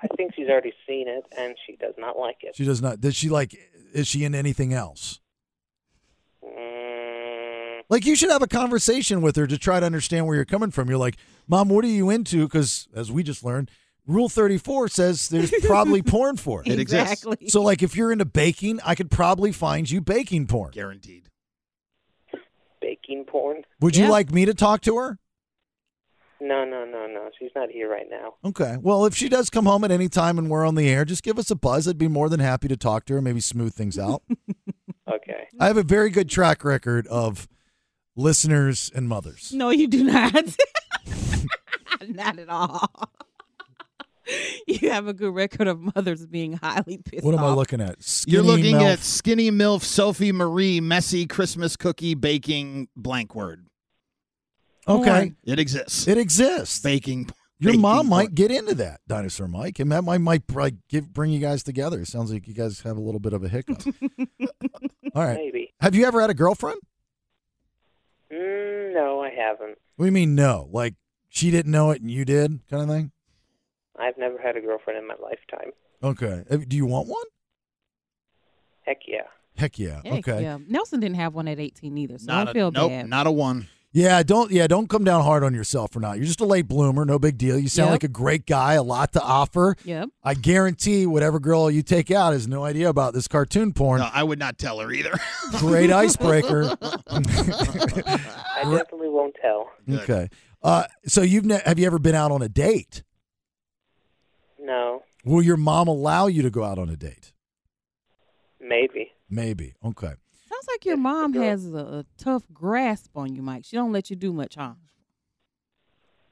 [SPEAKER 16] I think she's already seen it, and she does not like it.
[SPEAKER 10] She does not. Did she like? Is she into anything else?
[SPEAKER 16] Mm,
[SPEAKER 10] Like you should have a conversation with her to try to understand where you're coming from. You're like, Mom, what are you into? Because as we just learned, Rule 34 says there's probably
[SPEAKER 9] (laughs)
[SPEAKER 10] porn for it.
[SPEAKER 9] It exists. Exactly.
[SPEAKER 10] So like, if you're into baking, I could probably find you baking porn.
[SPEAKER 9] Guaranteed.
[SPEAKER 16] Baking porn?
[SPEAKER 10] Would you like me to talk to her?
[SPEAKER 16] No, no, no, no. She's not here right
[SPEAKER 10] (laughs)
[SPEAKER 16] now.
[SPEAKER 10] Okay. Well, if she does come home at any time and we're on the air, just give us a buzz. I'd be more than happy to talk to her, maybe smooth things
[SPEAKER 9] (laughs)
[SPEAKER 10] out.
[SPEAKER 16] Okay.
[SPEAKER 10] I have a very good track record of listeners and mothers.
[SPEAKER 11] No, you do not. (laughs) not at all. You have a good record of mothers being highly pissed
[SPEAKER 10] What am I
[SPEAKER 11] off.
[SPEAKER 10] looking at? Skinny
[SPEAKER 9] You're looking
[SPEAKER 10] milf?
[SPEAKER 9] at Skinny MILF, Sophie Marie, Messy Christmas Cookie Baking Blank Word.
[SPEAKER 10] okay.
[SPEAKER 9] It exists.
[SPEAKER 10] It exists.
[SPEAKER 9] (laughs) Baking.
[SPEAKER 10] Your
[SPEAKER 9] baking
[SPEAKER 10] mom
[SPEAKER 9] porn.
[SPEAKER 10] might get into that, dinosaur Mike, and that might might like give bring you guys together. It sounds like you guys have a little bit of
[SPEAKER 11] (laughs)
[SPEAKER 10] a hiccup. All right.
[SPEAKER 16] Maybe.
[SPEAKER 10] Have you ever had a girlfriend?
[SPEAKER 16] Mm, no, I haven't.
[SPEAKER 10] What do you mean no? Like she didn't know it and you did, kind of thing.
[SPEAKER 16] I've never had a girlfriend in my lifetime.
[SPEAKER 10] Okay. Uh, Do you want one?
[SPEAKER 16] Heck yeah.
[SPEAKER 10] Heck yeah.
[SPEAKER 11] Heck
[SPEAKER 10] okay.
[SPEAKER 11] yeah. Nelson didn't have one at 18 either, so
[SPEAKER 9] Not
[SPEAKER 11] don't
[SPEAKER 9] a,
[SPEAKER 11] feel
[SPEAKER 9] nope,
[SPEAKER 11] bad.
[SPEAKER 9] not a one.
[SPEAKER 10] Yeah, don't yeah, don't come down hard on yourself for not. You're just a late bloomer, no big deal. You sound
[SPEAKER 11] Yep.
[SPEAKER 10] like a great guy, a lot to offer.
[SPEAKER 11] Yep.
[SPEAKER 10] I guarantee whatever girl you take out has no idea about this cartoon porn.
[SPEAKER 9] No, I would not tell her
[SPEAKER 10] (laughs)
[SPEAKER 9] either.
[SPEAKER 10] Great
[SPEAKER 11] (laughs)
[SPEAKER 10] icebreaker. (laughs)
[SPEAKER 9] Uh,
[SPEAKER 16] I definitely won't tell.
[SPEAKER 10] Okay. Uh, so you've ne- have you ever been out on a date?
[SPEAKER 16] No,
[SPEAKER 10] Will your mom allow you to go out on a date?
[SPEAKER 16] maybe.
[SPEAKER 10] Maybe. Okay.
[SPEAKER 11] Sounds like your mom has a, a tough grasp on you, Mike. She don't let you do much, huh?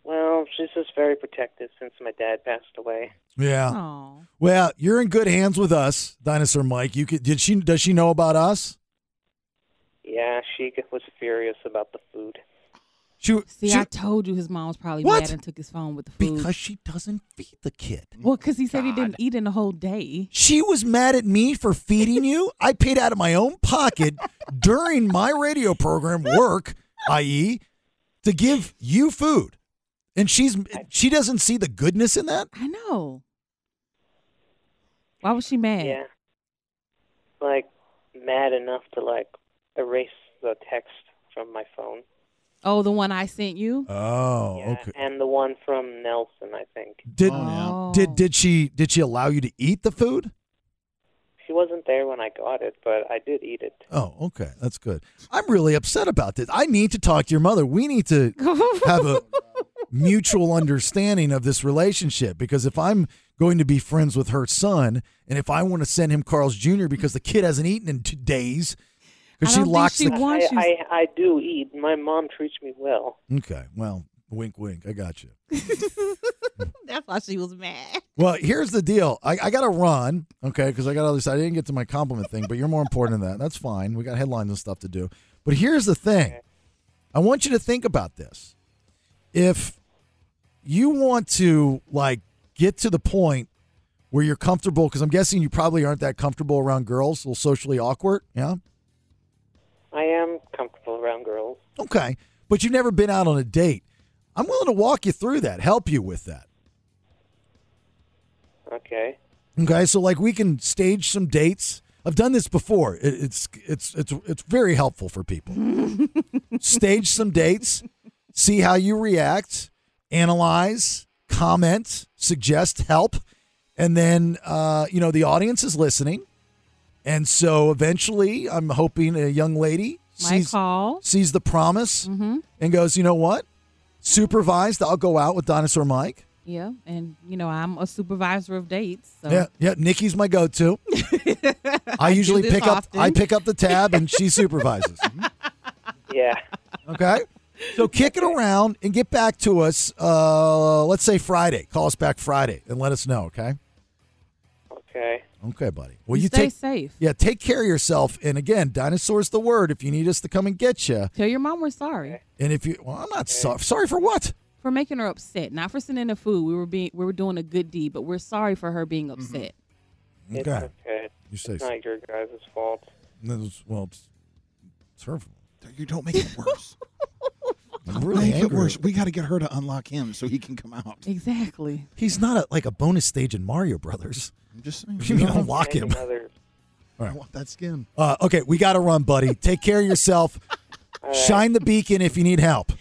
[SPEAKER 16] Well, she's just very protective since my dad passed away.
[SPEAKER 10] Yeah.
[SPEAKER 11] Oh.
[SPEAKER 10] Well, you're in good hands with us, Dinosaur Mike. You could, did she does she know about us?
[SPEAKER 16] Yeah, she g- was furious about the food.
[SPEAKER 10] She
[SPEAKER 11] See,
[SPEAKER 10] she-
[SPEAKER 11] I told you his mom was probably
[SPEAKER 10] What?
[SPEAKER 11] mad and took his phone with the food.
[SPEAKER 10] because she doesn't feed the kid.
[SPEAKER 11] well, because he said he didn't eat in the whole day.
[SPEAKER 10] She was mad at me for
[SPEAKER 11] (laughs)
[SPEAKER 10] feeding you. I paid out of my own pocket during my radio program work, i.e., to give you food. And she's she doesn't see the goodness in that?
[SPEAKER 11] I know. Why was she mad?
[SPEAKER 16] Yeah. Like mad enough to like erase the text from my phone.
[SPEAKER 11] Oh, the one I sent you.
[SPEAKER 10] Oh,
[SPEAKER 16] Yeah,
[SPEAKER 10] okay.
[SPEAKER 16] And the one from Nelson, I think.
[SPEAKER 10] Did Oh,
[SPEAKER 11] Oh.
[SPEAKER 10] did did she did she allow you to eat the food?
[SPEAKER 16] She wasn't there when I got it, but I did eat it.
[SPEAKER 10] Oh, okay. That's good. I'm really upset about this. I need to talk to your mother. We need to have a mutual understanding of this relationship because if I'm going to be friends with her son and if I want to send him Carl's Jr. because the kid hasn't eaten in two days because she locks the
[SPEAKER 16] I, I, I do eat. My mom treats me well.
[SPEAKER 10] Okay. Well, wink wink. I got you.
[SPEAKER 11] (laughs) That's why she was mad.
[SPEAKER 10] Well, here's the deal. I, I got to run, okay, because I got other side. I didn't get to my compliment thing, but you're more important than that. That's fine. We got headlines and stuff to do. But here's the thing I want you to think about this. If you want to, like, get to the point where you're comfortable, because I'm guessing you probably aren't that comfortable around girls, a little socially awkward, yeah?
[SPEAKER 16] I am comfortable around girls.
[SPEAKER 10] Okay. But you've never been out on a date. I'm willing to walk you through that, help you with that.
[SPEAKER 16] Okay.
[SPEAKER 10] Okay, so like we can stage some dates. I've done this before. It, it's it's it's it's very helpful for people. stage some dates, see how you react, analyze, comment, suggest help, and then uh, you know the audience is listening, and so eventually I'm hoping a young lady
[SPEAKER 11] My
[SPEAKER 10] sees
[SPEAKER 11] call.
[SPEAKER 10] sees the promise and goes, you know what, supervised. I'll go out with Dinosaur Mike.
[SPEAKER 11] Yeah, and you know I'm a supervisor of dates. So.
[SPEAKER 10] Yeah, yeah. Nikki's my
[SPEAKER 11] (laughs)
[SPEAKER 10] go-to. I usually
[SPEAKER 11] this
[SPEAKER 10] pick up.
[SPEAKER 11] often.
[SPEAKER 10] I pick up the tab, and she
[SPEAKER 11] (laughs)
[SPEAKER 10] supervises. Mm-hmm,
[SPEAKER 17] (laughs)
[SPEAKER 16] Yeah.
[SPEAKER 10] Okay, so kick it around and get back to us. Uh, let's say Friday. Call us back Friday and let us know. Okay.
[SPEAKER 16] Okay.
[SPEAKER 10] Okay, buddy. Well,
[SPEAKER 11] You
[SPEAKER 10] you,
[SPEAKER 11] stay
[SPEAKER 10] take
[SPEAKER 11] safe.
[SPEAKER 10] Yeah, take care of yourself. And again, dinosaur's the word. If you need us to come and get you,
[SPEAKER 11] Tell your mom we're sorry
[SPEAKER 10] and if you, well, I'm not so, sorry for what.
[SPEAKER 11] for making her upset, not for sending the food. We were being we were doing a good deed, but we're sorry for her being upset.
[SPEAKER 16] It's
[SPEAKER 10] Okay.
[SPEAKER 16] okay.
[SPEAKER 10] You say
[SPEAKER 16] it's
[SPEAKER 10] so.
[SPEAKER 16] not your guys' fault.
[SPEAKER 10] Well, it's, it's her fault.
[SPEAKER 9] (laughs) You don't make it worse.
[SPEAKER 10] I'm (laughs) really
[SPEAKER 9] make
[SPEAKER 10] angry.
[SPEAKER 9] it worse. We got to get her to unlock him so he can come out.
[SPEAKER 11] Exactly.
[SPEAKER 10] He's not a, like a bonus stage in Mario Brothers.
[SPEAKER 9] I'm just saying.
[SPEAKER 10] You mean unlock him? All
[SPEAKER 9] I
[SPEAKER 10] right.
[SPEAKER 9] want that skin.
[SPEAKER 10] Uh, okay, we got to run, buddy. Take care of yourself. Shine the beacon if you need help.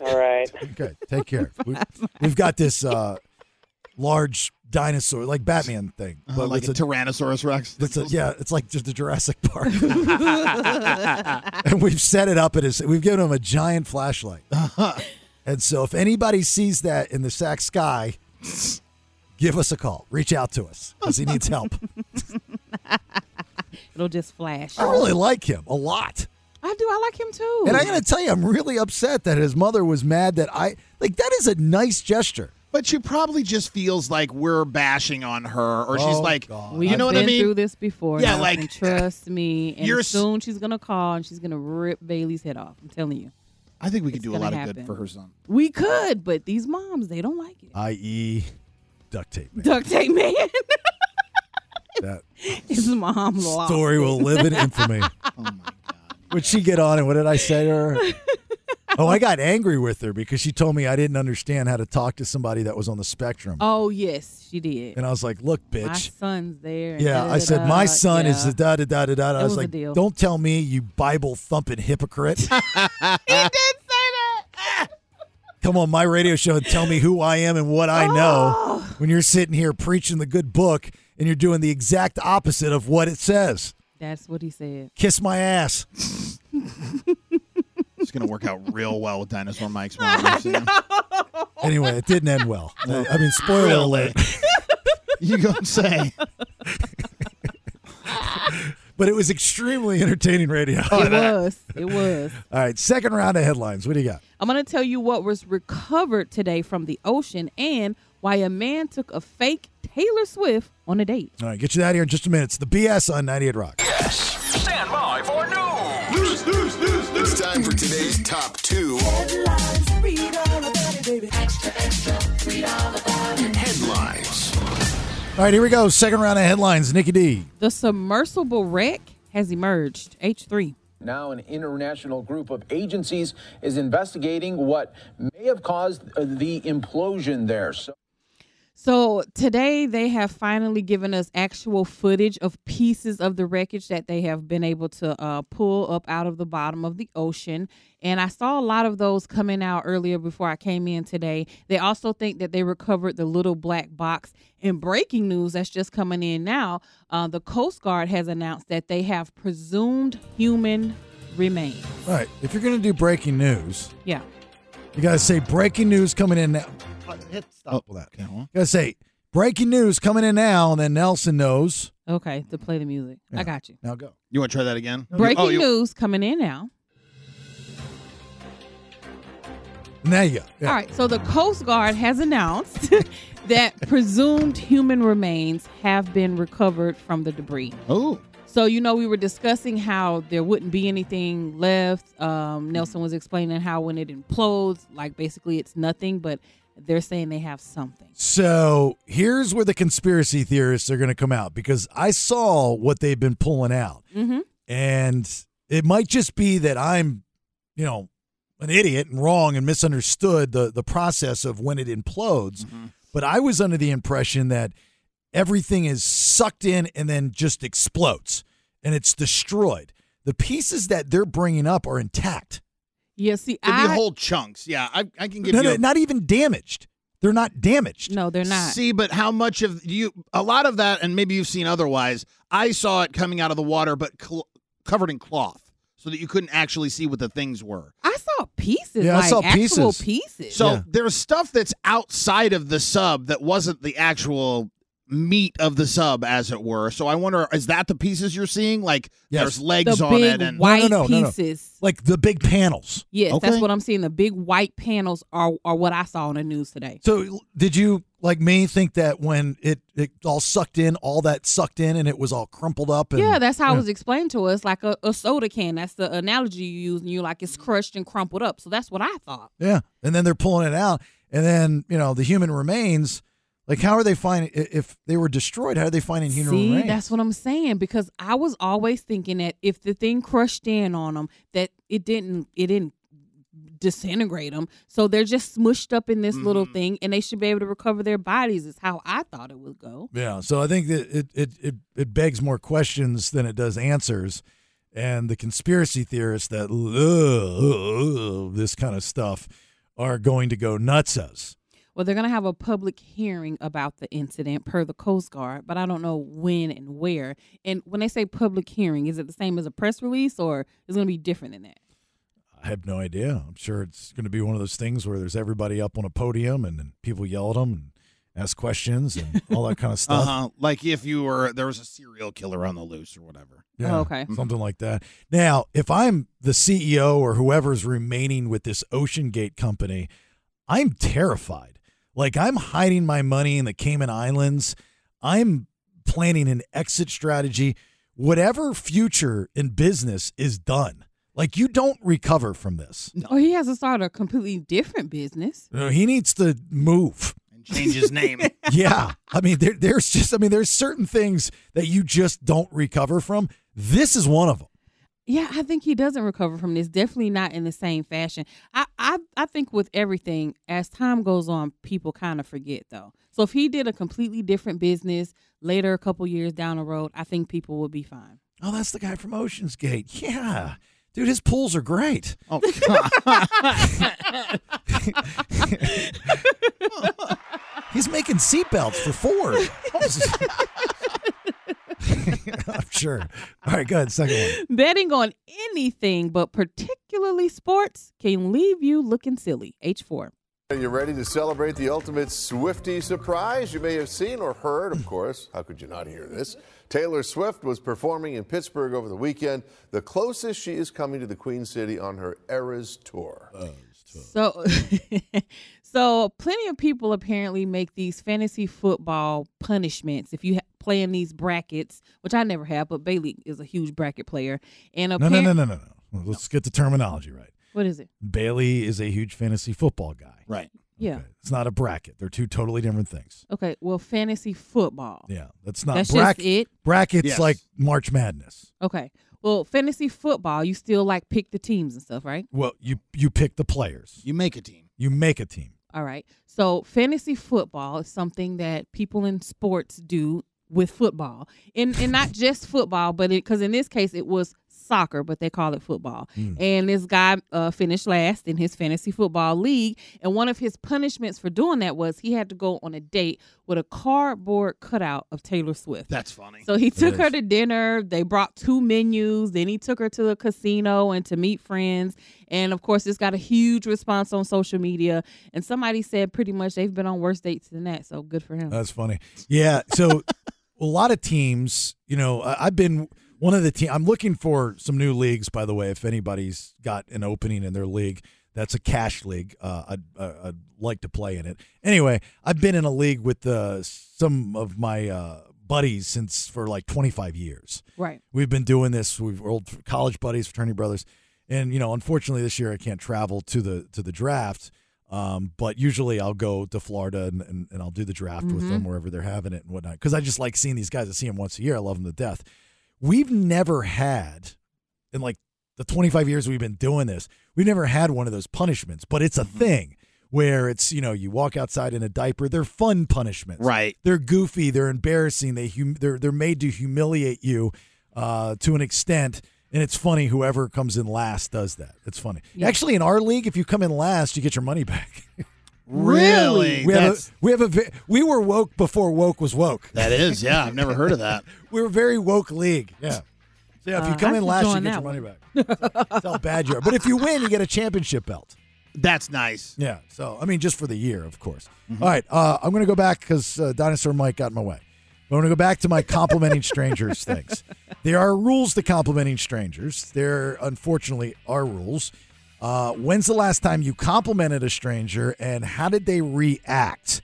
[SPEAKER 16] All right.
[SPEAKER 10] Okay, take care. (laughs) We, we've got this uh, large dinosaur, like Batman thing,
[SPEAKER 9] Uh, like
[SPEAKER 10] it's
[SPEAKER 9] a Tyrannosaurus Rex.
[SPEAKER 10] It's a, yeah, it's like just a Jurassic (laughs) Park, and we've set it up. It is. We've given him a giant flashlight, Uh-huh. and so if anybody sees that in the Sac sky, give us a call. Reach out to us because he needs help.
[SPEAKER 11] It'll just flash.
[SPEAKER 10] I really like him a lot.
[SPEAKER 11] I do. I like him too.
[SPEAKER 10] Oh. And I got to tell you, I'm really upset that his mother was mad that I like that is a nice gesture.
[SPEAKER 9] But she probably just feels like we're bashing on her, or she's
[SPEAKER 10] Oh,
[SPEAKER 9] like,
[SPEAKER 10] God.
[SPEAKER 11] We've
[SPEAKER 9] you know what
[SPEAKER 11] been
[SPEAKER 9] I mean?
[SPEAKER 11] through this before.
[SPEAKER 9] Yeah,
[SPEAKER 11] Nelson,
[SPEAKER 9] like-
[SPEAKER 11] trust me. And
[SPEAKER 9] You're s-
[SPEAKER 11] soon she's gonna call and she's gonna rip Bailey's head off. I'm telling you,
[SPEAKER 9] I think we could
[SPEAKER 11] It's
[SPEAKER 9] do a
[SPEAKER 11] gonna
[SPEAKER 9] lot of
[SPEAKER 11] happen.
[SPEAKER 9] good for her son.
[SPEAKER 11] we could, but these moms they don't like it.
[SPEAKER 10] I.e., E duct tape. Man.
[SPEAKER 11] Duct tape man.
[SPEAKER 10] (laughs) That
[SPEAKER 11] (laughs) His mom lost.
[SPEAKER 10] story will live
[SPEAKER 11] (laughs)
[SPEAKER 10] in infamy.
[SPEAKER 11] Oh
[SPEAKER 10] Would she get on and what did I say to her? Oh, I got angry with her because she told me I didn't understand how to talk to somebody that was on the spectrum.
[SPEAKER 11] Oh yes, she did.
[SPEAKER 10] And I was like, look,
[SPEAKER 11] My
[SPEAKER 10] bitch.
[SPEAKER 11] son's there. and
[SPEAKER 10] Yeah, I said,
[SPEAKER 11] da-da-da-da.
[SPEAKER 10] my son is
[SPEAKER 11] uh, Yeah.
[SPEAKER 10] a da da da da
[SPEAKER 11] It
[SPEAKER 10] da. I was
[SPEAKER 11] was a
[SPEAKER 10] like,
[SPEAKER 11] deal.
[SPEAKER 10] don't tell me, you Bible thumping hypocrite.
[SPEAKER 11] he did say that.
[SPEAKER 10] Come on my radio show and tell me who I am and what I know when you're sitting here preaching the good book and you're doing the exact opposite of what it says.
[SPEAKER 11] That's what he said.
[SPEAKER 10] Kiss my ass.
[SPEAKER 9] It's gonna work out real well
[SPEAKER 11] (laughs)
[SPEAKER 9] with Dinosaur Mike's mom. I'm saying.
[SPEAKER 10] Anyway, it didn't end well. I I mean, spoiler alert.
[SPEAKER 9] You gonna say?
[SPEAKER 10] But but it was extremely entertaining radio.
[SPEAKER 11] It was. It was.
[SPEAKER 10] (laughs) All right, second round of headlines. What do you got?
[SPEAKER 11] I'm going to tell you what was recovered today from the ocean and why a man took a fake Taylor Swift on a date.
[SPEAKER 10] All right, get you out of here in just a minute. It's the BS on 98 Rock.
[SPEAKER 6] Stand by for news. News, news, news, news.
[SPEAKER 3] It's time for today's top two headlines.
[SPEAKER 10] All right, here we go. Second round of headlines. Nikki D.
[SPEAKER 11] The submersible wreck has emerged. H3.
[SPEAKER 15] Now, an international group of agencies is investigating what may have caused uh, the implosion there. So-
[SPEAKER 11] So today they have finally given us actual footage of pieces of the wreckage that they have been able to uh, pull up out of the bottom of the ocean. And I saw a lot of those coming out earlier before I came in today. They also think that they recovered the little black box. In breaking news that's just coming in now, uh, the Coast Guard has announced that they have presumed human remains.
[SPEAKER 10] All right, if you're going to do breaking news,
[SPEAKER 11] Yeah.
[SPEAKER 10] you got to say breaking news coming in now.
[SPEAKER 9] Hit stop.
[SPEAKER 10] Stop with that. You got to say breaking news coming in now, and then Nelson knows.
[SPEAKER 11] Okay, to play the music.
[SPEAKER 10] Yeah.
[SPEAKER 11] I got you.
[SPEAKER 10] Now go.
[SPEAKER 9] You want to try that again?
[SPEAKER 11] Breaking
[SPEAKER 9] Oh, you-
[SPEAKER 11] news coming in now.
[SPEAKER 10] Now you go. Yeah.
[SPEAKER 11] All right, so the Coast Guard has announced (laughs) that presumed human remains have been recovered from the debris.
[SPEAKER 9] Oh.
[SPEAKER 11] So, you know, we were discussing how there wouldn't be anything left. Um, Nelson was explaining how when it implodes, like basically it's nothing, but they're saying they have something.
[SPEAKER 10] So here's where the conspiracy theorists are going to come out because I saw what they've been pulling out.
[SPEAKER 11] Mm-hmm.
[SPEAKER 10] And it might just be that I'm, you know, an idiot and wrong and misunderstood the, the process of when it implodes.
[SPEAKER 9] Mm-hmm.
[SPEAKER 10] But I was under the impression that everything is sucked in and then just explodes and it's destroyed. The pieces that they're bringing up are intact.
[SPEAKER 11] Yeah, see,
[SPEAKER 9] It'd be
[SPEAKER 11] I.
[SPEAKER 9] whole chunks. Yeah, I, I can give
[SPEAKER 10] No,
[SPEAKER 9] you.
[SPEAKER 10] no,
[SPEAKER 9] a-
[SPEAKER 10] not even damaged. They're not damaged.
[SPEAKER 11] no, they're not.
[SPEAKER 9] See, but how much of you? A lot of that, and maybe you've seen otherwise. I saw it coming out of the water, but cl- covered in cloth, so that you couldn't actually see what the things were.
[SPEAKER 11] I saw pieces.
[SPEAKER 10] Yeah, I
[SPEAKER 11] like
[SPEAKER 10] saw
[SPEAKER 11] actual
[SPEAKER 10] pieces.
[SPEAKER 11] pieces.
[SPEAKER 9] So
[SPEAKER 10] Yeah.
[SPEAKER 9] there's stuff that's outside of the sub that wasn't the actual meat of the sub, as it were. So I wonder, is that the pieces you're seeing? Like
[SPEAKER 10] Yes.
[SPEAKER 9] there's
[SPEAKER 11] The
[SPEAKER 9] legs on
[SPEAKER 11] big
[SPEAKER 9] it, and
[SPEAKER 11] white
[SPEAKER 10] no, no, no.
[SPEAKER 11] pieces.
[SPEAKER 10] Like the big panels.
[SPEAKER 11] Yes, that's
[SPEAKER 9] Okay.
[SPEAKER 11] what I'm seeing. The big white panels are, are what I saw on the news today.
[SPEAKER 10] So did you like me think that when it it all sucked in, all that sucked in, and it was all crumpled up? And,
[SPEAKER 11] Yeah, that's how it
[SPEAKER 10] Yeah.
[SPEAKER 11] was explained to us, like a, a soda can. That's the analogy you use, and you're like, it's crushed and crumpled up. So that's what I thought.
[SPEAKER 10] yeah. And then they're pulling it out, and then you know the human remains. Like, how are they finding i- if they were destroyed? How are they finding human
[SPEAKER 11] See,
[SPEAKER 10] remains?
[SPEAKER 11] that's what I'm saying because I was always thinking that if the thing crushed in on them, that it didn't, it didn't disintegrate them. So they're just smushed up in this little thing, and they should be able to recover their bodies. Is how I thought it would go.
[SPEAKER 10] yeah. So I think that it it it, it begs more questions than it does answers. And the conspiracy theorists that love this kind of stuff are going to go nuts us.
[SPEAKER 11] Well, they're going to have a public hearing about the incident per the Coast Guard, but I don't know when and where. And when they say public hearing, is it the same as a press release or is it going to be different than that?
[SPEAKER 10] I have no idea. I'm sure it's going to be one of those things where there's everybody up on a podium and, then people yell at them and ask
[SPEAKER 11] (laughs)
[SPEAKER 10] questions and all that kind of
[SPEAKER 9] uh
[SPEAKER 10] stuff.
[SPEAKER 11] Uh-huh.
[SPEAKER 9] huh, like if you were there was a serial killer on the loose or whatever.
[SPEAKER 10] Yeah,
[SPEAKER 11] Oh, okay.
[SPEAKER 10] Something like that. Now, if I'm the CEO or whoever's remaining with this Ocean Gate company, I'm terrified. Like, I'm hiding my money in the Cayman Islands. I'm planning an exit strategy. Whatever future in business is done. Like, you don't recover from this.
[SPEAKER 11] Or Oh, he has to start a completely different business.
[SPEAKER 10] You know, He needs to move.
[SPEAKER 9] And change
[SPEAKER 10] (laughs)
[SPEAKER 9] his name.
[SPEAKER 10] yeah. I mean, there, there's just, I mean, there's certain things that you just don't recover from. This is one of them.
[SPEAKER 11] Yeah, I think he doesn't recover from this. Definitely not in the same fashion. I, I, I think with everything, as time goes on, people kind of forget though. So if he did a completely different business later, a couple years down the road, I think people would be fine.
[SPEAKER 10] Oh, that's the guy from Ocean's Gate. Yeah. Dude, his pools are great.
[SPEAKER 9] oh God.
[SPEAKER 10] (laughs) He's making seatbelts for Ford. (laughs) I'm sure. All right, go ahead. Second one.
[SPEAKER 11] Betting on anything, but particularly sports, can leave you looking silly. H4.
[SPEAKER 18] Are you ready to celebrate the ultimate Swifty surprise? You may have seen or heard, of course. How could you not hear this? Taylor Swift was performing in Pittsburgh over the weekend, the closest she is coming to the Queen City on her Eras tour.
[SPEAKER 11] So, (laughs) so plenty of people apparently make these fantasy football punishments if you ha- play in these brackets, which I never have. But Bailey is a huge bracket player, and
[SPEAKER 10] No, no,
[SPEAKER 11] apparently,
[SPEAKER 10] no, no, no, no. Let's get the terminology right.
[SPEAKER 11] what is it?
[SPEAKER 10] Bailey is a huge fantasy football guy.
[SPEAKER 9] Right.
[SPEAKER 11] Yeah.
[SPEAKER 10] It's not a bracket. They're two totally different things.
[SPEAKER 11] Okay. Well, fantasy football.
[SPEAKER 10] Yeah. That's not
[SPEAKER 11] That's just
[SPEAKER 10] bracket.
[SPEAKER 11] it?
[SPEAKER 10] Brackets
[SPEAKER 11] Yes.
[SPEAKER 10] like March Madness.
[SPEAKER 11] Okay. Well, fantasy football, you still like pick the teams and stuff, right?
[SPEAKER 10] Well, you you pick the players.
[SPEAKER 9] You make a team.
[SPEAKER 10] You make a team.
[SPEAKER 11] All right. So fantasy football is something that people in sports do with football, and and not just football, but because in this case it was soccer, but they call it football.
[SPEAKER 19] Hmm.
[SPEAKER 11] And this guy uh, finished last in his fantasy football league, and one of his punishments for doing that was he had to go on a date with a cardboard cutout of Taylor Swift.
[SPEAKER 9] That's funny.
[SPEAKER 11] So he
[SPEAKER 9] It
[SPEAKER 11] took her
[SPEAKER 9] is.
[SPEAKER 11] to dinner. They brought two menus. Then he took her to the casino and to meet friends. And of course, this got a huge response on social media. And somebody said pretty much they've been on worse dates than that. So good for him.
[SPEAKER 10] That's funny. Yeah.
[SPEAKER 11] (laughs)
[SPEAKER 10] So a lot of teams, you know, I, I've been one of the team. I'm looking for some new leagues, by the way. If anybody's got an opening in their league, that's a cash league. Uh, I'd, uh, I'd like to play in it. Anyway, I've been in a league with uh, some of my uh, buddies since for like 25 years.
[SPEAKER 11] Right.
[SPEAKER 10] We've been doing this. We've we're old college buddies, fraternity brothers, and you know, unfortunately, this year I can't travel to the to the draft. Um, but usually I'll go to Florida and, and, and I'll do the draft with
[SPEAKER 20] Mhm.
[SPEAKER 10] them wherever they're having it and whatnot because I just like seeing these guys. I see them once a year. I love them to death. We've never had in like the 25 years we've been doing this, we've never had one of those punishments, but it's a
[SPEAKER 9] Mm-hmm.
[SPEAKER 10] thing where it's, you know, you walk outside in a diaper. They're fun punishments.
[SPEAKER 9] Right.
[SPEAKER 10] They're goofy. They're embarrassing. They hum- they're, they're made to humiliate you uh, to an extent. And it's funny, whoever comes in last does that. It's funny. Actually, in our league, if you come in last, you get your money back.
[SPEAKER 9] Really?
[SPEAKER 10] We have, a,
[SPEAKER 9] That's-
[SPEAKER 10] we have a ve- we were woke before woke was woke.
[SPEAKER 9] That is, yeah. I've never heard of that.
[SPEAKER 10] we (laughs) were a very woke league. Yeah. So yeah, if you
[SPEAKER 9] Uh,
[SPEAKER 10] come
[SPEAKER 9] I
[SPEAKER 10] in
[SPEAKER 9] should
[SPEAKER 10] last, you
[SPEAKER 9] join
[SPEAKER 10] get your
[SPEAKER 9] that
[SPEAKER 10] money back. That's how bad you are. But if you win, you get a championship belt.
[SPEAKER 9] That's nice.
[SPEAKER 10] Yeah. So I mean, just for the year, of course. All right. Uh, I'm going to go back because uh, Dinosaur Mike got in my way. I'm going to go back to my complimenting strangers things. There are rules to complimenting strangers. There, unfortunately, are rules. Uh, when's the last time you complimented a stranger, and how did they react?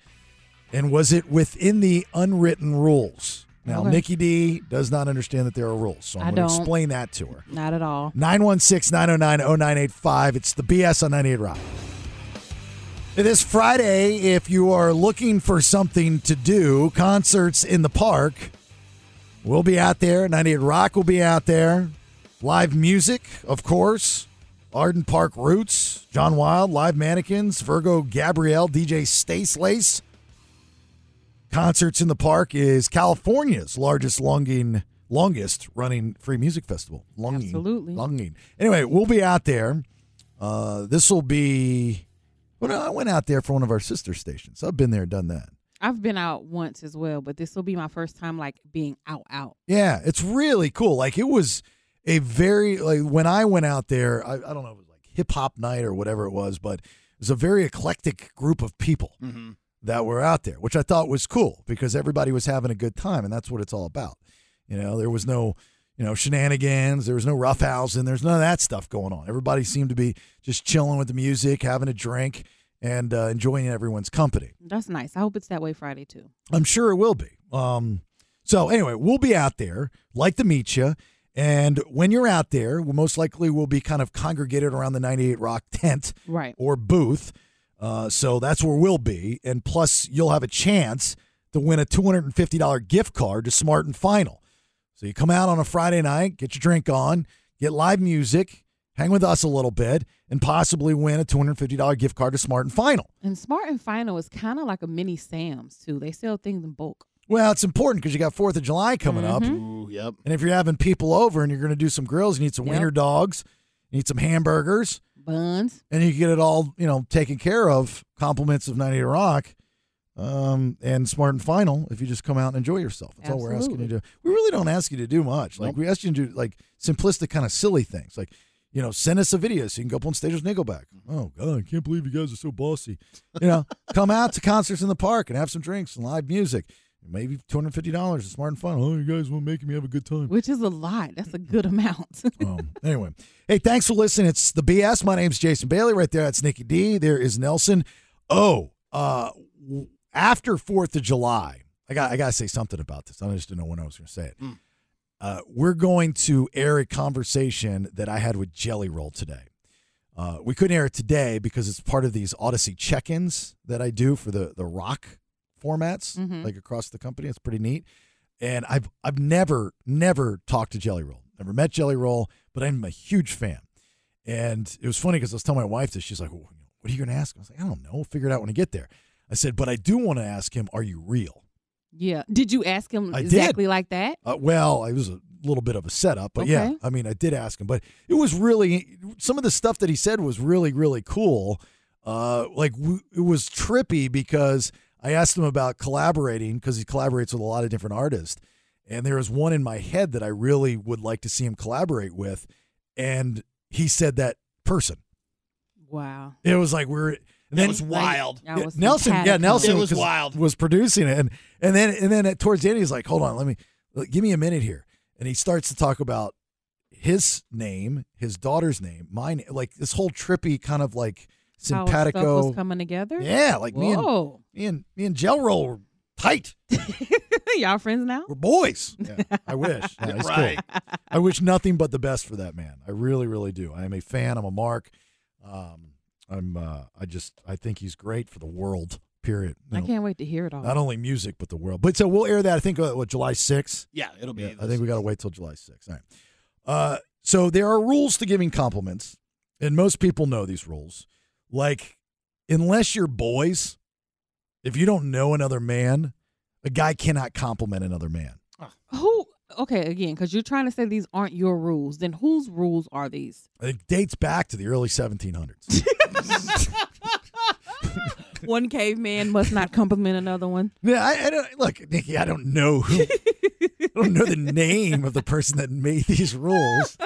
[SPEAKER 10] And was it within the unwritten rules? Now,
[SPEAKER 11] Okay.
[SPEAKER 10] Nikki D does not understand that there are rules, so
[SPEAKER 11] I
[SPEAKER 10] I'm going to
[SPEAKER 11] don't.
[SPEAKER 10] explain that to her.
[SPEAKER 11] Not at all.
[SPEAKER 10] 916 909 0985. It's the BS on 98 Rock. This Friday, if you are looking for something to do, concerts in the park, we'll be out there. 98 Rock will be out there. Live music, of course. Arden Park Roots, John Wild, Live Mannequins, Virgo Gabrielle, DJ Stace Lace. Concerts in the Park is California's largest longing longest running free music festival. Longing. Absolutely. Longing. Anyway, we'll be out there. Uh, this will be well, no, I went out there for one of our sister stations. I've been there, done that.
[SPEAKER 11] I've been out once as well, but this will be my first time like being out, out.
[SPEAKER 10] Yeah, it's really cool. Like it was a very like when I went out there, I, I don't know, it was like hip hop night or whatever it was, but it was a very eclectic group of people
[SPEAKER 9] Mm-hmm.
[SPEAKER 10] that were out there, which I thought was cool because everybody was having a good time, and that's what it's all about. You know, there was no you know shenanigans, there was no roughhousing, there's none of that stuff going on. Everybody seemed to be just chilling with the music, having a drink, and uh, enjoying everyone's company.
[SPEAKER 11] That's nice. I hope it's that way Friday too.
[SPEAKER 10] I'm sure it will be. Um, so anyway, we'll be out there. Like to meet you. And when you're out there, we most likely we'll be kind of congregated around the 98 Rock (laughs) tent
[SPEAKER 11] Right.
[SPEAKER 10] or booth. Uh, so that's where we'll be. And plus, you'll have a chance to win a $250 gift card to Smart and Final. So you come out on a Friday night, get your drink on, get live music, hang with us a little bit, and possibly win a $250 gift card to Smart and Final.
[SPEAKER 11] And Smart and Final is kind of like a mini Sam's too. They sell things in bulk.
[SPEAKER 10] Well, it's important because you got Fourth of July coming up.
[SPEAKER 9] yep.
[SPEAKER 10] And if you're having people over and you're going to do some grills, you need some
[SPEAKER 11] Yep.
[SPEAKER 10] wiener dogs, you need some hamburgers,
[SPEAKER 11] buns,
[SPEAKER 10] and you can get it all you know taken care of. Compliments of 90 Rock, um, and Smart and Final. If you just come out and enjoy yourself, that's all we're asking you to do. We really don't ask you to do much. Like we ask you to do like simplistic kind of silly things, like you know, send us a video so you can go up on stage with Nickelback. Oh God, I can't believe you guys are so bossy. You know, (laughs) come out to concerts in the park and have some drinks and live music. Maybe two hundred fifty dollars. It's smart and fun. Oh, you guys were making me have a good time.
[SPEAKER 11] Which is a lot. That's a good (laughs) amount.
[SPEAKER 10] um, anyway, hey, thanks for listening. It's the BS. My name's Jason Bailey. Right there, that's Nikki D. There is Nelson. Oh, uh, w- after Fourth of July, I got I got to say something about this. I just didn't know when I was going to say it. Uh, we're going to air a conversation that I had with Jelly Roll today. Uh, we couldn't air it today because it's part of these Odyssey check-ins that I do for the the rock formats,
[SPEAKER 19] Mhm.
[SPEAKER 10] like across the company. It's pretty neat. And I've I've never never talked to Jelly Roll. Never met Jelly Roll, but I'm a huge fan. And it was funny because I was telling my wife this. She's like, "What are you going to ask?" I was like, "I don't know. We'll figure it out when I get there." I said, "But I do want to ask him, are you real?"
[SPEAKER 11] yeah. Did you ask him
[SPEAKER 10] I did.
[SPEAKER 11] exactly like that?
[SPEAKER 10] Uh, well, it was a little bit of a setup, but yeah,
[SPEAKER 11] Okay.
[SPEAKER 10] I mean, I did ask him, but it was really some of the stuff that he said was really, really cool. Uh, like w- it was trippy because I asked him about collaborating because he collaborates with a lot of different artists, and there was one in my head that I really would like to see him collaborate with, and he said that person.
[SPEAKER 11] Wow.
[SPEAKER 10] It was like we're. And
[SPEAKER 11] That
[SPEAKER 10] then,
[SPEAKER 11] was wild. That
[SPEAKER 10] Yeah,
[SPEAKER 11] was
[SPEAKER 10] Nelson, yeah,
[SPEAKER 11] simpatico.
[SPEAKER 10] Nelson
[SPEAKER 11] It was
[SPEAKER 10] 'cause-
[SPEAKER 11] wild.
[SPEAKER 10] was producing it, and and then and then at, towards the end he's like, "Hold on, let me look, give me a minute here," and he starts to talk about his name, his daughter's name, mine, like this whole trippy kind of like
[SPEAKER 11] How stuff was
[SPEAKER 10] simpatico.
[SPEAKER 11] coming together.
[SPEAKER 10] Yeah, like me and- (laughs)
[SPEAKER 11] Whoa.
[SPEAKER 10] me and me and Gel Roll were tight.
[SPEAKER 11] y'all friends now.
[SPEAKER 10] We're boys. Yeah, I wish. Yeah, (laughs) he's cool.
[SPEAKER 11] Right.
[SPEAKER 10] I wish nothing but the best for that man. I really, really do. I am a fan. I'm a mark. Um, I'm. Uh, I just. I think he's great for the world. Period. You
[SPEAKER 11] I
[SPEAKER 10] know,
[SPEAKER 11] can't wait to hear it all.
[SPEAKER 10] not only music but the world. But so we'll air that. I think uh, what July 6th?
[SPEAKER 9] Yeah, it'll be
[SPEAKER 10] I think we got to wait till July 6th. All right. Uh, so there are rules to giving compliments, and most people know these rules. Like, unless you're boys, if you don't know another man, a guy cannot compliment another man.
[SPEAKER 11] Who? Okay, again, because you're trying to say these aren't your rules. Then whose rules are
[SPEAKER 10] (laughs)
[SPEAKER 11] these?
[SPEAKER 10] It dates back to the early 1700s.
[SPEAKER 11] one caveman must not compliment another one.
[SPEAKER 10] Yeah, I, I don't look, Nikki. I don't know who. I don't know the name of the person that made these rules,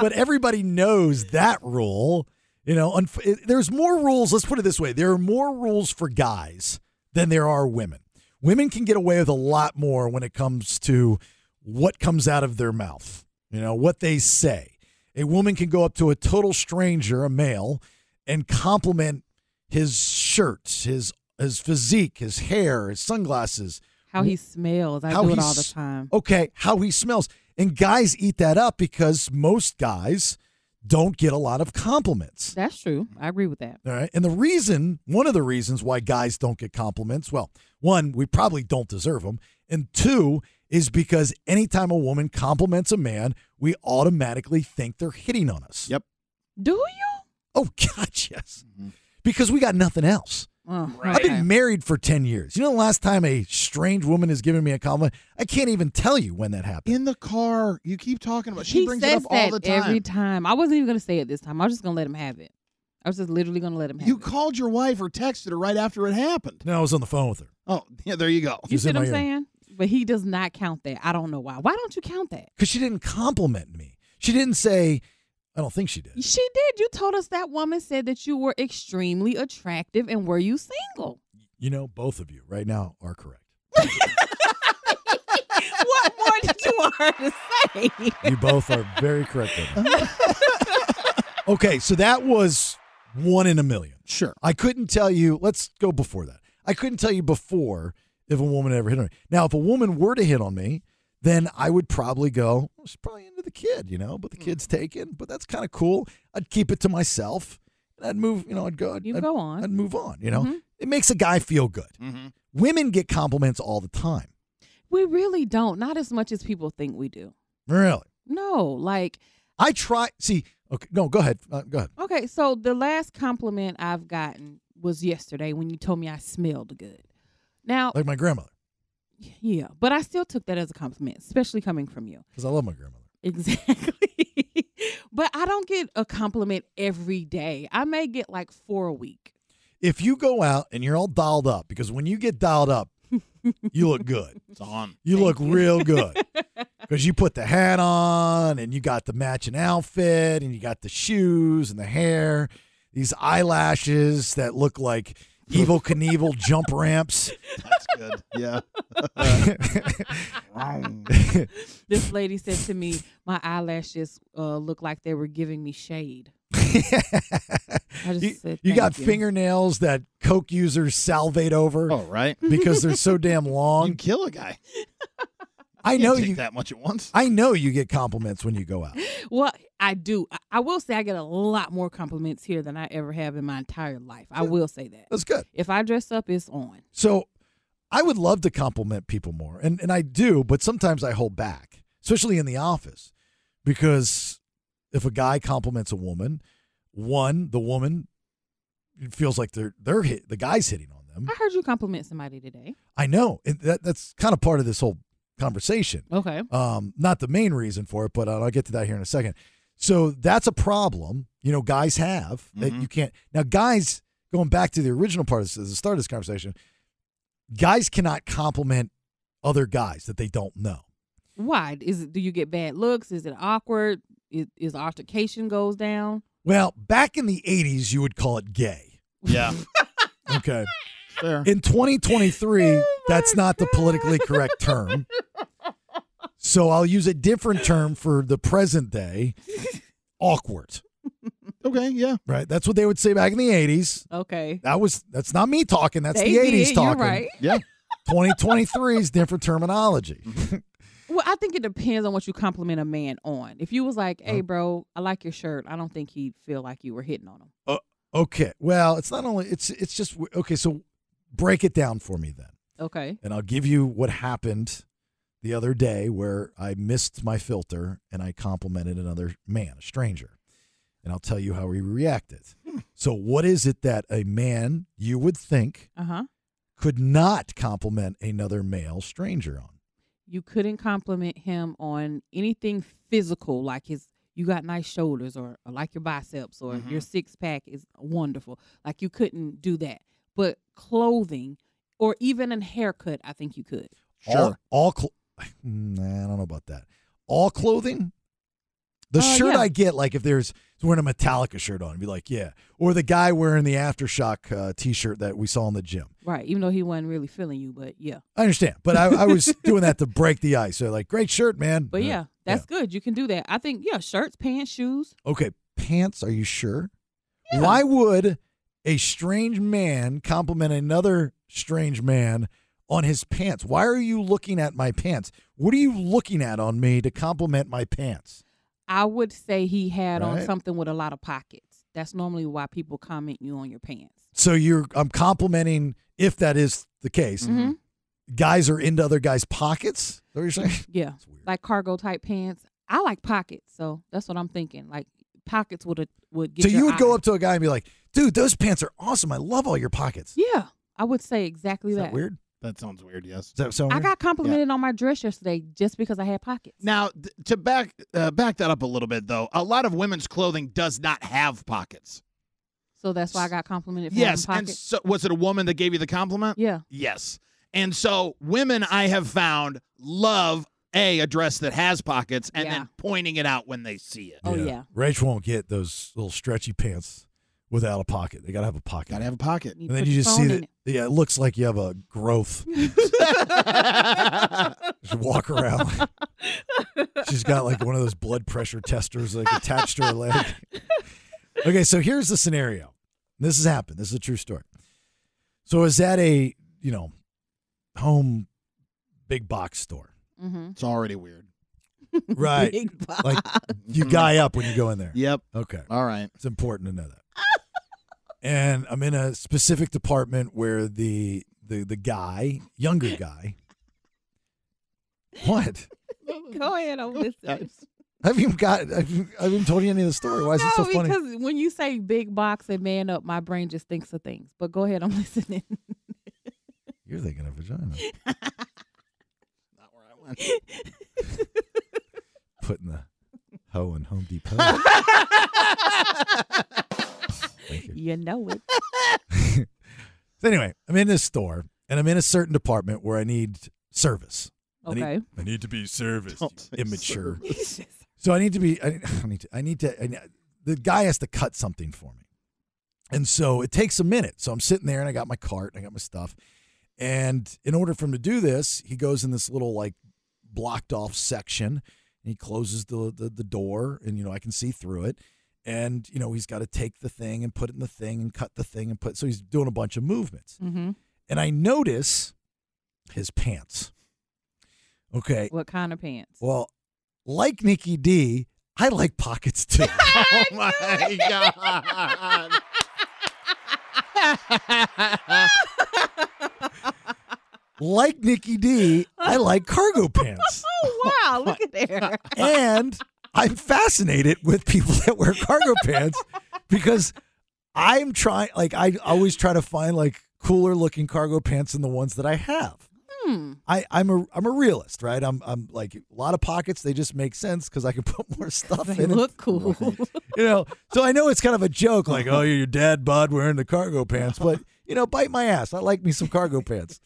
[SPEAKER 10] but everybody knows that rule. You know, unf- it- there's more rules. Let's put it this way: there are more rules for guys than there are women. Women can get away with a lot more when it comes to what comes out of their mouth. You know, what they say. A woman can go up to a total stranger, a male, and compliment his shirt, his his physique, his hair, his sunglasses,
[SPEAKER 11] How he smells. I do it all the
[SPEAKER 10] s-
[SPEAKER 11] time.
[SPEAKER 10] Okay, how he smells. And guys eat that up because most guys don't get a lot of compliments.
[SPEAKER 11] That's true. I agree with that.
[SPEAKER 10] All right. And the reason, one of the reasons why guys don't get compliments, well, one, we probably don't deserve them. And two, is because anytime a woman compliments a man, we automatically think they're hitting on us.
[SPEAKER 9] Yep.
[SPEAKER 11] Do you?
[SPEAKER 10] Oh, (laughs) God, yes. Because we got nothing else.
[SPEAKER 11] Oh,
[SPEAKER 10] I've been married for 10 years. You know, the last time a strange woman has given me a compliment, I can't even tell you when that happened.
[SPEAKER 9] In the car, you keep talking about. She
[SPEAKER 11] he
[SPEAKER 9] brings
[SPEAKER 11] says
[SPEAKER 9] it up
[SPEAKER 11] that
[SPEAKER 9] all the time.
[SPEAKER 11] every time. I wasn't even gonna say it this time. I was just gonna let him have it. I was just literally gonna let him have
[SPEAKER 9] you
[SPEAKER 11] it.
[SPEAKER 9] called your wife or texted her right after it happened.
[SPEAKER 10] No, I was on the phone with her.
[SPEAKER 9] Oh, (laughs) yeah, there you go.
[SPEAKER 11] You see what I'm saying? But he does not count that. I don't know why. Why don't you count that?
[SPEAKER 10] Because she didn't compliment me. She didn't say, I don't think she did.
[SPEAKER 11] She did. You told us that woman said that you were extremely attractive and were you single? (laughs)
[SPEAKER 10] You know, both of you right now are correct.
[SPEAKER 11] what more did you want her to say?
[SPEAKER 10] You both are very correct. right now. okay, so that was one in a million.
[SPEAKER 9] Sure.
[SPEAKER 10] I couldn't tell you. Let's go before that. I couldn't tell you before if a woman ever hit on me. Now, if a woman were to hit on me, then I would probably go, "Oh, she's probably into the kid, you know, but
[SPEAKER 11] Hmm.
[SPEAKER 10] the kid's taken, but that's kind of cool. I'd keep it to myself. And I'd move, you know, I'd go, I'd,
[SPEAKER 11] You
[SPEAKER 10] I'd-
[SPEAKER 11] go on.
[SPEAKER 10] I'd move on, you know.
[SPEAKER 11] Mhm.
[SPEAKER 10] It makes a guy feel good. Women get compliments all the time.
[SPEAKER 11] We really don't. Not as much as people think we do.
[SPEAKER 10] Really?
[SPEAKER 11] No, like
[SPEAKER 10] I try. See, okay, no, go ahead. Uh, go ahead.
[SPEAKER 11] Okay, so the last compliment I've gotten was yesterday when you told me I smelled good. Now,
[SPEAKER 10] Like my grandmother,
[SPEAKER 11] yeah, but I still took that as a compliment, especially coming from you.
[SPEAKER 10] because I love my grandmother.
[SPEAKER 11] Exactly. (laughs) but I don't get a compliment every day. I may get like four a
[SPEAKER 10] (laughs)
[SPEAKER 11] week.
[SPEAKER 10] If you go out and you're all dialed up, because when you get dialed up, you look good.
[SPEAKER 9] It's on.
[SPEAKER 10] You look real good. Because you put the hat on and you got the matching outfit and you got the shoes and the hair, these eyelashes that look like evil Knievel jump ramps.
[SPEAKER 9] That's good.
[SPEAKER 10] (laughs)
[SPEAKER 9] Yeah.
[SPEAKER 11] this lady said to me, "My eyelashes uh, look like they were giving me shade." I just
[SPEAKER 10] (laughs) You,
[SPEAKER 11] said,
[SPEAKER 10] you
[SPEAKER 11] "Thank
[SPEAKER 10] got fingernails that Coke users salivate over.
[SPEAKER 9] Oh, right.
[SPEAKER 10] Because they're so damn long. You
[SPEAKER 9] kill a guy.
[SPEAKER 10] I
[SPEAKER 9] You
[SPEAKER 10] know
[SPEAKER 9] can't take
[SPEAKER 10] you
[SPEAKER 9] that much
[SPEAKER 10] (laughs)
[SPEAKER 9] at once.
[SPEAKER 10] I know you get compliments when you go out.
[SPEAKER 11] Well, I do. I- I will say I get a lot more compliments here than I ever have in my entire life. I will say that.
[SPEAKER 10] That's good.
[SPEAKER 11] If I dress up, it's on.
[SPEAKER 10] So I would love to compliment people more. And and I do, but sometimes I hold back, especially in the office. Because if a guy compliments a woman, one, the woman feels like they're they're hit the guy's hitting on them.
[SPEAKER 11] I heard you compliment somebody today.
[SPEAKER 10] I know. It, that that's kind of part of this whole conversation.
[SPEAKER 11] Okay.
[SPEAKER 10] Um, not the main reason for it, but I'll get to that here in a second. So that's a problem, you know, guys have that you can't. Now, guys, going back to the original part of this, the start of this conversation, guys cannot compliment other guys that they don't know.
[SPEAKER 11] Why is it? Do you get bad looks? Is it awkward? Is, is altercation goes down?
[SPEAKER 10] Well, back in the 80s, you would call it gay.
[SPEAKER 9] Yeah.
[SPEAKER 10] Okay. In 2023, that's not the politically correct term. So I'll use a different term for the present day awkward.
[SPEAKER 9] Okay, yeah.
[SPEAKER 10] Right. That's what they would say back in the 80s.
[SPEAKER 11] (laughs) Okay.
[SPEAKER 10] That was that's not me talking. That's
[SPEAKER 11] They
[SPEAKER 10] the
[SPEAKER 11] did,
[SPEAKER 10] 80s
[SPEAKER 11] you're
[SPEAKER 10] talking.
[SPEAKER 11] right. (laughs)
[SPEAKER 9] Yeah.
[SPEAKER 10] 2023 is different terminology.
[SPEAKER 11] Mm-hmm. Well, I think it depends on what you compliment a man on. If you was like, "Hey, bro, I like your shirt," I don't think he'd feel like you were hitting on him.
[SPEAKER 10] Okay. Well, it's not only it's it's just okay, so break it down for me then.
[SPEAKER 11] Okay.
[SPEAKER 10] And I'll give you what happened the other day where I missed my filter and I complimented another man, a stranger. And I'll tell you how he reacted.
[SPEAKER 11] Hmm.
[SPEAKER 10] So what is it that a man you would think
[SPEAKER 11] Uh huh.
[SPEAKER 10] could not compliment another male stranger on?
[SPEAKER 11] You couldn't compliment him on anything physical, like his you got nice shoulders or, or like your biceps or your six pack is wonderful. Like you couldn't do that. But clothing or even a haircut, I think you could.
[SPEAKER 10] All, all cl- (sighs) nah, I don't know about that. All clothing. The
[SPEAKER 11] Uh,
[SPEAKER 10] shirt
[SPEAKER 11] yeah.
[SPEAKER 10] I get, like if there's wearing a Metallica shirt on, be like, yeah. Or the guy wearing the aftershock uh, t-shirt that we saw in the gym.
[SPEAKER 11] Right. Even though he wasn't really feeling you, but yeah.
[SPEAKER 10] I understand, but I,
[SPEAKER 11] (laughs)
[SPEAKER 10] I was doing that to break the ice. So like, great shirt, man.
[SPEAKER 11] But
[SPEAKER 10] Uh,
[SPEAKER 11] yeah, that's good. You can do that. I think, yeah, shirts, pants, shoes.
[SPEAKER 10] Okay, pants. Are you sure? Why would a strange man compliment another strange man on his pants? Why are you looking at my pants? What are you looking at on me to compliment my pants?
[SPEAKER 11] I would say he had on
[SPEAKER 10] Right.
[SPEAKER 11] something with a lot of pockets. That's normally why people comment you on your pants.
[SPEAKER 10] So you're I'm complimenting if that is the case.
[SPEAKER 11] Mhm.
[SPEAKER 10] Guys are into other guys' pockets. Is that what you're saying?
[SPEAKER 11] Yeah. Like cargo type pants. I like pockets, so that's what I'm thinking. Like pockets would would (laughs) get
[SPEAKER 10] so you
[SPEAKER 11] your
[SPEAKER 10] would go
[SPEAKER 11] eye.
[SPEAKER 10] up to a guy and be like, "Dude, those pants are awesome. I love all your pockets."
[SPEAKER 11] Yeah. I would say exactly
[SPEAKER 10] Is that weird?
[SPEAKER 9] That sounds weird, yes.
[SPEAKER 10] Does that sound
[SPEAKER 11] I
[SPEAKER 10] weird?
[SPEAKER 11] got complimented on my dress yesterday just because I had pockets.
[SPEAKER 9] Now, th- to back uh, back that up a little bit, though, a lot of women's clothing does not have pockets.
[SPEAKER 11] So that's why I got complimented for
[SPEAKER 9] yes,
[SPEAKER 11] having
[SPEAKER 9] and
[SPEAKER 11] pockets.
[SPEAKER 9] so, was it a woman that gave you the compliment?
[SPEAKER 11] Yeah.
[SPEAKER 9] Yes, and so women I have found love a a dress that has pockets, and
[SPEAKER 11] Yeah.
[SPEAKER 9] then pointing it out when they see it.
[SPEAKER 11] Oh yeah.
[SPEAKER 10] Rach won't get those little stretchy pants without a pocket. They gotta have a pocket. Gotta
[SPEAKER 9] have
[SPEAKER 11] (laughs)
[SPEAKER 9] a pocket. (laughs)
[SPEAKER 10] And
[SPEAKER 11] You
[SPEAKER 10] then
[SPEAKER 11] put
[SPEAKER 10] you
[SPEAKER 11] your
[SPEAKER 10] just see
[SPEAKER 11] phone in
[SPEAKER 10] that. Yeah, it looks like you have a growth. just walk around.
[SPEAKER 11] (laughs)
[SPEAKER 10] She's got like one of those blood pressure testers like attached to her leg.
[SPEAKER 11] (laughs)
[SPEAKER 10] Okay, so here's the scenario. This has happened. This is a true story. So is that a you know home big box store?
[SPEAKER 11] (laughs)
[SPEAKER 10] (laughs)
[SPEAKER 11] Mm-hmm.
[SPEAKER 9] It's already weird.
[SPEAKER 11] (laughs)
[SPEAKER 10] Right.
[SPEAKER 11] Big box.
[SPEAKER 10] Like you guy up when you go in there.
[SPEAKER 9] (laughs) Yep.
[SPEAKER 10] Okay.
[SPEAKER 9] All right.
[SPEAKER 10] It's important to know that. (laughs) and I'm in a specific department where the the the guy, younger guy. What?
[SPEAKER 11] Go ahead, I'm
[SPEAKER 10] (laughs)
[SPEAKER 11] listening.
[SPEAKER 10] I haven't even got I haven't, I haven't told you any of the story. Why is
[SPEAKER 11] no,
[SPEAKER 10] it so funny?
[SPEAKER 11] because when you say big box and man up, my brain just thinks of things. But go ahead, I'm (laughs) listening.
[SPEAKER 10] You're thinking of vagina. Putting the hoe in Home
[SPEAKER 11] (laughs)
[SPEAKER 10] Depot. Thank you.
[SPEAKER 11] you know it.
[SPEAKER 10] So anyway, I'm in this store and I'm in a certain department where I need service. (laughs)
[SPEAKER 11] Okay.
[SPEAKER 19] I need to be serviced. you
[SPEAKER 10] immature.
[SPEAKER 19] service.
[SPEAKER 10] so I need to be. I, I need (sighs) to. I need to. I ne- the guy has to cut something for me, and so it takes a minute. So I'm sitting there, and I got my cart, and I got my stuff, and in order for him to do this, he goes in this little like blocked off section, and he closes the the, the door, and you know I can see through it. And you know he's got to take the thing and put it in the thing and cut the thing and put. So he's doing a bunch of movements,
[SPEAKER 11] Mm-hmm.
[SPEAKER 10] and I notice his pants. Okay,
[SPEAKER 11] What kind of pants?
[SPEAKER 10] well, like Nikki D, I like pockets too.
[SPEAKER 9] Oh my god.
[SPEAKER 10] like Nikki D, I like cargo pants. (laughs)
[SPEAKER 11] Oh wow! Look at there. (laughs)
[SPEAKER 10] And I'm fascinated with people that
[SPEAKER 11] (laughs)
[SPEAKER 10] wear cargo pants because I'm trying like I always try to find like cooler looking cargo pants than the ones that I have.
[SPEAKER 11] Hmm.
[SPEAKER 10] I, I'm a I'm a realist, right? I'm I'm like a lot of pockets. They just make sense because I can put more stuff
[SPEAKER 11] They
[SPEAKER 10] in. it.
[SPEAKER 11] look cool.
[SPEAKER 10] (laughs) you know. So I know it's kind of a joke, like, oh, you're your dad bod wearing the cargo pants, but you know, bite my ass. I like me some cargo pants.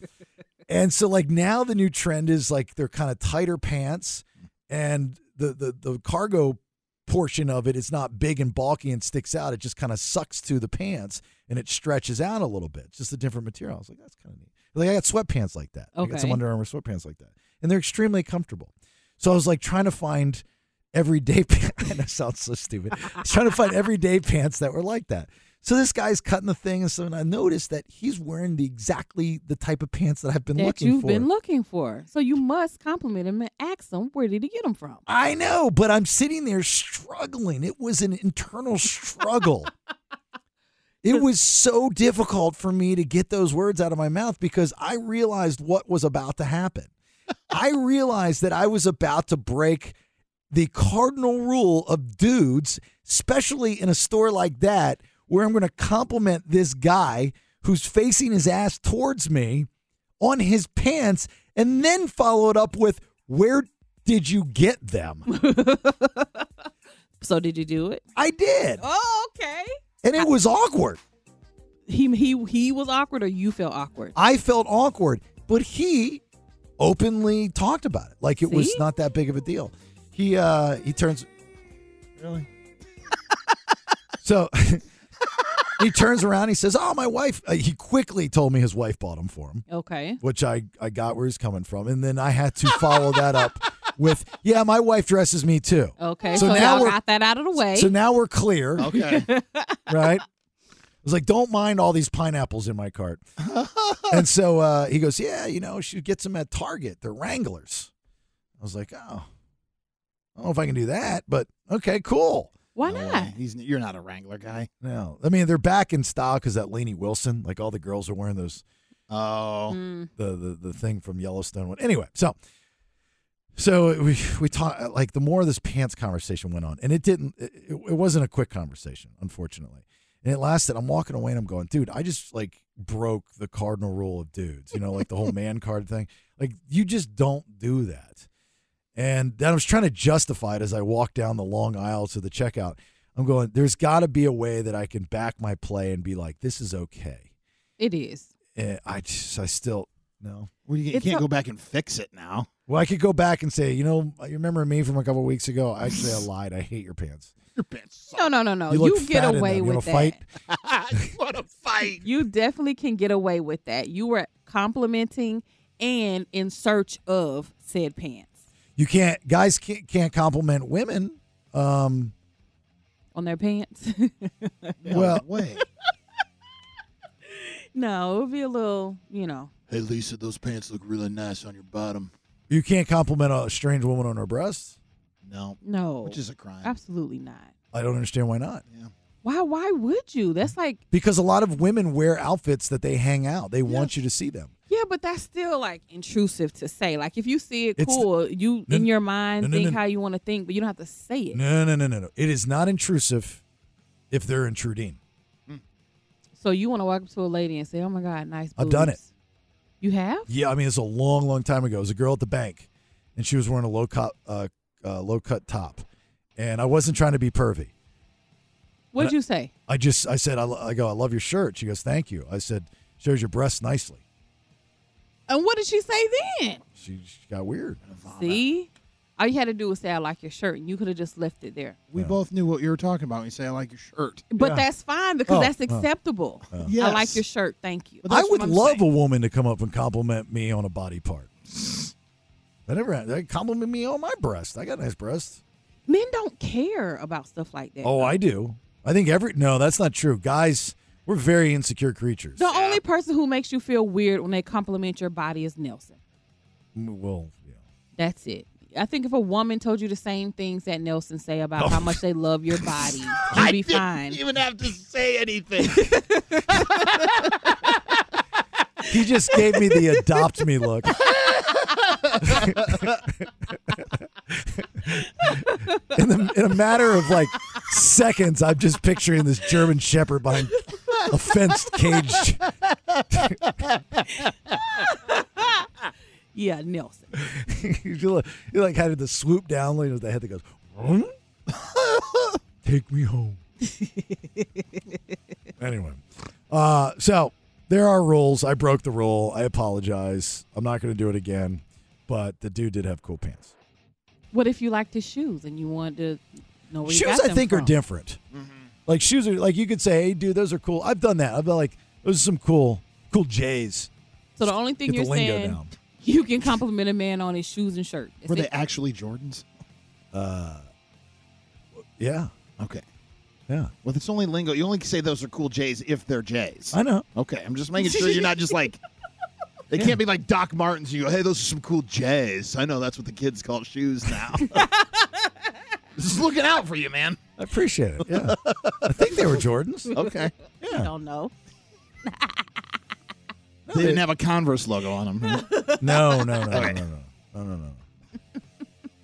[SPEAKER 10] And so like now the new trend is like they're kind of tighter pants, and the the the cargo portion of it is not big and bulky and sticks out. It just kind of sucks to the pants and it stretches out a little bit. It's just a different material. I was like, that's kind of neat. Like I got sweatpants like that. I got some
[SPEAKER 11] Okay.
[SPEAKER 10] Under Armour sweatpants like that, and they're extremely comfortable. So I was like trying to find everyday (laughs) pants. that sounds so stupid. I was trying to find everyday pants that were like that. So this guy's cutting the thing, and so and I noticed that he's wearing the exactly the type of pants that I've been
[SPEAKER 11] that
[SPEAKER 10] looking
[SPEAKER 11] you've
[SPEAKER 10] for.
[SPEAKER 11] been looking for. So you must compliment him and ask him where did he get them from.
[SPEAKER 10] I know, but I'm sitting there struggling. It was an internal struggle. it was so difficult for me to get those words out of my mouth because I realized what was about to happen. I realized that I was about to break the cardinal rule of dudes, especially in a store like that, where I'm going to compliment this guy who's facing his ass towards me on his pants and then follow it up with, Where did you get them?
[SPEAKER 11] So did you do it?
[SPEAKER 10] I did.
[SPEAKER 11] Oh, okay.
[SPEAKER 10] And it was awkward.
[SPEAKER 11] He he he was awkward, or you felt awkward.
[SPEAKER 10] I felt awkward, but he openly talked about it like it was
[SPEAKER 11] See?
[SPEAKER 10] not that big of a deal. He uh he turns Really? (laughs) so (laughs) he turns around, he says, "Oh, my wife." Uh, he quickly told me his wife bought them for him.
[SPEAKER 11] Okay.
[SPEAKER 10] which I, I got where he's coming from. And then I had to follow that up with, yeah, my wife dresses me too.
[SPEAKER 11] Okay.
[SPEAKER 10] So
[SPEAKER 11] So,
[SPEAKER 10] now
[SPEAKER 11] y'all
[SPEAKER 10] we're-
[SPEAKER 11] got that out of the way.
[SPEAKER 10] So now we're clear.
[SPEAKER 9] Okay.
[SPEAKER 10] right? I was like, don't mind all these pineapples in my cart. and so uh, he goes, yeah, you know, she gets them at Target. They're Wranglers. I was like, oh, I don't know if I can do that, but okay, cool.
[SPEAKER 11] (laughs) Why
[SPEAKER 9] No
[SPEAKER 11] not?
[SPEAKER 9] way. He's you're not a Wrangler guy.
[SPEAKER 10] No, I mean, they're back in style because that Lainey Wilson, like all the girls are wearing those
[SPEAKER 9] Oh.
[SPEAKER 11] Mm.
[SPEAKER 10] the, the the thing from Yellowstone. One. Anyway, so so we we talked like the more this pants conversation went on, and it didn't. It, it wasn't a quick conversation, unfortunately, and it lasted. I'm walking away, and I'm going, dude, I just like broke the cardinal rule of dudes. You know, like the whole man card thing. Like you just don't do that. And then I was trying to justify it as I walked down the long aisle to the checkout. I'm going, there's got to be a way that I can back my play and be like, this is okay.
[SPEAKER 11] It is.
[SPEAKER 10] And I just, I still, no.
[SPEAKER 9] Well, you, you
[SPEAKER 11] It's
[SPEAKER 9] can't
[SPEAKER 11] a-
[SPEAKER 9] go back and fix it now.
[SPEAKER 10] Well, I could go back and say, you know, you remember me from a couple weeks ago?
[SPEAKER 11] (laughs)
[SPEAKER 10] Actually, I lied. I hate your pants.
[SPEAKER 11] No, no, no, no.
[SPEAKER 10] You
[SPEAKER 11] You,
[SPEAKER 10] look
[SPEAKER 11] get
[SPEAKER 10] fat in
[SPEAKER 11] away
[SPEAKER 10] them. You
[SPEAKER 11] with
[SPEAKER 10] wanna
[SPEAKER 11] that.
[SPEAKER 10] fight?
[SPEAKER 9] (laughs) what a fight.
[SPEAKER 11] You definitely can get away with that. You were complimenting and in search of said pants
[SPEAKER 10] You can't, guys can't, can't compliment women. Um,
[SPEAKER 11] on their pants. (laughs)
[SPEAKER 10] well,
[SPEAKER 9] way.
[SPEAKER 11] no, it would be a little, you know.
[SPEAKER 9] Hey Lisa, those pants look really nice on your bottom.
[SPEAKER 10] you can't compliment a strange woman on her breasts.
[SPEAKER 9] No.
[SPEAKER 11] No.
[SPEAKER 9] Which is a crime.
[SPEAKER 11] Absolutely not.
[SPEAKER 10] I don't understand why not.
[SPEAKER 11] Why why would you? That's like
[SPEAKER 10] Because a lot of women wear outfits that they hang out. They want you to see them.
[SPEAKER 11] yeah, but that's still like intrusive to say. Like if you see it
[SPEAKER 10] It's-
[SPEAKER 11] cool, you
[SPEAKER 10] No,
[SPEAKER 11] in your
[SPEAKER 10] no,
[SPEAKER 11] mind
[SPEAKER 10] no,
[SPEAKER 11] think
[SPEAKER 10] no.
[SPEAKER 11] how you want to think, but you don't have to say it.
[SPEAKER 10] No, no, no, no, no. It is not intrusive if they're intruding.
[SPEAKER 11] So you want to walk up to a lady and say, "Oh my God, nice." Boobs.
[SPEAKER 10] I've done it.
[SPEAKER 11] You have?
[SPEAKER 10] Yeah, I mean it's a long, long time ago. It was a girl at the bank, and she was wearing a low cut, uh, uh, low cut top, and I wasn't trying to be pervy.
[SPEAKER 11] What'd you say?
[SPEAKER 10] I just I said I, lo- I go I love your shirt. She goes thank you. I said shows your breasts nicely.
[SPEAKER 11] And what did she say then?
[SPEAKER 10] she, she got weird.
[SPEAKER 11] See? All you had to do was say, I like your shirt, and you could have just left it there.
[SPEAKER 9] We both knew what you were talking about. when You say, I like your shirt.
[SPEAKER 11] But that's fine because
[SPEAKER 10] Oh,
[SPEAKER 11] that's
[SPEAKER 10] oh.
[SPEAKER 11] acceptable.
[SPEAKER 10] Yeah.
[SPEAKER 11] I like
[SPEAKER 10] Yes.
[SPEAKER 11] your shirt. Thank you.
[SPEAKER 10] I would love a woman to come up and compliment me on a body part. That never happened. They compliment me on my breast. I got nice breasts.
[SPEAKER 11] Men don't care about stuff like that.
[SPEAKER 10] Oh,
[SPEAKER 11] though.
[SPEAKER 10] I do. I think every no, that's not true. Guys, we're very insecure creatures.
[SPEAKER 11] The only person who makes you feel weird when they compliment your body is Nelson.
[SPEAKER 10] M- Well,
[SPEAKER 11] That's it. I think if a woman told you the same things that Nelson say about how much they love your
[SPEAKER 10] (laughs)
[SPEAKER 11] body, you'd be fine.
[SPEAKER 9] even have to say anything.
[SPEAKER 10] he just gave me the adopt me look. in, the, in a matter of like seconds, I'm just picturing this German Shepherd behind a fenced (laughs) caged.
[SPEAKER 11] yeah, Nelson.
[SPEAKER 10] you like, you like had the swoop down, like with the head that goes, "Hmm? take me home. anyway, uh, so there are rules. I broke the rule. I apologize. I'm not going to do it again. But the dude did have cool pants.
[SPEAKER 11] What if you liked his shoes and you wanted to know where you
[SPEAKER 10] shoes
[SPEAKER 11] got
[SPEAKER 10] I
[SPEAKER 11] them
[SPEAKER 10] think are
[SPEAKER 11] from?
[SPEAKER 10] different.
[SPEAKER 9] Mm-hmm.
[SPEAKER 10] Like shoes are like you could say, "Hey, dude, those are cool." I've done that. I've been like, "Those are some cool, cool J's."
[SPEAKER 11] So the only thing
[SPEAKER 10] Get the
[SPEAKER 11] you're
[SPEAKER 10] lingo
[SPEAKER 11] saying
[SPEAKER 10] down.
[SPEAKER 11] you can compliment a man on his shoes and shirt. That's
[SPEAKER 9] Were they
[SPEAKER 11] it.
[SPEAKER 9] actually Jordans?
[SPEAKER 10] Uh, yeah.
[SPEAKER 9] Okay.
[SPEAKER 10] Yeah.
[SPEAKER 9] Well, it's only lingo. You only say those are cool J's if they're J's.
[SPEAKER 10] I know.
[SPEAKER 9] Okay. I'm just making sure you're not just
[SPEAKER 10] (laughs)
[SPEAKER 9] like. They can't be like Doc Martens. You go, hey, those are some cool J's. I know that's what the kids call shoes (laughs) now. just looking out for you, man.
[SPEAKER 10] I appreciate it. Yeah, I think they were Jordans. (laughs)
[SPEAKER 9] (laughs) Okay.
[SPEAKER 11] I don't know. (laughs)
[SPEAKER 9] They didn't have a Converse logo on them.
[SPEAKER 10] (laughs) No, no, no, no,
[SPEAKER 9] Okay.
[SPEAKER 10] no, no, no, no, no.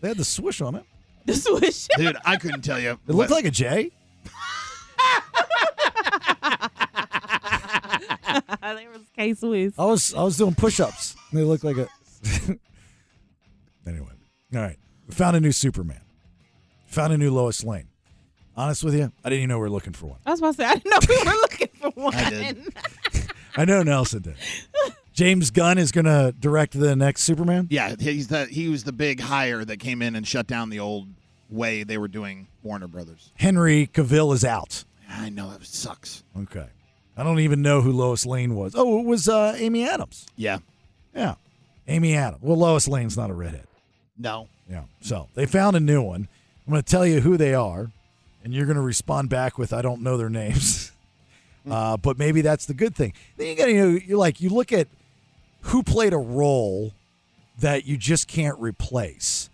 [SPEAKER 10] They had the swoosh on it.
[SPEAKER 11] The swoosh.
[SPEAKER 9] Dude, I couldn't tell you.
[SPEAKER 10] It looked like a J.
[SPEAKER 11] they were K Swiss.
[SPEAKER 10] I was I was doing push-ups. And they looked like a. (laughs) anyway, all right. We found a new Superman. Found a new Lois Lane. Honest with you, I didn't even know we were looking for one.
[SPEAKER 11] I was about to say I didn't know we were looking for one.
[SPEAKER 10] I did. I know Nelson did. James Gunn is going to direct the next Superman.
[SPEAKER 9] Yeah, he's the he was the big hire that came in and shut down the old way they were doing Warner Brothers.
[SPEAKER 10] Henry Cavill is out.
[SPEAKER 9] I know that sucks.
[SPEAKER 10] Okay. I don't even know who Lois Lane was. Oh, it was uh, Amy Adams.
[SPEAKER 9] Yeah.
[SPEAKER 10] Yeah. Amy Adams. Well, Lois Lane's not a redhead.
[SPEAKER 9] No.
[SPEAKER 10] Yeah. So they found a new one. I'm going to tell you who they are, and you're going to respond back with, I don't know their names. (laughs) uh, but maybe that's the good thing. Then you got to, you know, you're like, you look at who played a role that you just can't replace.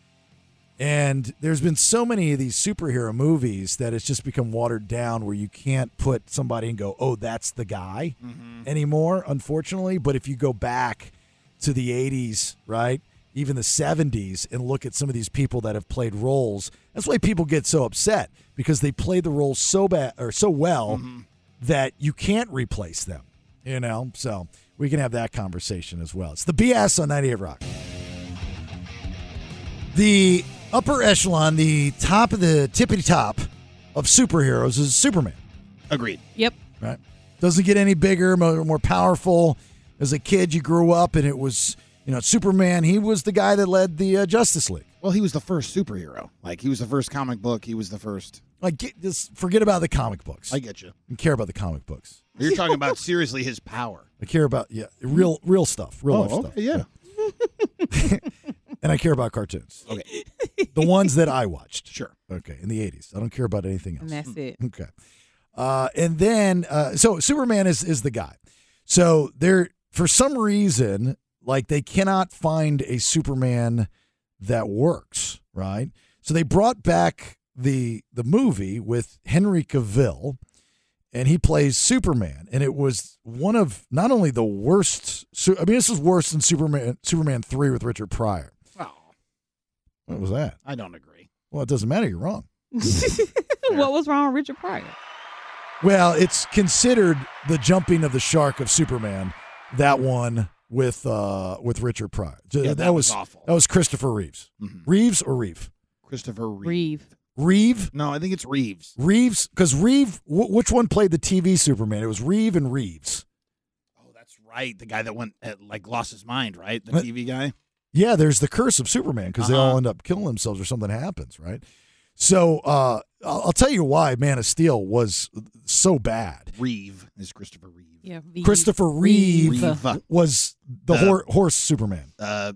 [SPEAKER 10] And there's been so many of these superhero movies that it's just become watered down where you can't put somebody and go, oh, that's the guy anymore, unfortunately. But if you go back to the 80s, right? Even the 70s, and look at some of these people that have played roles. That's why people get so upset because they played the role so bad or so well that you can't replace them, you know? So we can have that conversation as well. It's the BS on 98 Rock the upper echelon, the top of the tippity top of superheroes is Superman,
[SPEAKER 9] Agreed.
[SPEAKER 11] Yep.
[SPEAKER 10] right? Doesn't get any bigger, more, more powerful. As a kid, you grew up and it was, you know, Superman. He was the guy that led the uh, Justice League.
[SPEAKER 9] Well, he was the first superhero. Like he was the first comic book. He was the first.
[SPEAKER 10] Like, get, just forget about the comic books.
[SPEAKER 9] I get you.
[SPEAKER 10] I care about the comic books.
[SPEAKER 9] You're talking (laughs) about seriously his power.
[SPEAKER 10] I care about yeah, real real stuff, real
[SPEAKER 9] Oh,
[SPEAKER 10] life stuff.
[SPEAKER 9] okay, yeah.
[SPEAKER 10] (laughs) and I care about cartoons.
[SPEAKER 9] Okay.
[SPEAKER 10] the ones that I watched.
[SPEAKER 9] Sure.
[SPEAKER 10] Okay, in the 80s. I don't care about anything else.
[SPEAKER 11] And that's
[SPEAKER 10] (laughs)
[SPEAKER 11] it.
[SPEAKER 10] Okay. Uh, and then, uh, so Superman is is the guy. So they're for some reason, like they cannot find a Superman that works, right? So they brought back the the movie with Henry Cavill, and he plays Superman, and it was one of not only the worst. Su- I mean, this is worse than Superman Superman three with Richard Pryor.
[SPEAKER 9] Oh,
[SPEAKER 10] What was that?
[SPEAKER 9] I don't agree.
[SPEAKER 10] Well, it doesn't matter. You're wrong.
[SPEAKER 11] what was wrong with Richard Pryor?
[SPEAKER 10] Well, it's considered the jumping of the shark of Superman. That one with uh with Richard Pryor. Th-
[SPEAKER 9] Yeah, that was awful. Mm-hmm.
[SPEAKER 10] That was Christopher Reeves. Reeves or Reeve?
[SPEAKER 9] Christopher Reeve.
[SPEAKER 11] Reeve.
[SPEAKER 10] Reeve?
[SPEAKER 9] No, I think it's Reeves.
[SPEAKER 10] Reeves? Because Reeve, w- which one played the TV Superman? It was Reeve and Reeves.
[SPEAKER 9] Oh, That's right. The guy that went uh, like lost his mind. Right. The TV guy.
[SPEAKER 10] Yeah, there's the curse of Superman because they
[SPEAKER 9] Uh-huh.
[SPEAKER 10] all end up killing themselves or something happens, right? So uh, I'll I'll tell you why Man of Steel was so bad.
[SPEAKER 9] Reeve is Christopher Reeve.
[SPEAKER 11] Yeah,
[SPEAKER 10] Christopher Reeve,
[SPEAKER 9] Reeve.
[SPEAKER 10] was the
[SPEAKER 9] Uh,
[SPEAKER 10] hor- horse Superman.
[SPEAKER 9] Uh,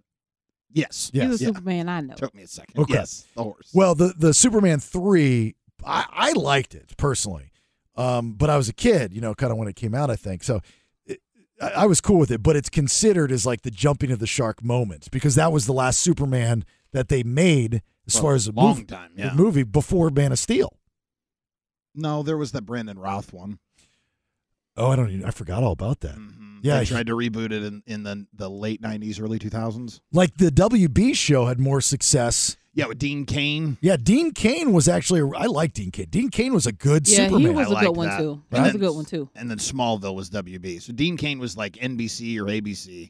[SPEAKER 9] yes.
[SPEAKER 10] Yes.
[SPEAKER 11] He's a
[SPEAKER 10] Yeah.
[SPEAKER 11] Superman I know.
[SPEAKER 9] Took me a second.
[SPEAKER 10] Okay.
[SPEAKER 9] Yes, the horse.
[SPEAKER 10] Well, the the Superman three, I, I liked it personally, um, but I was a kid, you know, kind of when it came out, I think. So it, I, I was cool with it, but it's considered as like the jumping of the shark moment because that was the last Superman that they made as
[SPEAKER 9] For
[SPEAKER 10] far
[SPEAKER 9] a
[SPEAKER 10] as a
[SPEAKER 9] long
[SPEAKER 10] movie,
[SPEAKER 9] time,
[SPEAKER 10] the
[SPEAKER 9] yeah.
[SPEAKER 10] movie before Man of Steel.
[SPEAKER 9] No, there was that Brandon Routh one.
[SPEAKER 10] Oh, I don't, even, I forgot all about that. Yeah,
[SPEAKER 9] Mm-hmm. they tried to reboot it in, in the the late '90s, early 2000s.
[SPEAKER 10] like the WB show had more success.
[SPEAKER 9] Yeah, with Dean Kane.
[SPEAKER 10] Yeah, Dean Kane was actually I like Dean Kane. Dean Kane was a good
[SPEAKER 11] Yeah,
[SPEAKER 10] Superman.
[SPEAKER 11] he was
[SPEAKER 9] I
[SPEAKER 11] a
[SPEAKER 9] like
[SPEAKER 11] good one
[SPEAKER 9] that.
[SPEAKER 11] too. He
[SPEAKER 9] Right.
[SPEAKER 11] was a good one too.
[SPEAKER 9] and then Smallville was WB. So Dean Kane was like NBC or ABC.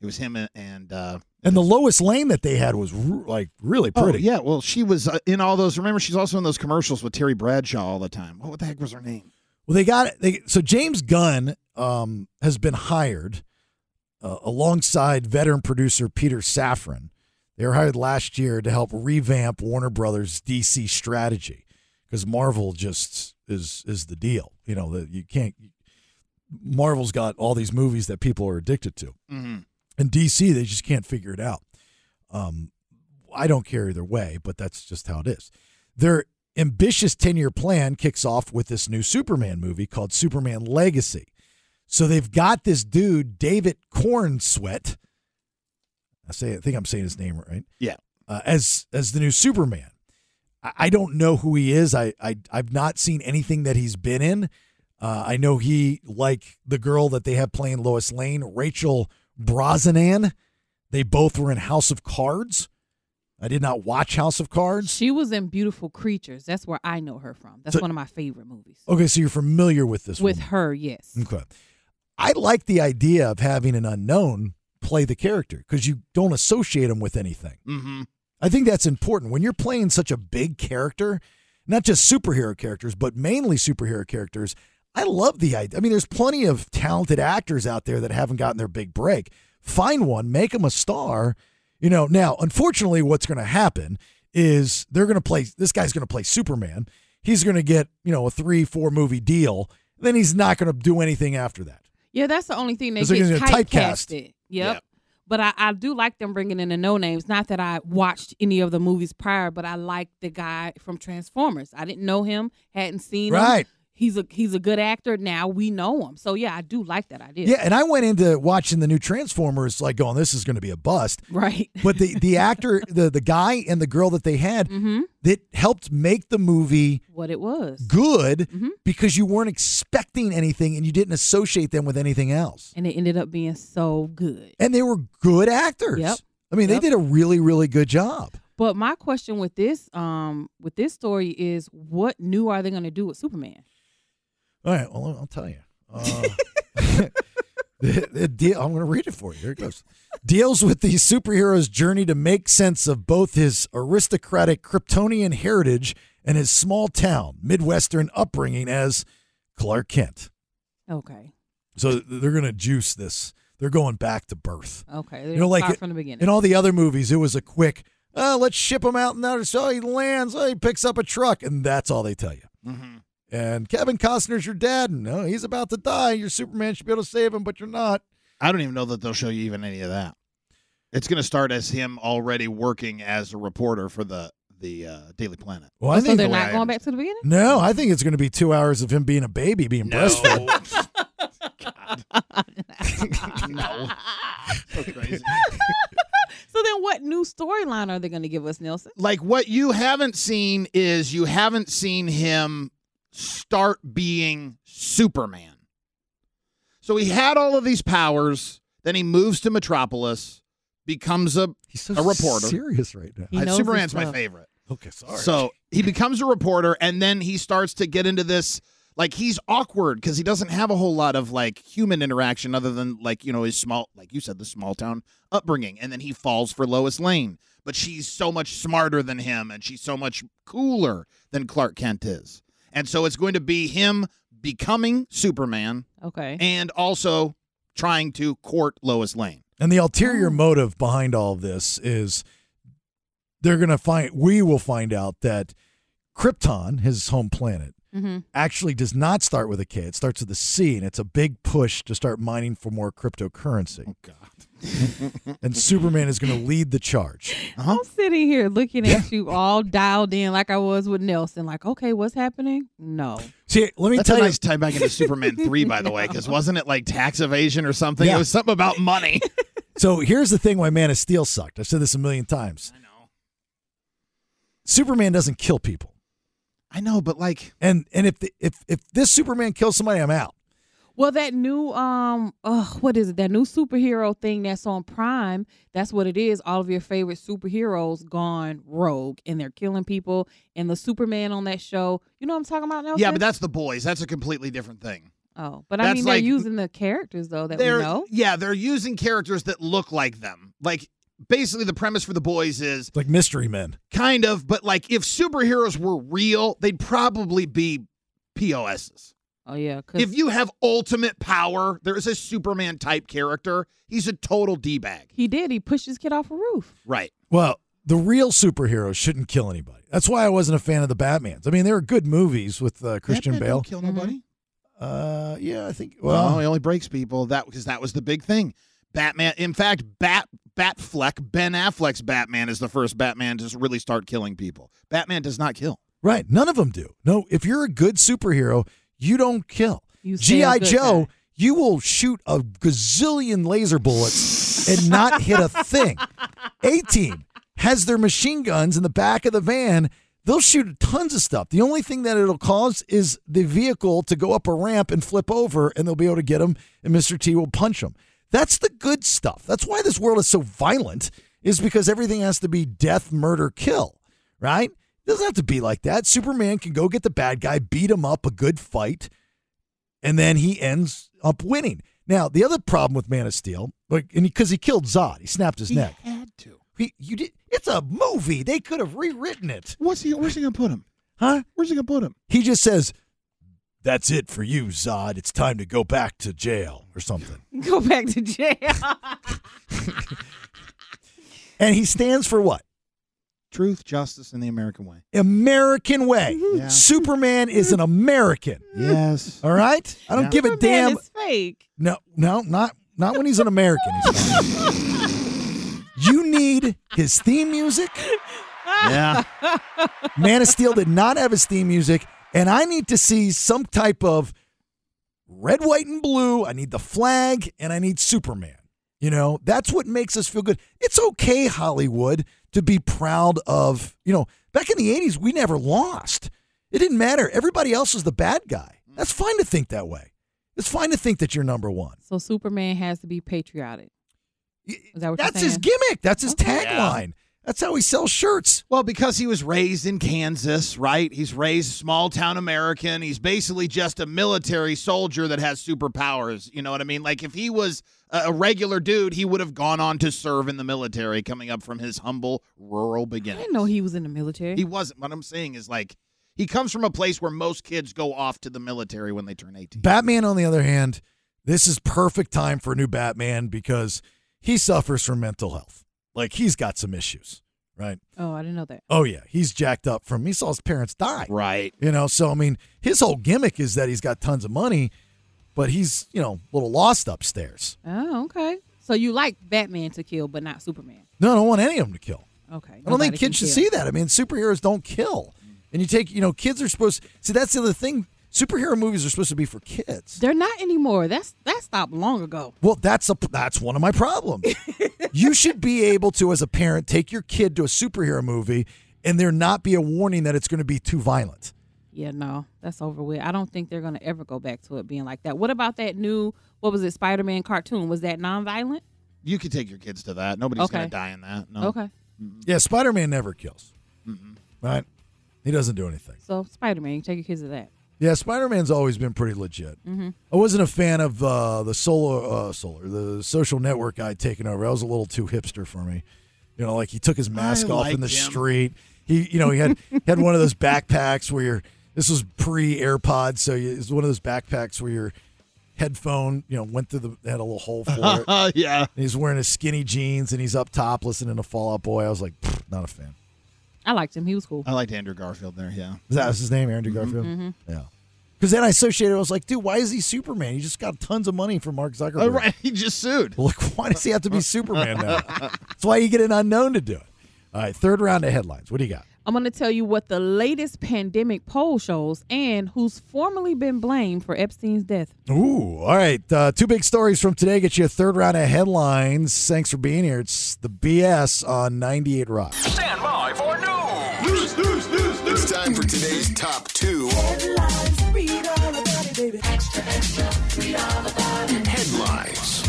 [SPEAKER 9] It was him and, and uh,
[SPEAKER 10] And the Lois Lane that they had was r- like really pretty.
[SPEAKER 9] Oh, yeah, well, she was uh, in all those. Remember, she's also in those commercials with Terry Bradshaw all the time. What the heck was her name?
[SPEAKER 10] Well, they got they so James Gunn um, has been hired uh, alongside veteran producer Peter Safran. They were hired last year to help revamp Warner Brothers' DC strategy because Marvel just is is the deal. You know that you can't. Marvel's got all these movies that people are addicted to.
[SPEAKER 9] Mm-hmm.
[SPEAKER 10] And DC, they just can't figure it out. Um, I don't care either way, but that's just how it is. Their ambitious 10 year plan kicks off with this new Superman movie called Superman Legacy. So they've got this dude, David Cornsweet. I say, I think I'm saying his name right.
[SPEAKER 9] Yeah.
[SPEAKER 10] Uh, as as the new Superman. I, I don't know who he is. I, I I've not seen anything that he's been in. Uh, I know he like the girl that they have playing Lois Lane, Rachel Brosnan. They both were in House of Cards. I did not watch House of Cards.
[SPEAKER 11] She was in Beautiful Creatures. That's where I know her from. That's
[SPEAKER 10] So-
[SPEAKER 11] one of my favorite movies.
[SPEAKER 10] Okay, so you're familiar with this
[SPEAKER 11] With
[SPEAKER 10] woman.
[SPEAKER 11] her, yes.
[SPEAKER 10] Okay. I like the idea of having an unknown play the character because you don't associate him with anything.
[SPEAKER 9] Mm-hmm.
[SPEAKER 10] I think that's important. When you're playing such a big character, not just superhero characters, but mainly superhero characters, I love the idea. I mean, there's plenty of talented actors out there that haven't gotten their big break. Find one, make them a star. You know, now, unfortunately, what's going to happen is they're going to play, this guy's going to play Superman. He's going to get, you know, a three, four movie deal. Then he's not going to do anything after that.
[SPEAKER 11] Yeah, that's the only thing they
[SPEAKER 10] It's like
[SPEAKER 11] get
[SPEAKER 10] it's a typecast.
[SPEAKER 11] typecasted. Yep. But I, I do like them bringing in the no names. Not that I watched any of the movies prior, but I like the guy from Transformers. I didn't know him, hadn't seen him.
[SPEAKER 10] Right.
[SPEAKER 11] He's a he's a good actor. Now we know him. So yeah, I do like that idea.
[SPEAKER 10] Yeah, and I went into watching the new Transformers like going, this is going to be a bust.
[SPEAKER 11] (laughs) Right.
[SPEAKER 10] But the the actor, the the guy and the girl that they had
[SPEAKER 11] Mhm.
[SPEAKER 10] that helped make the movie
[SPEAKER 11] what it was.
[SPEAKER 10] good
[SPEAKER 11] Mm-hmm.
[SPEAKER 10] because you weren't expecting anything and you didn't associate them with anything else.
[SPEAKER 11] And it ended up being so good.
[SPEAKER 10] And they were good actors.
[SPEAKER 11] Yep.
[SPEAKER 10] I mean,
[SPEAKER 11] Yep.
[SPEAKER 10] they did a really really good job.
[SPEAKER 11] But my question with this um with this story is what new are they gonna do with Superman?
[SPEAKER 10] All right, well, I'll tell you. Uh, (laughs) the- the deal, I'm going to read it for you. Here it goes. Deals with the superhero's journey to make sense of both his aristocratic Kryptonian heritage and his small town, Midwestern upbringing as Clark Kent.
[SPEAKER 11] Okay.
[SPEAKER 10] So they're going to juice this. They're going back to birth.
[SPEAKER 11] Okay.
[SPEAKER 10] You know, like
[SPEAKER 11] Start
[SPEAKER 10] it-
[SPEAKER 11] from the beginning.
[SPEAKER 10] in all the other movies, it was a quick, oh, let's ship him out and out. So he lands, oh, he picks up a truck, and that's all they tell you. And Kevin Costner's your dad, and no, he's about to die. Your Superman should be able to save him, but you're not.
[SPEAKER 9] I don't even know that they'll show you even any of that. It's going to start as him already working as a reporter for the the uh, Daily Planet.
[SPEAKER 10] Well, I
[SPEAKER 11] so
[SPEAKER 10] think
[SPEAKER 11] they're
[SPEAKER 10] the
[SPEAKER 11] not
[SPEAKER 10] way I
[SPEAKER 11] going back to the beginning?
[SPEAKER 10] No, I think it's going to be two hours of him being a baby, being breastfed.
[SPEAKER 9] (laughs) no. So crazy.
[SPEAKER 11] (laughs) So then what new storyline are they gonna give us, Nelson?
[SPEAKER 9] like what you haven't seen is you haven't seen him start being Superman. So he had all of these powers, then he moves to Metropolis, becomes a
[SPEAKER 10] He's so
[SPEAKER 9] a reporter.
[SPEAKER 10] serious right now.
[SPEAKER 11] He
[SPEAKER 9] I-
[SPEAKER 11] knows his
[SPEAKER 9] Superman's my
[SPEAKER 11] stuff.
[SPEAKER 9] favorite.
[SPEAKER 10] Okay, sorry.
[SPEAKER 9] So he becomes a reporter, and then he starts to get into this. Like he's awkward because he doesn't have a whole lot of like human interaction other than like you know his small like you said the small town upbringing, and then he falls for Lois Lane, but she's so much smarter than him, and she's so much cooler than Clark Kent is, and so it's going to be him becoming Superman
[SPEAKER 11] Okay.
[SPEAKER 9] and also trying to court Lois Lane.
[SPEAKER 10] And the ulterior motive behind all of this is they're going to find, we will find out that Krypton, his home planet,
[SPEAKER 11] Mm-hmm.
[SPEAKER 10] actually does not start with a K. It starts with a C, and it's a big push to start mining for more cryptocurrency. Oh, God. (laughs) and Superman is going to lead the charge.
[SPEAKER 9] uh-huh.
[SPEAKER 11] I'm sitting here looking at
[SPEAKER 9] (laughs)
[SPEAKER 11] you all dialed in like I was with Nelson. Like, okay, what's happening? No.
[SPEAKER 10] See, let me
[SPEAKER 9] That's
[SPEAKER 10] tell
[SPEAKER 9] a
[SPEAKER 10] you-
[SPEAKER 9] nice tie back into Superman three, by the way, because wasn't it like tax evasion or something? It was something about money.
[SPEAKER 10] So here's the thing why Man of Steel sucked. I've said this a million times. I know. Superman doesn't kill people.
[SPEAKER 9] I know, but like
[SPEAKER 10] And and if the, if if this Superman kills somebody, I'm out.
[SPEAKER 11] Well, that new um, oh, what is it? That new superhero thing that's on Prime. That's what it is. All of your favorite superheroes gone rogue, and they're killing people. And the Superman on that show, you know what I'm talking about now?
[SPEAKER 9] yeah, but that's the boys. That's a completely different thing.
[SPEAKER 11] oh, but I
[SPEAKER 9] that's
[SPEAKER 11] mean
[SPEAKER 9] like-
[SPEAKER 11] they're using the characters though that we
[SPEAKER 9] they're
[SPEAKER 11] know.
[SPEAKER 9] yeah, they're using characters that look like them. Like basically, the premise for the boys is
[SPEAKER 10] Like mystery men.
[SPEAKER 9] kind of, but like if superheroes were real, they'd probably be POSs.
[SPEAKER 11] Oh yeah, 'cause-
[SPEAKER 9] If you have ultimate power, there is a Superman type character. He's a total d bag.
[SPEAKER 11] he did. He pushed his kid off a roof. (laughs)
[SPEAKER 9] Right.
[SPEAKER 10] Well, the real superheroes shouldn't kill anybody. That's why I wasn't a fan of the Batmans. I mean, they were good movies with uh, Christian
[SPEAKER 9] Batman
[SPEAKER 10] Bale.
[SPEAKER 9] don't Oh, kill nobody.
[SPEAKER 10] Uh, yeah, I think.
[SPEAKER 9] Well,
[SPEAKER 10] Well,
[SPEAKER 9] he only breaks people. That because that was the big thing. Batman. In fact, Bat Batfleck, Ben Affleck's Batman is the first Batman to really start killing people. Batman does not kill.
[SPEAKER 10] Right. None of them do. No, if you're a good superhero, you don't kill.
[SPEAKER 11] You stay a
[SPEAKER 10] G.I.
[SPEAKER 11] good
[SPEAKER 10] Joe, you will shoot a gazillion laser bullets and not hit
[SPEAKER 11] (laughs)
[SPEAKER 10] a thing. A team has their machine guns in the back of the van. They'll shoot tons of stuff. The only thing that it'll cause is the vehicle to go up a ramp and flip over, and they'll be able to get him, and Mr. T will punch him. That's the good stuff. That's why this world is so violent, is because everything has to be death, murder, kill right? It doesn't have to be like that. Superman can go get the bad guy, beat him up, a good fight, and then he ends up winning. Now, the other problem with Man of Steel, like, and because he, killed Zod, he snapped his neck.
[SPEAKER 9] had to.
[SPEAKER 10] He, you did. It's a movie. They could have rewritten it,
[SPEAKER 9] What's he? Where's he gonna put him?
[SPEAKER 10] huh?
[SPEAKER 9] Where's he gonna put him?
[SPEAKER 10] He just says, "That's it for you, Zod. It's time to go back to jail or something."
[SPEAKER 11] Go back to jail.
[SPEAKER 10] And he stands for what?
[SPEAKER 9] Truth, justice, and the American way.
[SPEAKER 10] American way.
[SPEAKER 9] Yeah.
[SPEAKER 10] Superman is an American.
[SPEAKER 9] Yes.
[SPEAKER 10] All right. I don't
[SPEAKER 9] Yeah.
[SPEAKER 10] give a damn.
[SPEAKER 11] It's fake.
[SPEAKER 10] No, no, not not when he's an American. he's not. you need his theme music.
[SPEAKER 9] (laughs) Yeah.
[SPEAKER 10] Man of Steel did not have his theme music, and I need to see some type of red, white, and blue. I need the flag, and I need Superman. You know, that's what makes us feel good. It's okay, Hollywood, to be proud of. You know, back in the '80s, we never lost. It didn't matter. Everybody else was the bad guy. That's fine to think that way. It's fine to think that you're number one.
[SPEAKER 11] So Superman has to be patriotic. Is that what
[SPEAKER 10] That's
[SPEAKER 11] you're
[SPEAKER 10] his
[SPEAKER 11] saying?
[SPEAKER 10] gimmick. That's his
[SPEAKER 11] Okay.
[SPEAKER 10] tagline. That's how he sells shirts.
[SPEAKER 9] Well, because he was raised in Kansas, right? He's raised small town American. He's basically just a military soldier that has superpowers. You know what I mean? Like if he was a a regular dude, he would have gone on to serve in the military, coming up from his humble
[SPEAKER 11] I
[SPEAKER 9] rural beginning.
[SPEAKER 11] didn't know he was in the military.
[SPEAKER 9] He wasn't. What I'm saying is like he comes from a place where most kids go off to the military when they turn 18.
[SPEAKER 10] Batman, on the other hand, this is perfect time for a new Batman because he suffers from mental health. Like he's got some issues, right?
[SPEAKER 11] oh, I didn't know that.
[SPEAKER 10] Oh yeah, he's jacked up from he saw his parents die.
[SPEAKER 9] Right.
[SPEAKER 10] You know, so I mean, his whole gimmick is that he's got tons of money, but he's, you know, a little lost upstairs.
[SPEAKER 11] Oh, okay. So you like Batman to kill, but not Superman.
[SPEAKER 10] No, I don't want any of them to kill.
[SPEAKER 11] Okay.
[SPEAKER 10] I don't
[SPEAKER 11] Nobody
[SPEAKER 10] think kids
[SPEAKER 11] can
[SPEAKER 10] should
[SPEAKER 11] kill.
[SPEAKER 10] see that. I mean, superheroes don't kill. And you take, you know, kids are supposed see that's the other thing. Superhero movies are supposed to be for kids.
[SPEAKER 11] They're not anymore. That's that stopped long ago.
[SPEAKER 10] Well, that's a that's one of
[SPEAKER 11] (laughs)
[SPEAKER 10] my problems. you should be able to, as a parent, take your kid to a superhero movie and there not be a warning that it's going to be too violent.
[SPEAKER 11] Yeah, no, that's over with. I don't think they're gonna ever go back to it being like that. What about that new what was it, Spider Man cartoon? Was that nonviolent?
[SPEAKER 9] You could take your kids to that. Nobody's
[SPEAKER 11] Okay.
[SPEAKER 9] going to die in that. No.
[SPEAKER 11] Okay.
[SPEAKER 10] Yeah, Spider Man never kills.
[SPEAKER 11] Mm-hmm.
[SPEAKER 10] Right? He doesn't do anything.
[SPEAKER 11] So Spider Man, you take your kids to that.
[SPEAKER 10] Yeah, Spider Man's always been pretty legit.
[SPEAKER 11] Mm-hmm.
[SPEAKER 10] I wasn't a fan of uh, the solar, uh, solar, the social network guy taking over. That was a little too hipster for me. You know, like he took his mask
[SPEAKER 9] I
[SPEAKER 10] off in the
[SPEAKER 9] liked him.
[SPEAKER 10] street. He, you know, he had he had one of those backpacks where you're. This was pre AirPods, so you, it's one of those backpacks where you're headphone, you know, went through the had a little hole
[SPEAKER 9] (laughs)
[SPEAKER 10] for it.
[SPEAKER 9] Uh, yeah. And
[SPEAKER 10] he's wearing his skinny jeans and he's up top listening to Fall Out Boy. I was like, "Pfft, not a fan.
[SPEAKER 11] I liked him. He was
[SPEAKER 10] Uh.
[SPEAKER 11] cool.
[SPEAKER 9] I liked Andrew Garfield there. Yeah.
[SPEAKER 10] Is that was his name, Andrew Garfield?
[SPEAKER 11] Mhm.
[SPEAKER 9] Mm-hmm.
[SPEAKER 10] Yeah. Because then I associated. I was like, dude, why is he Superman? He just got tons of money from Mark Zuckerberg. (laughs)
[SPEAKER 9] Oh, right. (laughs) He just sued.
[SPEAKER 10] Look, why does he have to be Superman
[SPEAKER 9] (laughs)
[SPEAKER 10] now? That's why you get an unknown to do it. All right, third round of headlines. What do you got?
[SPEAKER 11] I'm going to tell you what the latest pandemic poll shows and who's formerly been blamed for Epstein's death.
[SPEAKER 10] Ooh, all right. Uh, two big stories from today get you a third round of headlines. Thanks for being here. It's the BS on 98 Rock.
[SPEAKER 6] Stand by for news. News, news, news, news.
[SPEAKER 3] It's time for today's top two. Headlines.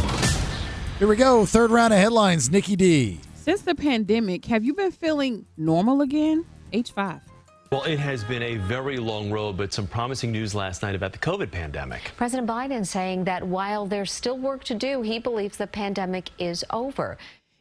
[SPEAKER 10] Here we go. Third round of headlines. Nikki D.
[SPEAKER 11] Since the pandemic, have you been feeling normal again? H5.
[SPEAKER 19] Well, it has been a very long road, but some promising news last night about the COVID pandemic.
[SPEAKER 20] President Biden saying that while there's still work to do, he believes the pandemic is over.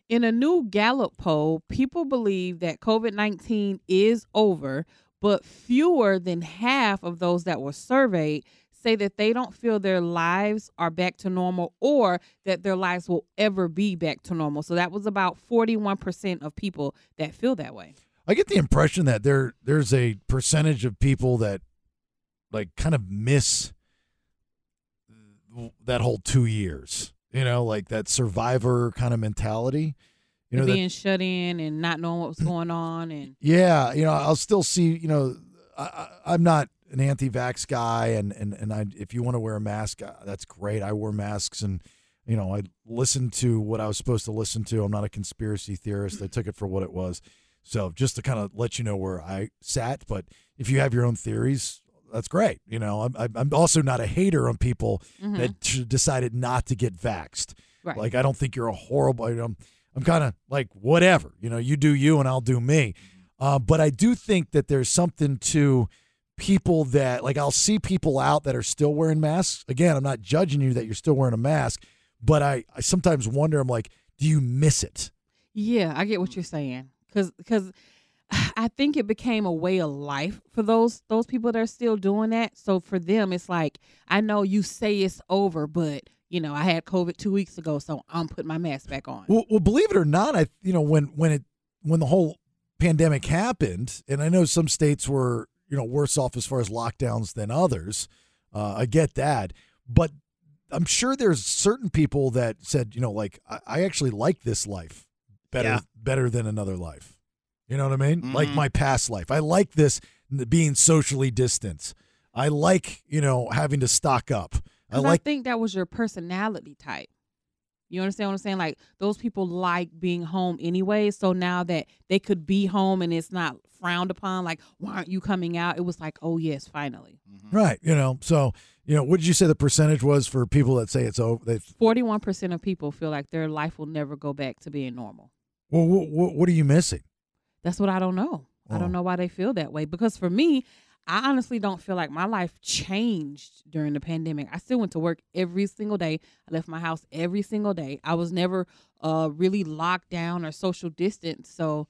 [SPEAKER 11] In a new Gallup poll, people believe that COVID 19 is over, but fewer than half of those that were surveyed say that they don't feel their lives are back to normal or that their lives will ever be back to normal. So that was about 41% of people that feel that way.
[SPEAKER 10] I get the impression that there there's a percentage of people that like kind of miss that whole two years. You know, like that survivor kind of mentality. You know, that-
[SPEAKER 11] being shut in and not knowing what was going on and
[SPEAKER 10] Yeah, you know, I'll still see. You know, I, I, I'm not an anti-vax guy, and and and I, if you want to wear a mask, uh, that's great. I wore masks, and you know, I listened to what I was supposed to listen to. I'm not a conspiracy theorist. I took it for what it was. So just to kind of let you know where I sat, but if you have your own theories, that's great. You know, I'm I'm- I'm also not a hater on people
[SPEAKER 17] Mhm.
[SPEAKER 11] Mm-hmm.
[SPEAKER 10] that t- decided not to get vaxxed.
[SPEAKER 17] Right.
[SPEAKER 10] Like I don't think you're a horrible. I'm I'm kind of like whatever. You know, you do you and I'll do me. Uh, but I do think that there's something to people that like I'll see people out that are still wearing masks. Again, I'm not judging you that you're still wearing a mask, but I, I sometimes wonder. I'm like, do you miss it?
[SPEAKER 11] Yeah, I get what you're saying. Cause, 'cause (sighs) I think it became a way of life for those those people that are still doing that. So for them, it's like I know you say it's over, but you know I had COVID two weeks ago, so I'm putting my mask back on.
[SPEAKER 10] Well, well, believe it or not, I you know when when it when the whole pandemic happened, and I know some states were you know worse off as far as lockdowns than others. Uh, I get that, but I'm sure there's certain people that said you know like I, I actually like this life better
[SPEAKER 17] Yeah.
[SPEAKER 10] better than another life. You know what I mean? Like my past life, I like this n- being socially distanced. I like you know having to stock up. I
[SPEAKER 11] 'Cause
[SPEAKER 10] like
[SPEAKER 11] I think that was your personality type. You understand what I'm saying? Like those people like being home anyway. So now that they could be home and it's not frowned upon, like why aren't you coming out? It was like, oh yes, finally.
[SPEAKER 10] Right. You know, so, you know, what did you say the percentage was for people that say it's over? They,
[SPEAKER 11] Forty one percent of people feel like their life will never go back to being normal.
[SPEAKER 10] well, what, what are you missing?
[SPEAKER 11] That's what I don't know. I don't know why they feel that way. Because for me, I honestly don't feel like my life changed during the pandemic. I still went to work every single day. I left my house every single day. I was never uh, really locked down or social distance. So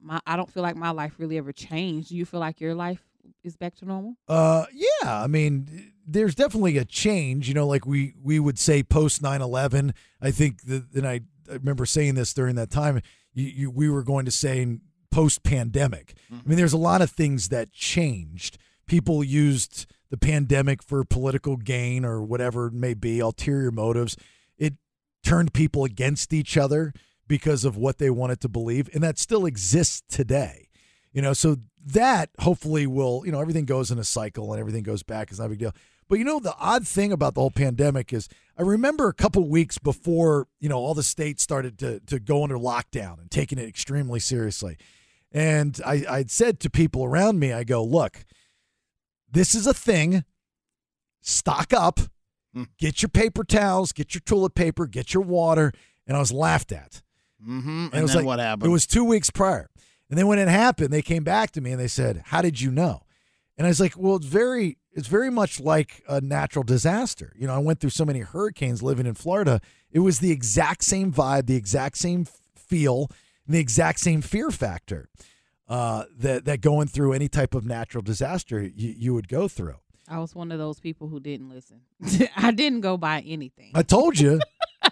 [SPEAKER 11] my I don't feel like my life really ever changed. Do you feel like your life is back to normal?
[SPEAKER 10] Uh, yeah. I mean, there's definitely a change, you know, like we, we would say post 9 11. I think that, and I, I remember saying this during that time, you, you, we were going to say post pandemic. I mean, there's a lot of things that changed. People used the pandemic for political gain or whatever it may be, ulterior motives. It turned people against each other because of what they wanted to believe and that still exists today you know so that hopefully will you know everything goes in a cycle and everything goes back it's not a big deal but you know the odd thing about the whole pandemic is i remember a couple weeks before you know all the states started to, to go under lockdown and taking it extremely seriously and I, i'd said to people around me i go look this is a thing stock up, get your paper towels, get your toilet paper, get your water. And I was laughed at.
[SPEAKER 9] (laughs) Mm-hmm. And,
[SPEAKER 10] it was
[SPEAKER 9] then
[SPEAKER 10] like,
[SPEAKER 9] what happened?
[SPEAKER 10] It was two weeks prior. And then when it happened, they came back to me and they said, How did you know? And I was like, Well, it's very, it's very much like a natural disaster. You know, I went through so many hurricanes living in Florida. It was the exact same vibe, the exact same f- feel, and the exact same fear factor uh, that, that going through any type of natural disaster you, you would go through.
[SPEAKER 11] I was one of those people who didn't listen. (laughs) I didn't go buy anything. (laughs)
[SPEAKER 10] I told you.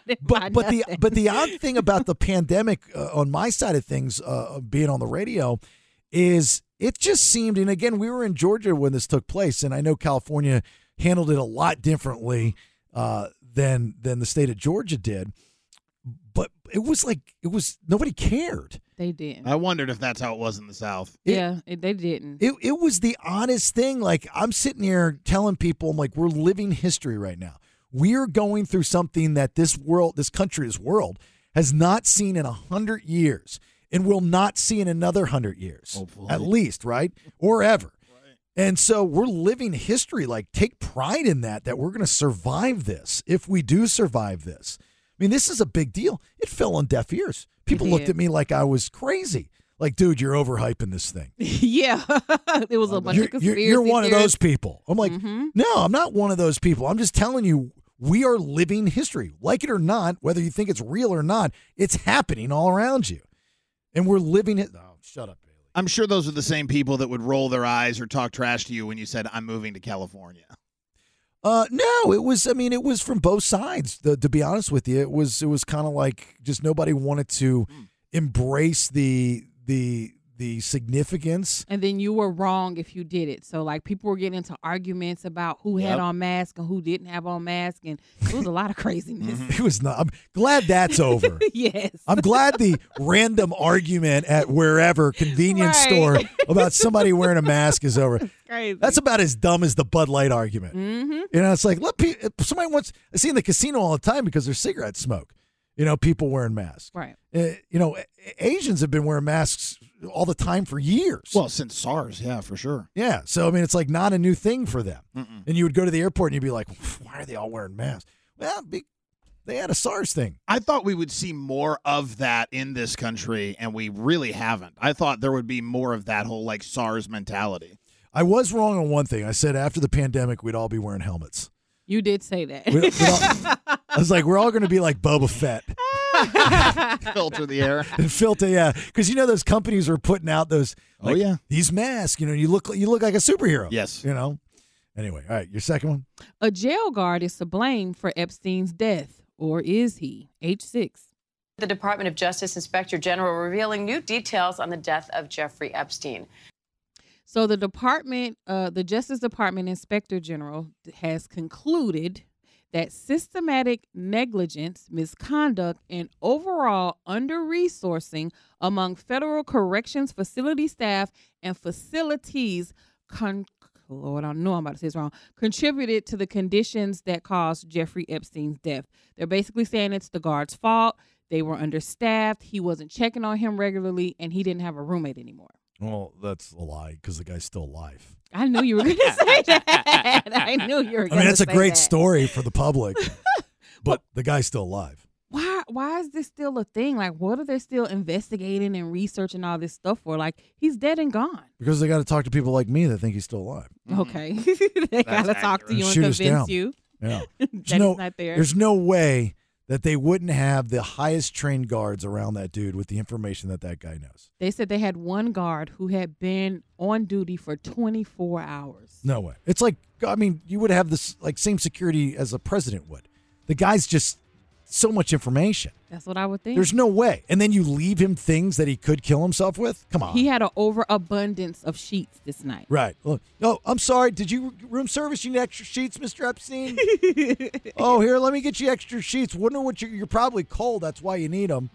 [SPEAKER 11] didn't buy
[SPEAKER 10] but but the
[SPEAKER 11] nothing.
[SPEAKER 10] but the odd thing about the pandemic uh, on my side of things uh, being on the radio is it just seemed and again we were in Georgia when this took place and I know California handled it a lot differently uh, than than the state of Georgia did but it was like it was nobody cared
[SPEAKER 11] They didn't.
[SPEAKER 9] I wondered if that's how it was in the South.
[SPEAKER 11] yeah, it, they didn't.
[SPEAKER 10] it it was the honest thing like I'm sitting here telling people I'm like we're living history right now we're going through something that this world this country this world has not seen in a hundred years and will not see in another hundred years at least right or ever and so we're living history. Like, take pride in that, that we're going to survive this if we do survive this. I mean, this is a big deal. It fell on deaf ears. People
[SPEAKER 11] Yeah.
[SPEAKER 10] looked at me like I was crazy. Like, dude, you're overhyping this thing.
[SPEAKER 11] (laughs) yeah, (laughs) it was a bunch
[SPEAKER 10] You're,
[SPEAKER 11] of
[SPEAKER 10] you're,
[SPEAKER 11] conspiracy. Mm-hmm.
[SPEAKER 10] you're one of
[SPEAKER 11] theories.
[SPEAKER 10] those people. I'm like, no, I'm not one of those people. I'm just telling you, we are living history. Like it or not, whether you think it's real or not, it's happening all around you. And we're living it. Oh, shut up.
[SPEAKER 9] I'm sure those are the same people that would roll their eyes or talk trash to you when you said, I'm moving to California.
[SPEAKER 10] Uh, no, it was. I mean, it was from both sides. To, to be honest with you, it was. It was kind of like just nobody wanted to
[SPEAKER 11] Hmm.
[SPEAKER 10] embrace the the the significance.
[SPEAKER 11] And then you were wrong if you did it. So like people were getting into arguments about who had
[SPEAKER 10] Yep.
[SPEAKER 11] on mask and who didn't have on mask, and it was a lot of craziness.
[SPEAKER 10] (laughs) It was not. I'm glad that's over.
[SPEAKER 11] (laughs) yes.
[SPEAKER 10] I'm glad the random argument at wherever convenience
[SPEAKER 11] Right.
[SPEAKER 10] store about somebody wearing a mask is over.
[SPEAKER 11] Crazy.
[SPEAKER 10] That's about as dumb as the Bud Light argument.
[SPEAKER 11] Mm-hmm.
[SPEAKER 10] You know, it's like let pe- if somebody wants. I see in the casino all the time because there's cigarette smoke. You know, people wearing masks.
[SPEAKER 11] Right.
[SPEAKER 10] Uh, you know, A- Asians have been wearing masks all the time for years.
[SPEAKER 9] Well, since SARS, yeah, for sure.
[SPEAKER 10] yeah. So I mean, it's like not a new thing for them.
[SPEAKER 9] Mm-mm.
[SPEAKER 10] And you would go to the airport and you'd be like, "Why are they all wearing masks?" Well, be- they had a SARS thing.
[SPEAKER 9] I thought we would see more of that in this country, and we really haven't. I thought there would be more of that whole like SARS mentality.
[SPEAKER 10] I was wrong on one thing. I said after the pandemic, we'd all be
[SPEAKER 11] (laughs)
[SPEAKER 10] wearing helmets.
[SPEAKER 11] You did say that.
[SPEAKER 10] We- we'd all- I was like, we're all going to be like Boba Fett. (laughs)
[SPEAKER 9] Filter the air.
[SPEAKER 10] and filter, yeah, because you know those companies are putting out those.
[SPEAKER 9] Oh,
[SPEAKER 10] Like,
[SPEAKER 9] yeah.
[SPEAKER 10] these masks. You know, you look you look like a superhero.
[SPEAKER 9] Yes.
[SPEAKER 10] you know. Anyway, all right, your second one.
[SPEAKER 11] (laughs) A jail guard is to blame for Epstein's death, or is he? H six.
[SPEAKER 17] (laughs) The Department of Justice Inspector General revealing new details on the death of Jeffrey Epstein.
[SPEAKER 11] So the department, uh, the Justice Department Inspector General has concluded that systematic negligence, misconduct, and overall under resourcing among federal corrections facility staff and facilities con- Lord, I know I'm about to say this wrong. Contributed to the conditions that caused Jeffrey Epstein's death. They're basically saying it's the guard's fault. They were understaffed. He wasn't checking on him regularly, and he didn't have a roommate anymore.
[SPEAKER 10] Well, that's a lie because the guy's still alive.
[SPEAKER 11] I knew you were going to say that. I knew you were.
[SPEAKER 10] I
[SPEAKER 11] gonna
[SPEAKER 10] mean, that's a
[SPEAKER 11] say
[SPEAKER 10] great
[SPEAKER 11] that.
[SPEAKER 10] story for
[SPEAKER 11] (laughs)
[SPEAKER 10] the public, but the guy's still alive.
[SPEAKER 11] Why? Why is this still a thing? Like, what are they still investigating and researching all this stuff for? Like, he's dead and gone.
[SPEAKER 10] Because they got to talk to people like me that think he's still alive.
[SPEAKER 9] Mm-hmm.
[SPEAKER 11] Okay, (laughs) they gotta talk to you and
[SPEAKER 10] Shoot us down.
[SPEAKER 11] convince you
[SPEAKER 10] Yeah.
[SPEAKER 11] that
[SPEAKER 10] There's no,
[SPEAKER 11] he's not there.
[SPEAKER 10] There's no way that they wouldn't have the highest trained guards around that dude with the information that that guy knows.
[SPEAKER 11] They said they had one guard who had been on duty for 24 hours.
[SPEAKER 10] No way. It's like I mean, you would have this like same security as a president would. The guy's just so much information.
[SPEAKER 11] That's what I would think.
[SPEAKER 10] There's no way. And then you leave him things that he could kill himself with? Come on.
[SPEAKER 11] He had an overabundance of sheets this night.
[SPEAKER 10] Right. Look. No, I'm sorry. Did you room service? You need extra sheets,
[SPEAKER 11] (laughs)
[SPEAKER 10] Mr. Epstein? oh, here, let me get you extra sheets. Wonder what you're, you're probably cold. That's why you need them.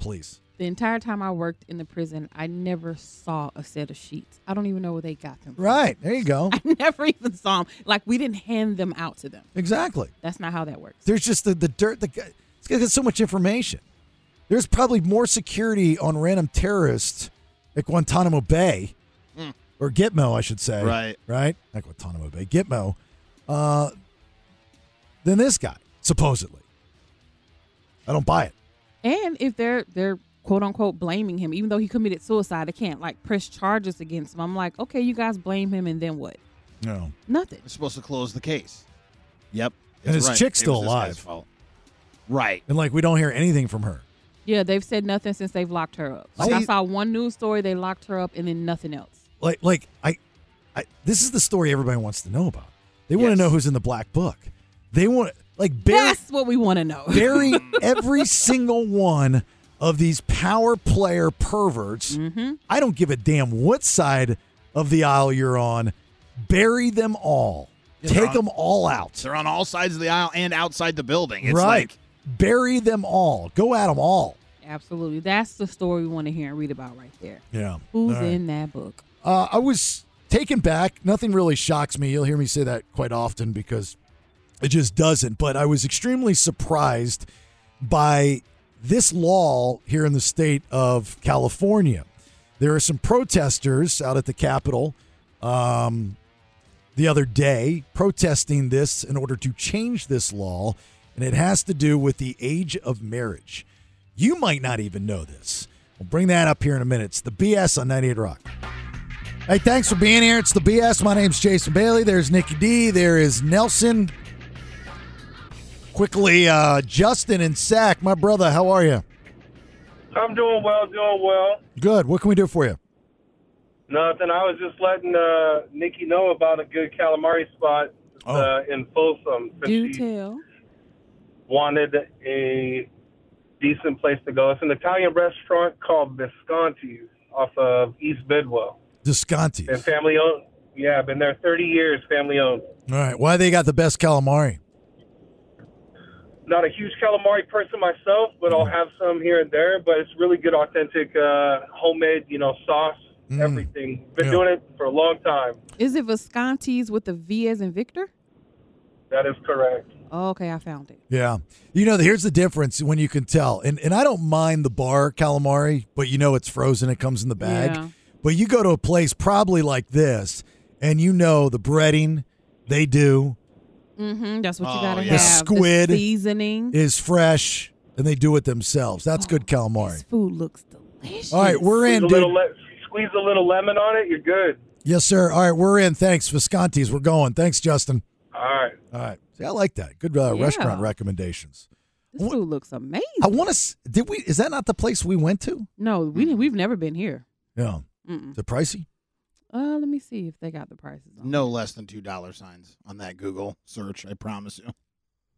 [SPEAKER 10] Please.
[SPEAKER 11] The entire time I worked in the prison, I never saw a set of sheets. I don't even know where they got them. from.
[SPEAKER 10] Right. There you go.
[SPEAKER 11] I (laughs) never even saw them. Like we didn't hand them out to them.
[SPEAKER 10] Exactly.
[SPEAKER 11] That's not how that works.
[SPEAKER 10] There's just the, the dirt. The guy, this guy got so much information. There's probably more security on random terrorists at Guantanamo Bay
[SPEAKER 9] Mm.
[SPEAKER 10] or Gitmo, I should say.
[SPEAKER 9] Right.
[SPEAKER 10] Right. Not Guantanamo Bay, Gitmo. Uh, than this guy, supposedly. I don't buy it.
[SPEAKER 11] And if they're they're quote unquote blaming him, even though he committed suicide, they can't like press charges against him. I'm like, okay, you guys blame him, and then what?
[SPEAKER 10] No.
[SPEAKER 11] Nothing.
[SPEAKER 9] We're supposed to close the case. Yep.
[SPEAKER 10] And
[SPEAKER 9] It's
[SPEAKER 10] his
[SPEAKER 9] right.
[SPEAKER 10] chick's
[SPEAKER 9] It
[SPEAKER 10] still
[SPEAKER 9] was this guy's
[SPEAKER 10] alive.
[SPEAKER 9] fault. Right.
[SPEAKER 10] And like we don't hear anything from her.
[SPEAKER 11] Yeah, they've said nothing since they've locked her up. Like I
[SPEAKER 10] See-
[SPEAKER 11] saw one news story, they locked her up, and then nothing else.
[SPEAKER 10] Like like I I, this is the story everybody wants to know about. They want to know who's in the black book. They want like Barry,
[SPEAKER 11] That's what we want to know. (laughs)
[SPEAKER 10] bury every single one of these power player perverts.
[SPEAKER 11] Mm-hmm.
[SPEAKER 10] I don't give a damn what side of the aisle you're on. Bury them all.
[SPEAKER 9] Yeah,
[SPEAKER 10] Take
[SPEAKER 9] they're on-
[SPEAKER 10] them all out.
[SPEAKER 9] They're on all sides of the aisle and outside the building. It's
[SPEAKER 10] right.
[SPEAKER 9] like
[SPEAKER 10] Bury them all. Go at them all.
[SPEAKER 11] Absolutely. That's the story we want to hear and read about right there.
[SPEAKER 10] Yeah.
[SPEAKER 11] Who's
[SPEAKER 10] All right.
[SPEAKER 11] in that book?
[SPEAKER 10] Uh, I was taken back. Nothing really shocks me. You'll hear me say that quite often because it just doesn't. But I was extremely surprised by this law here in the state of California. There are some protesters out at the Capitol um, the other day protesting this in order to change this law, and it has to do with the age of marriage. You might not even know this. We'll bring that up here in a minute. It's the BS on 98 Rock. Hey, thanks for being here. It's the BS. My name's Jason Bailey. There's Nikki D. There is Nelson. Quickly, uh, Justin and Sack, my brother, how are you?
[SPEAKER 21] I'm doing well, doing well.
[SPEAKER 10] Good. What can we do for you?
[SPEAKER 21] Nothing. I was just letting uh, Nikki know about a good calamari spot
[SPEAKER 10] Oh.
[SPEAKER 21] uh, in Folsom. since
[SPEAKER 11] Do
[SPEAKER 21] she
[SPEAKER 11] tell.
[SPEAKER 21] wanted a decent place to go. It's an Italian restaurant called Visconti's off of East Bidwell.
[SPEAKER 10] Desconti.
[SPEAKER 21] Been family owned. Yeah, been there 30 years, family owned.
[SPEAKER 10] All right. Why they got the best calamari?
[SPEAKER 21] Not a huge calamari person myself, but I'll have some here and there. But it's really good, authentic, uh, homemade, you know, sauce, everything. Been doing it for a long time.
[SPEAKER 11] Is it Visconti's with the V as in Victor?
[SPEAKER 21] That is correct.
[SPEAKER 11] Oh, okay, I found it.
[SPEAKER 10] Yeah. You know, here's the difference when you can tell. And and I don't mind the bar calamari, but you know it's frozen, it comes in the bag.
[SPEAKER 11] Yeah.
[SPEAKER 10] But you go to a place probably like this, and you know the breading they do
[SPEAKER 11] Mm-hmm. That's
[SPEAKER 9] Oh,
[SPEAKER 11] what you gotta
[SPEAKER 10] the
[SPEAKER 11] have.
[SPEAKER 10] squid
[SPEAKER 11] seasoning.
[SPEAKER 10] is fresh and they do it themselves. That's good calamari.
[SPEAKER 11] Food looks delicious.
[SPEAKER 10] All right, we're in,
[SPEAKER 21] squeeze
[SPEAKER 10] dude.
[SPEAKER 21] A little le- squeeze a little lemon on it. You're good.
[SPEAKER 10] Yes, sir. All right, we're in. Thanks, Visconti's. We're going. Thanks, Justin.
[SPEAKER 21] All right.
[SPEAKER 10] All right. See, I like that. Good uh,
[SPEAKER 11] Yeah.
[SPEAKER 10] restaurant recommendations.
[SPEAKER 11] This food looks amazing.
[SPEAKER 10] I want to. Did we? Is that not the place we went to?
[SPEAKER 11] No, we didn't-
[SPEAKER 9] Mm.
[SPEAKER 11] we've never been here.
[SPEAKER 10] Yeah.
[SPEAKER 11] Mm-mm.
[SPEAKER 10] The pricey.
[SPEAKER 11] Uh, let me see if they got the prices. On.
[SPEAKER 9] no less than two dollar signs on that Google search. I promise you.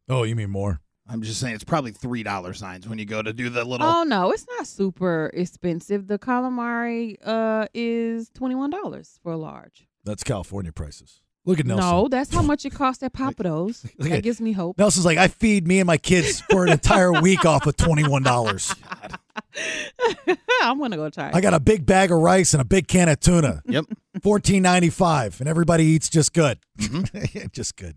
[SPEAKER 10] Oh, you mean more?
[SPEAKER 9] I'm just saying it's probably three dollar signs when you go to do the little.
[SPEAKER 11] Oh no, it's not super expensive. The calamari uh is twenty one dollars for a large.
[SPEAKER 10] That's California prices. Look at Nelson.
[SPEAKER 11] No, that's how much it costs at Papados.
[SPEAKER 10] (laughs) Look
[SPEAKER 11] that
[SPEAKER 10] at-
[SPEAKER 11] gives me (laughs) hope.
[SPEAKER 10] Nelson's like, I feed me and my kids for an entire week off of twenty one (laughs) dollars.
[SPEAKER 11] I want to go try. it.
[SPEAKER 10] I got a big bag of rice and a big can of tuna.
[SPEAKER 9] (laughs) Yep.
[SPEAKER 10] Fourteen ninety five, and everybody eats just good. (laughs) just good.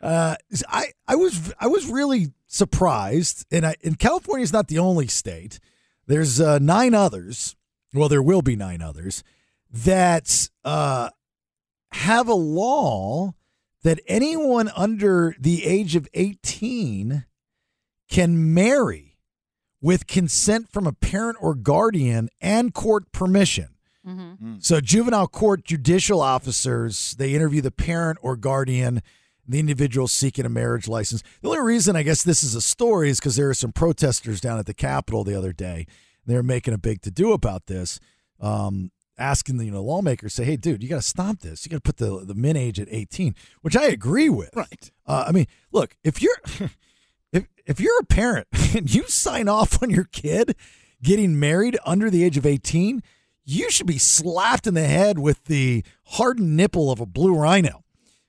[SPEAKER 10] Uh, I I was I was really surprised, and I and California's not the only state. There's uh, nine others. Well, there will be nine others that uh, have a law that anyone under the age of eighteen can marry with consent from a parent or guardian and court permission. So juvenile court judicial officers, they interview the parent or guardian, the individual seeking a marriage license. The only reason I guess this is a story is because there are some protesters down at the Capitol the other day. They're making a big to do about this, um, asking the you know lawmakers say, "Hey, dude, you got to stop this. You got to put the the min age at 18," which I agree with. Right. Uh, I mean, look, if you're (laughs) if if you're a parent (laughs) and you sign off on your kid getting married under the age of 18, you should be slapped in the head with the hardened nipple of a blue rhino.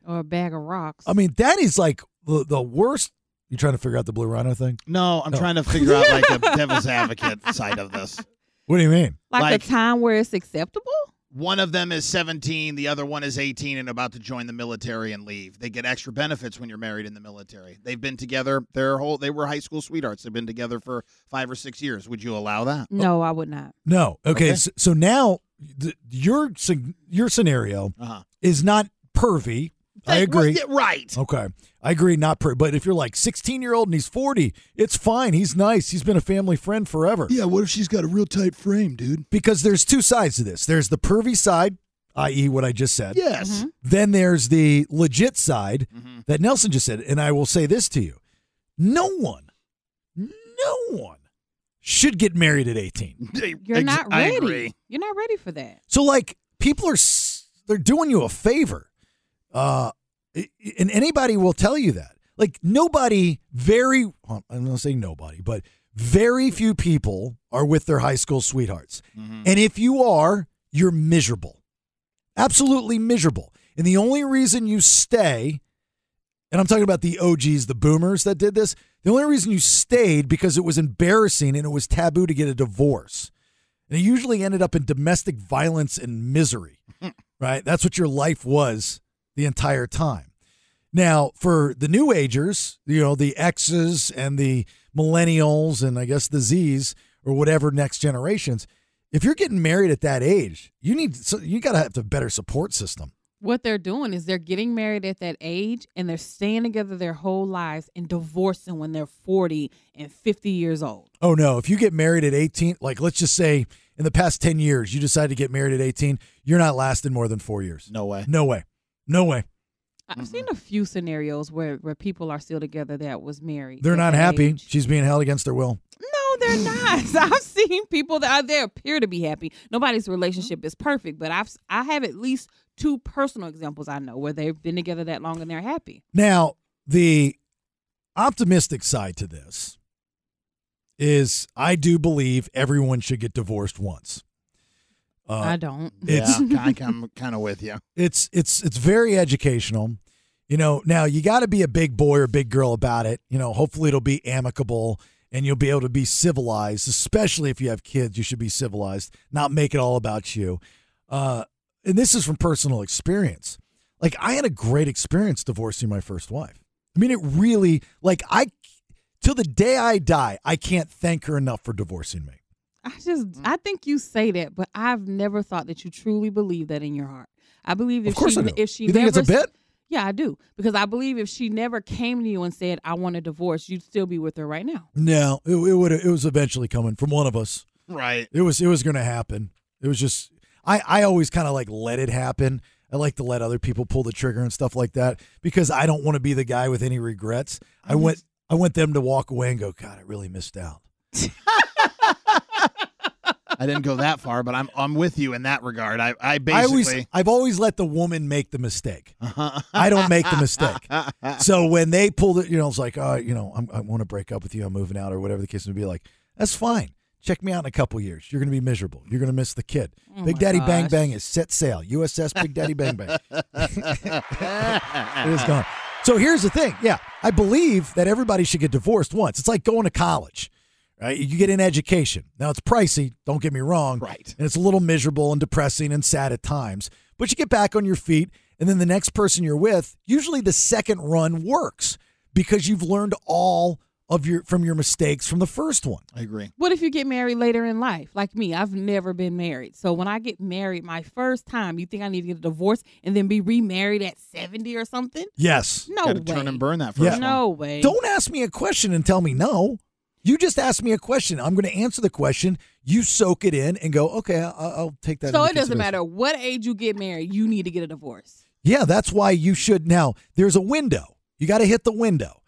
[SPEAKER 11] or a bag of rocks.
[SPEAKER 10] I mean, that is like the, the worst. You trying to figure out the blue rhino thing?
[SPEAKER 9] No, I'm
[SPEAKER 10] No.
[SPEAKER 9] trying to figure out like the devil's advocate side of this.
[SPEAKER 10] What do you mean?
[SPEAKER 11] Like,
[SPEAKER 9] Like-
[SPEAKER 11] a time where it's acceptable?
[SPEAKER 10] Oh.
[SPEAKER 9] One of them is 17, the other one is 18 and about to join the military and leave. They get extra benefits when you're married in the military. They've been together their whole they were high school sweethearts. They've been together for 5 or 6 years. Would you allow that?
[SPEAKER 11] No, I would not.
[SPEAKER 10] No. Okay.
[SPEAKER 9] Okay.
[SPEAKER 10] So, so now th- your sc- your scenario
[SPEAKER 9] Uh-huh. Oh,
[SPEAKER 10] is not pervy. I
[SPEAKER 9] Like, well,
[SPEAKER 10] agree.
[SPEAKER 9] yeah, right.
[SPEAKER 10] Okay. I agree. Not pervy. But if you're like 16 year old and he's 40, it's fine. He's nice. He's been a family friend forever.
[SPEAKER 9] Yeah, what if she's got a real tight frame, dude?
[SPEAKER 10] Because there's two sides to this. There's the pervy side, i.e., what I just said.
[SPEAKER 9] Yes.
[SPEAKER 10] Then there's the legit side that Nelson just said. And I will say this to you no one, no one should get married at 18.
[SPEAKER 11] You're not ready. You're not ready for that.
[SPEAKER 10] So like people are s- they're doing you a favor. Uh, and anybody will tell you that. Like nobody, very I'm not saying nobody, but very few people are with their high school sweethearts. And if you are, you're miserable. Absolutely miserable. And the only reason you stay, and I'm talking about the OGs, the boomers that did this, the only reason you stayed because it was embarrassing and it was taboo to get a divorce. And it usually ended up in domestic violence and
[SPEAKER 9] (laughs)
[SPEAKER 10] misery, right? That's what your life was the entire time. Now, for the new agers, you know, the X's and the millennials and I guess the Z's or whatever next generations, if you're getting married at that age, you need so you got to have a better support system.
[SPEAKER 11] What they're doing is they're getting married at that age and they're staying together their whole lives and divorcing when they're 40 and 50 years old.
[SPEAKER 10] Oh no, if you get married at 18, like let's just say in the past 10 years you decide to get married at 18, you're not lasting more than 4 years.
[SPEAKER 9] No way.
[SPEAKER 10] No way. No way. Mm-hmm.
[SPEAKER 11] I've seen a few scenarios where, where people are still together that was married.
[SPEAKER 10] They're
[SPEAKER 11] at
[SPEAKER 10] not
[SPEAKER 11] that
[SPEAKER 10] happy.
[SPEAKER 11] age.
[SPEAKER 10] She's being held against her will.
[SPEAKER 11] No, they're not. (laughs) I've seen people that are there appear to be happy. Nobody's relationship is perfect, but I've I have at least two personal examples I know where they've been together that long and they're happy.
[SPEAKER 10] Now, the optimistic side to this is I do believe everyone should get divorced once. Uh,
[SPEAKER 11] I don't.
[SPEAKER 10] It's
[SPEAKER 9] yeah, I- I'm kind of with you.
[SPEAKER 10] it's it's it's very educational. You know, now you got to be a big boy or big girl about it. You know, hopefully it'll be amicable and you'll be able to be civilized, especially if you have kids, you should be civilized, not make it all about you. Uh and this is from personal experience. Like I had a great experience divorcing my first wife. I mean, it really like I till the day I die, I can't thank her enough for divorcing me.
[SPEAKER 11] I just
[SPEAKER 10] Mm.
[SPEAKER 11] I think you say that, but I've never thought that you truly believe that in your heart. I believe
[SPEAKER 10] Of
[SPEAKER 11] if
[SPEAKER 10] course
[SPEAKER 11] she
[SPEAKER 10] I do.
[SPEAKER 11] if she
[SPEAKER 10] You think
[SPEAKER 11] never
[SPEAKER 10] it's a
[SPEAKER 11] s-
[SPEAKER 10] bit?
[SPEAKER 11] Yeah, I do. Because I believe if she never came to you and said, I want a divorce, you'd still be with her right now.
[SPEAKER 10] No, it, it would it was eventually coming from one of us.
[SPEAKER 9] Right.
[SPEAKER 10] It was it was going to happen. It was just I I always kind of like let it happen. I like to let other people pull the trigger and stuff like that because I don't want to be the guy with any regrets. I went I want them to walk away and go, God, I really missed out.
[SPEAKER 9] I didn't go that far, but I'm I'm with you in that regard. I I
[SPEAKER 10] I always
[SPEAKER 9] (laughs) basically Uh-huh.
[SPEAKER 10] I've always let the woman make the mistake. I don't make the
[SPEAKER 9] (laughs)
[SPEAKER 10] mistake. so when they pulled it, you know, it's like, oh, you know, I'm, I want to break up with you. I'm moving out, or whatever the case may be. Like, that's fine. Check me out in a couple years. You're going to be miserable. You're going to miss the kid.
[SPEAKER 9] Oh
[SPEAKER 10] Big
[SPEAKER 9] my
[SPEAKER 10] Daddy Bang
[SPEAKER 9] gosh.
[SPEAKER 10] Bang is set sail. USS Big Daddy Bang Bang. it is gone. So here's the thing. Yeah, I believe that everybody should get divorced once. It's like going to college, right? You get an education. Now it's pricey. Don't get me wrong. Right. And it's a little miserable and depressing and sad at times. But you get back on your feet, and then the next person you're with, usually the second run works because you've learned all of your from your mistakes from the first one.
[SPEAKER 9] I agree.
[SPEAKER 11] What if you get married later in life? Like me, I've never been married. So when I get married my first time, you think I need to get a divorce and then be remarried at 70 or something?
[SPEAKER 10] Yes.
[SPEAKER 11] No Gotta turn way. and burn that first one. No way.
[SPEAKER 10] Don't ask me a question and tell me no. You just ask me a question. I'm going to answer the question. You soak it in and go, okay, I'll, I'll take that.
[SPEAKER 11] so
[SPEAKER 10] into
[SPEAKER 11] it doesn't
[SPEAKER 10] consideration.
[SPEAKER 11] matter what age you get married, you need to get a divorce.
[SPEAKER 10] Yeah, that's why you should. Now, there's a window. You got to hit the window.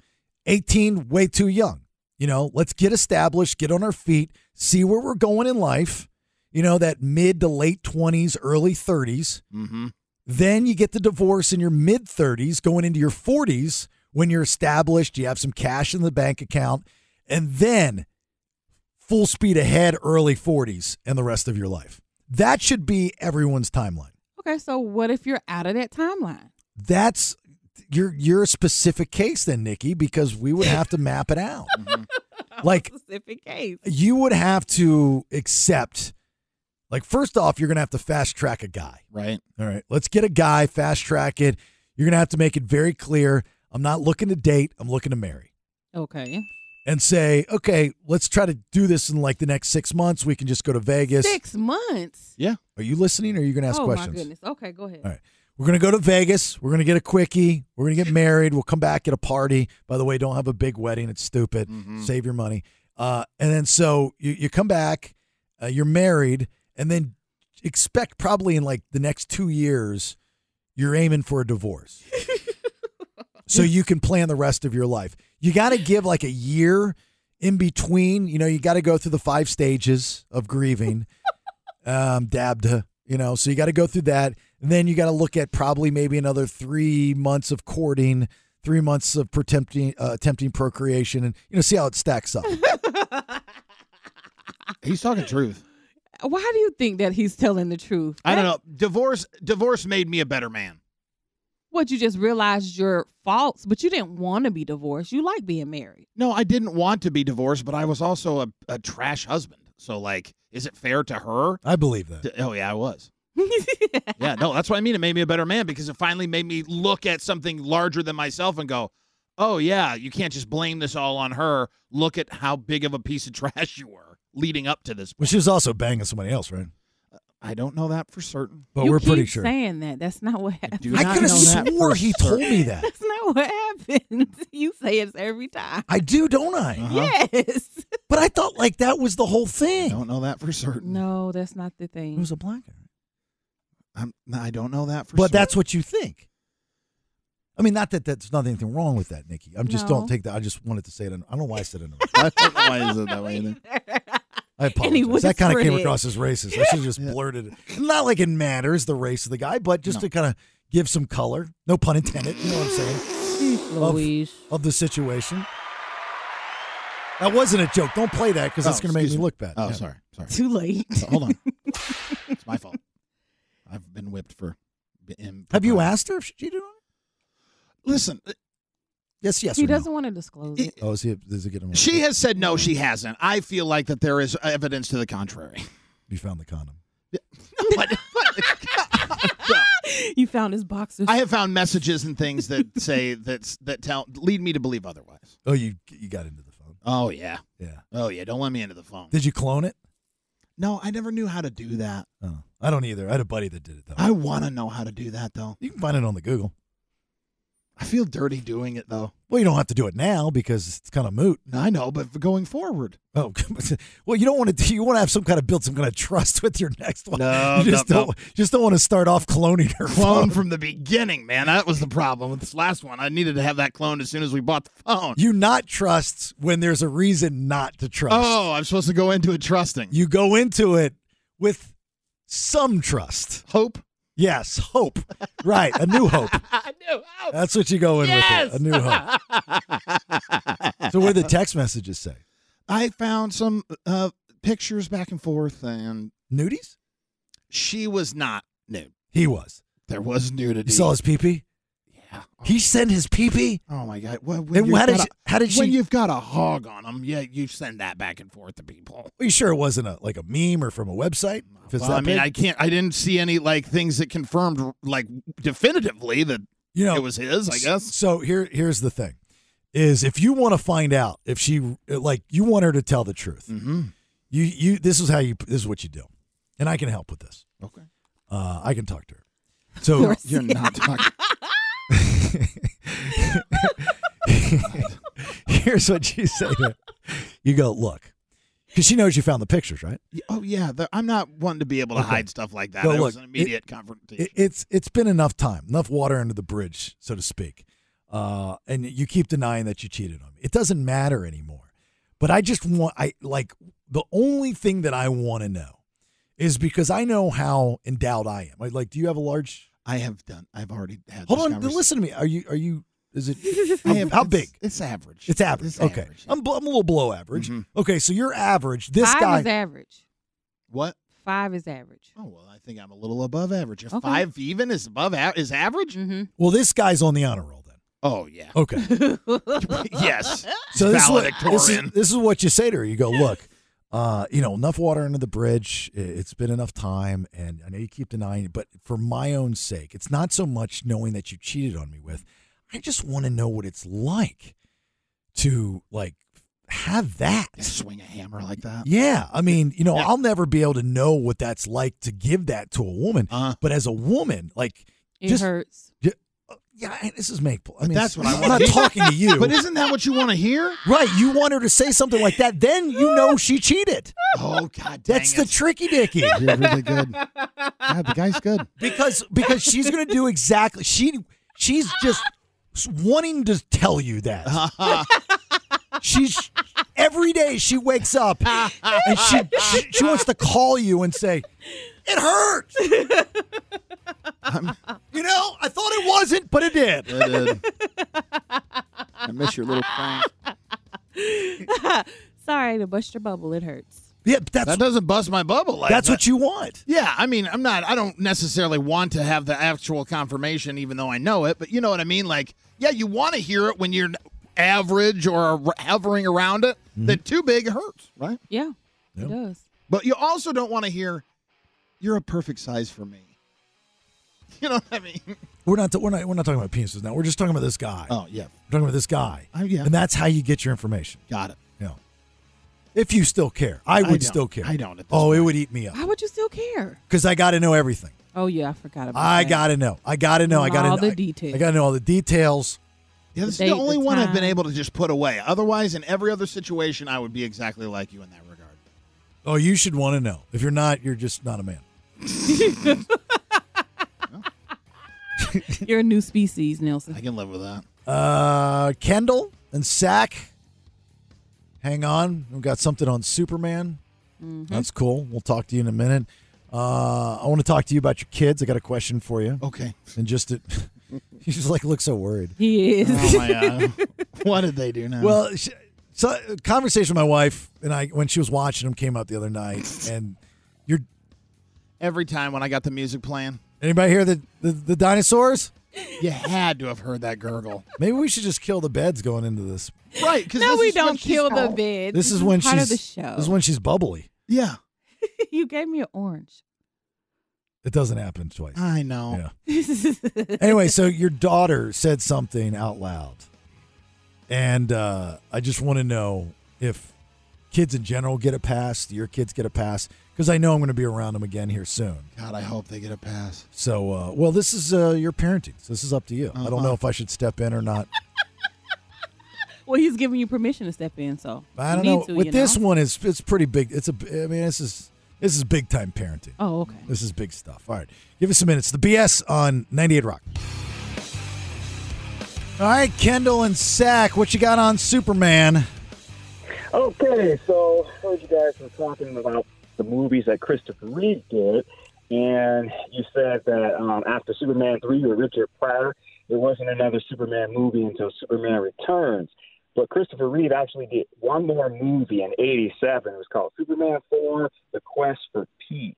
[SPEAKER 10] 18, way too young. You know, let's get established, get on our feet, see where we're going in life. You know, that mid to late 20s, early 30s.
[SPEAKER 9] Mm-hmm.
[SPEAKER 10] Then you get the divorce in your mid 30s, going into your 40s when you're established, you have some cash in the bank account, and then full speed ahead, early 40s, and the rest of your life. That should be everyone's timeline.
[SPEAKER 11] Okay, so what if you're out of that timeline?
[SPEAKER 10] That's your your specific case then, Nikki, because we would have to map it out.
[SPEAKER 11] (laughs)
[SPEAKER 10] Like
[SPEAKER 11] Specific case.
[SPEAKER 10] you would have to accept like first off you're gonna have to fast track a guy
[SPEAKER 9] right
[SPEAKER 10] all right let's get a guy fast track it you're gonna have to make it very clear i'm not looking to date i'm looking to marry
[SPEAKER 11] Okay.
[SPEAKER 10] and say okay let's try to do this in like the next six months we can just go to vegas
[SPEAKER 11] Six months.
[SPEAKER 10] yeah are you listening or are you gonna ask
[SPEAKER 11] oh
[SPEAKER 10] questions
[SPEAKER 11] my goodness. Okay, go ahead.
[SPEAKER 10] all right. We're going to go to Vegas. We're going to get a quickie. We're going to get married. We'll come back at a party. By the way, don't have a big wedding. It's stupid. Save your money. Uh, and then so you, you come back, uh, you're married, and then expect probably in like the next two years, you're aiming for a divorce. so you can plan the rest of your life. You got to give like a year in between. You know, you got to go through the five stages of grieving um, dabbed, you know. So you got to go through that. And then you got to look at probably maybe another three months of courting, three months of attempting uh, attempting procreation, and you know see how it stacks up.
[SPEAKER 9] He's talking truth.
[SPEAKER 11] Uh, Why do you think that he's telling the truth?
[SPEAKER 9] I don't know. Divorce divorce made me a better man.
[SPEAKER 11] What you just realized your faults, but you didn't want to be divorced. You like being married. (laughs)
[SPEAKER 9] No, I didn't want to be divorced, but I was also a, a trash husband. So like, is it fair to her?
[SPEAKER 10] (laughs) I believe that.
[SPEAKER 9] To- oh yeah, I was. yeah, no, that's what I mean. It made me a better man because it finally made me look at something larger than myself and go, "Oh yeah, you can't just blame this all on her. Look at how big of a piece of (laughs) trash you were leading up to this."
[SPEAKER 10] Well, she was also banging somebody else, right?
[SPEAKER 9] I don't know that for certain,
[SPEAKER 10] but
[SPEAKER 11] You
[SPEAKER 10] we're pretty
[SPEAKER 11] keep
[SPEAKER 10] sure.
[SPEAKER 11] Saying that that's not what happened.
[SPEAKER 10] I could have
[SPEAKER 9] know that
[SPEAKER 10] swore
[SPEAKER 9] for
[SPEAKER 10] he told
[SPEAKER 9] certain.
[SPEAKER 10] me
[SPEAKER 11] (laughs)
[SPEAKER 10] that.
[SPEAKER 11] That's not what happened. (laughs) You say it every time.
[SPEAKER 10] I do, don't I?
[SPEAKER 11] Uh-huh. Yes.
[SPEAKER 10] But I thought like that was the whole thing.
[SPEAKER 9] Don't know that for certain.
[SPEAKER 11] No, that's not the thing.
[SPEAKER 10] It was a black guy.
[SPEAKER 9] I'm, I don't know that for
[SPEAKER 10] But
[SPEAKER 9] certain. (laughs)
[SPEAKER 10] that's what you think. I mean, not that that's nothing anything wrong with that, Nikki. I'm just
[SPEAKER 11] No.
[SPEAKER 10] don't take that. I just wanted to say it. In, I don't know why I said it. In,
[SPEAKER 9] I don't know why is it that
[SPEAKER 11] (laughs)
[SPEAKER 9] way either.
[SPEAKER 10] I
[SPEAKER 11] he
[SPEAKER 10] apologize. That kind of
[SPEAKER 11] whispered
[SPEAKER 10] came
[SPEAKER 11] it.
[SPEAKER 10] across as racist. I should have just blurted it. Not like it matters the race of the guy, but just to kind of give some color. No pun intended. You know what I'm saying? Of- Of, the situation. That wasn't a joke. Don't play that because
[SPEAKER 9] (laughs) Oh,
[SPEAKER 10] it's going to make me
[SPEAKER 9] excuse
[SPEAKER 10] look bad.
[SPEAKER 9] Oh,
[SPEAKER 10] Yeah.
[SPEAKER 9] sorry,
[SPEAKER 10] (laughs)
[SPEAKER 9] sorry.
[SPEAKER 11] Too late.
[SPEAKER 9] So, hold on, it's my fault. I've been whipped for. im-
[SPEAKER 10] Have you asked her if she cheated on him?
[SPEAKER 9] Listen,
[SPEAKER 10] Yes, yes.
[SPEAKER 11] he
[SPEAKER 10] or no?
[SPEAKER 11] doesn't want to disclose it.
[SPEAKER 10] Oh, is he? Does he get him?
[SPEAKER 9] She has said no, she hasn't. I feel like that there is evidence to the contrary.
[SPEAKER 10] You found the condom.
[SPEAKER 9] (laughs)
[SPEAKER 11] you found his boxers.
[SPEAKER 9] I have found messages and things that say that's that tell lead me to believe otherwise.
[SPEAKER 10] Oh, you you got into the phone.
[SPEAKER 9] Oh yeah,
[SPEAKER 10] Yeah.
[SPEAKER 9] oh yeah. Don't let me into the phone.
[SPEAKER 10] Did you clone it?
[SPEAKER 9] No, I never knew how to do that.
[SPEAKER 10] Oh, I don't either. I had a buddy that did it though.
[SPEAKER 9] I want to know how to do that though.
[SPEAKER 10] You can find it on the Google.
[SPEAKER 9] I feel dirty doing it though.
[SPEAKER 10] Well, you don't have to do it now because it's kind of moot.
[SPEAKER 9] I know, but for going forward,
[SPEAKER 10] Oh, (laughs) well, you don't want to. do- (laughs) You want to have some kind of build some kind of trust with your next one.
[SPEAKER 9] No,
[SPEAKER 10] you just
[SPEAKER 9] no, no.
[SPEAKER 10] don't. Just don't want to start off cloning her.
[SPEAKER 9] clone
[SPEAKER 10] phone.
[SPEAKER 9] from the beginning, man. That was the problem with this last one. I needed to have that cloned as soon as we bought the phone.
[SPEAKER 10] You not trust when there's a reason not to trust.
[SPEAKER 9] Oh, I'm supposed to go into it trusting.
[SPEAKER 10] You go into it with some trust.
[SPEAKER 9] Hope.
[SPEAKER 10] Yes, hope. right, a new hope.
[SPEAKER 9] I knew.
[SPEAKER 10] That's what you go in with. It. A new hope. So, what do the text messages say?
[SPEAKER 9] I found some uh, pictures back and forth, and
[SPEAKER 10] Nudies?
[SPEAKER 9] she was not nude.
[SPEAKER 10] He was.
[SPEAKER 9] There was nudity.
[SPEAKER 10] You saw his pee pee. Yeah. He sent his pee pee.
[SPEAKER 9] oh my god! Well,
[SPEAKER 10] And
[SPEAKER 9] you've
[SPEAKER 10] how did
[SPEAKER 9] got
[SPEAKER 10] she- how did
[SPEAKER 9] When
[SPEAKER 10] she-
[SPEAKER 9] you've got a hog on them, yeah, you send that back and forth to people.
[SPEAKER 10] Are you sure it wasn't a like a meme or from a website? If it's
[SPEAKER 9] Well,
[SPEAKER 10] that
[SPEAKER 9] I mean,
[SPEAKER 10] big?
[SPEAKER 9] I can't. I didn't see any like things that confirmed like definitively that
[SPEAKER 10] you know
[SPEAKER 9] it was his. I guess.
[SPEAKER 10] So here, here's the thing: is if you want to find out if she like you want her to tell the truth,
[SPEAKER 9] Mm-hmm.
[SPEAKER 10] you you this is how you this is what you do, and I can help with this.
[SPEAKER 9] Okay.
[SPEAKER 10] Uh, I can talk to her. So
[SPEAKER 9] (laughs) You're not talking.
[SPEAKER 10] (laughs) here's what you say: to her. you go look, because she knows you found the pictures, right?
[SPEAKER 9] Oh yeah, the, I'm not one to be able to
[SPEAKER 10] Okay.
[SPEAKER 9] hide stuff like that.
[SPEAKER 10] Go
[SPEAKER 9] It
[SPEAKER 10] look,
[SPEAKER 9] was an immediate confrontation.
[SPEAKER 10] It, it's it's been enough time, enough water under the bridge, so to speak. Uh, and you keep denying that you cheated on me. It doesn't matter anymore. But I just want I like the only thing that I want to know is because I know how endowed I am. I, like, do you have a large?
[SPEAKER 9] I have done. I've already had.
[SPEAKER 10] Hold
[SPEAKER 9] this
[SPEAKER 10] on,
[SPEAKER 9] conversation.
[SPEAKER 10] listen to me. Are you are you? Is
[SPEAKER 9] (laughs)
[SPEAKER 10] it
[SPEAKER 9] I
[SPEAKER 10] how,
[SPEAKER 9] have-
[SPEAKER 10] how
[SPEAKER 9] it's-
[SPEAKER 10] big?
[SPEAKER 9] It's average.
[SPEAKER 10] It's average.
[SPEAKER 9] It's
[SPEAKER 10] okay, Um,
[SPEAKER 9] average, yeah.
[SPEAKER 10] I'm, bl- I'm a little below average.
[SPEAKER 9] Mhm.
[SPEAKER 10] Okay, so you're average. This
[SPEAKER 11] five
[SPEAKER 10] guy
[SPEAKER 11] is average.
[SPEAKER 9] What?
[SPEAKER 11] Five is average.
[SPEAKER 9] Oh well, I think I'm a little above average. If
[SPEAKER 11] Okay.
[SPEAKER 9] five even is above a- is average.
[SPEAKER 11] Mm-hmm. (laughs)
[SPEAKER 10] Well, this guy's on the honor roll then.
[SPEAKER 9] Oh yeah.
[SPEAKER 10] Okay.
[SPEAKER 9] (laughs) yes.
[SPEAKER 10] So this is, what, this,
[SPEAKER 9] valedictorian.
[SPEAKER 10] is, this is what you say to her. You go, look, uh, you know, enough water under the bridge. I- It's been enough time, and I know you keep denying it, but for my own sake, it's not so much knowing that you cheated on me with. I just want to know what it's like to like have that.
[SPEAKER 9] swing a hammer like that.
[SPEAKER 10] Yeah, I mean, you know, I'll never be able to know what that's like to give that to a woman.
[SPEAKER 9] Uh-huh.
[SPEAKER 10] But as a woman, like,
[SPEAKER 11] It
[SPEAKER 10] just
[SPEAKER 11] hurts.
[SPEAKER 10] yeah, and this is make. I mean,
[SPEAKER 9] that's what I
[SPEAKER 10] I'm
[SPEAKER 9] wanna
[SPEAKER 10] not
[SPEAKER 9] hear.
[SPEAKER 10] talking
[SPEAKER 9] (laughs)
[SPEAKER 10] to you.
[SPEAKER 9] But isn't that what you want to (laughs) hear?
[SPEAKER 10] Right, you want her to say something like that, then you know she cheated.
[SPEAKER 9] Oh god, (laughs) dang
[SPEAKER 10] That's
[SPEAKER 9] it.
[SPEAKER 10] the tricky dicky.
[SPEAKER 9] You're really (laughs) good. God, the guy's good.
[SPEAKER 10] Because because she's gonna do exactly she she's just wanting to tell you that.
[SPEAKER 9] (laughs)
[SPEAKER 10] She's every day she wakes up and she, she she wants to call (laughs) you and say, It hurts. you know, I thought it wasn't, but it did.
[SPEAKER 9] It did. I miss your little thing.
[SPEAKER 11] Sorry to bust your bubble. It hurts.
[SPEAKER 10] Yeah, but that's
[SPEAKER 9] that doesn't bust my bubble. Like
[SPEAKER 10] that's
[SPEAKER 9] that.
[SPEAKER 10] what you want.
[SPEAKER 9] Yeah, I mean, I'm not. I don't necessarily want to have the actual confirmation, even though I know it. But you know what I mean. Like, yeah, you want to hear it when you're average or hovering around it. That too big hurts, Mm-hmm. right?
[SPEAKER 11] Yeah, it does.
[SPEAKER 9] But you also don't want to hear, "You're a perfect size for me." (laughs) You know what I mean?
[SPEAKER 10] We're not we're not we're not talking about penises now. We're just talking about this guy.
[SPEAKER 9] Oh yeah,
[SPEAKER 10] We're talking about this guy.
[SPEAKER 9] Oh, yeah.
[SPEAKER 10] and that's how you get your information.
[SPEAKER 9] got it.
[SPEAKER 10] Yeah, if you still care, I
[SPEAKER 9] I
[SPEAKER 10] would
[SPEAKER 9] don't.
[SPEAKER 10] still care.
[SPEAKER 9] I don't at this
[SPEAKER 10] Oh, it would eat me up
[SPEAKER 11] Why would you still care?
[SPEAKER 10] because I got to know everything.
[SPEAKER 11] Oh yeah, I forgot about.
[SPEAKER 10] I
[SPEAKER 11] that.
[SPEAKER 10] got to know. I got to know. I got to know
[SPEAKER 11] All the
[SPEAKER 10] I
[SPEAKER 11] details.
[SPEAKER 10] got to know all the details.
[SPEAKER 9] Yeah, this
[SPEAKER 11] The
[SPEAKER 9] is the
[SPEAKER 11] date,
[SPEAKER 9] only
[SPEAKER 11] the
[SPEAKER 9] one I've been
[SPEAKER 11] time.
[SPEAKER 9] able to just put away. Otherwise, in every other situation, I would be exactly like you in that regard.
[SPEAKER 10] Oh, you should want to know. If you're not, you're just not a man.
[SPEAKER 11] You're a new species, Nelson.
[SPEAKER 9] I can live with that.
[SPEAKER 10] Uh, Kendall and Sack. Hang on. We've got something on Superman.
[SPEAKER 11] Mm-hmm.
[SPEAKER 10] That's cool. We'll talk to you in a minute. Uh, I want to talk to you about your kids. I got a question for you.
[SPEAKER 9] Okay.
[SPEAKER 11] (laughs)
[SPEAKER 10] And just it, (laughs) you just like look so worried.
[SPEAKER 11] He is. (laughs)
[SPEAKER 9] Oh my god, (laughs) what did they do now?
[SPEAKER 11] Um,
[SPEAKER 10] Well, she, so a conversation with my wife and I when she was watching them came up the
[SPEAKER 11] (laughs)
[SPEAKER 10] other night, and you're
[SPEAKER 9] every time when I got the music playing,
[SPEAKER 10] anybody hear the, the the dinosaurs?
[SPEAKER 9] you had to have heard that gurgle,
[SPEAKER 10] Maybe we should just kill the beds going into this.
[SPEAKER 9] right? Because
[SPEAKER 11] no, we don't kill the bed.
[SPEAKER 10] This is when
[SPEAKER 11] part
[SPEAKER 10] she's
[SPEAKER 11] of the show.
[SPEAKER 10] this is when she's bubbly.
[SPEAKER 9] Yeah,
[SPEAKER 11] (laughs) you gave me an orange. (laughs)
[SPEAKER 10] It doesn't happen twice.
[SPEAKER 9] I
[SPEAKER 11] Oh.
[SPEAKER 9] know.
[SPEAKER 10] Yeah. anyway, so your daughter said something out loud, and uh, I just want to know if kids in general get a pass. Do your kids get a pass? Because I know I'm going to be around them again here soon.
[SPEAKER 9] God, I hope they get a pass.
[SPEAKER 10] So, uh, well, this is uh, your parenting. So this is up to you. I don't
[SPEAKER 9] Uh-huh.
[SPEAKER 10] know if I should step in or not.
[SPEAKER 11] well, he's giving you permission to step in, so
[SPEAKER 10] I
[SPEAKER 11] you
[SPEAKER 10] don't
[SPEAKER 11] need
[SPEAKER 10] know.
[SPEAKER 11] to,
[SPEAKER 10] With
[SPEAKER 11] you
[SPEAKER 10] this one, it's it's pretty big. It's a. I mean, this is this is big time parenting.
[SPEAKER 11] Oh, okay.
[SPEAKER 10] This is big stuff. All right, give us a minute. It's the BS on 98 Rock. All right, Kendall and Sack, what you got on Superman?
[SPEAKER 1] Okay, so I heard you guys were talking about the movies that Christopher Reeve did, and you said that um, after Superman 3 with Richard Pryor, there wasn't another Superman movie until Superman Returns. But Christopher Reeve actually did one more movie in 87. It was called Superman 4 The Quest for Peace.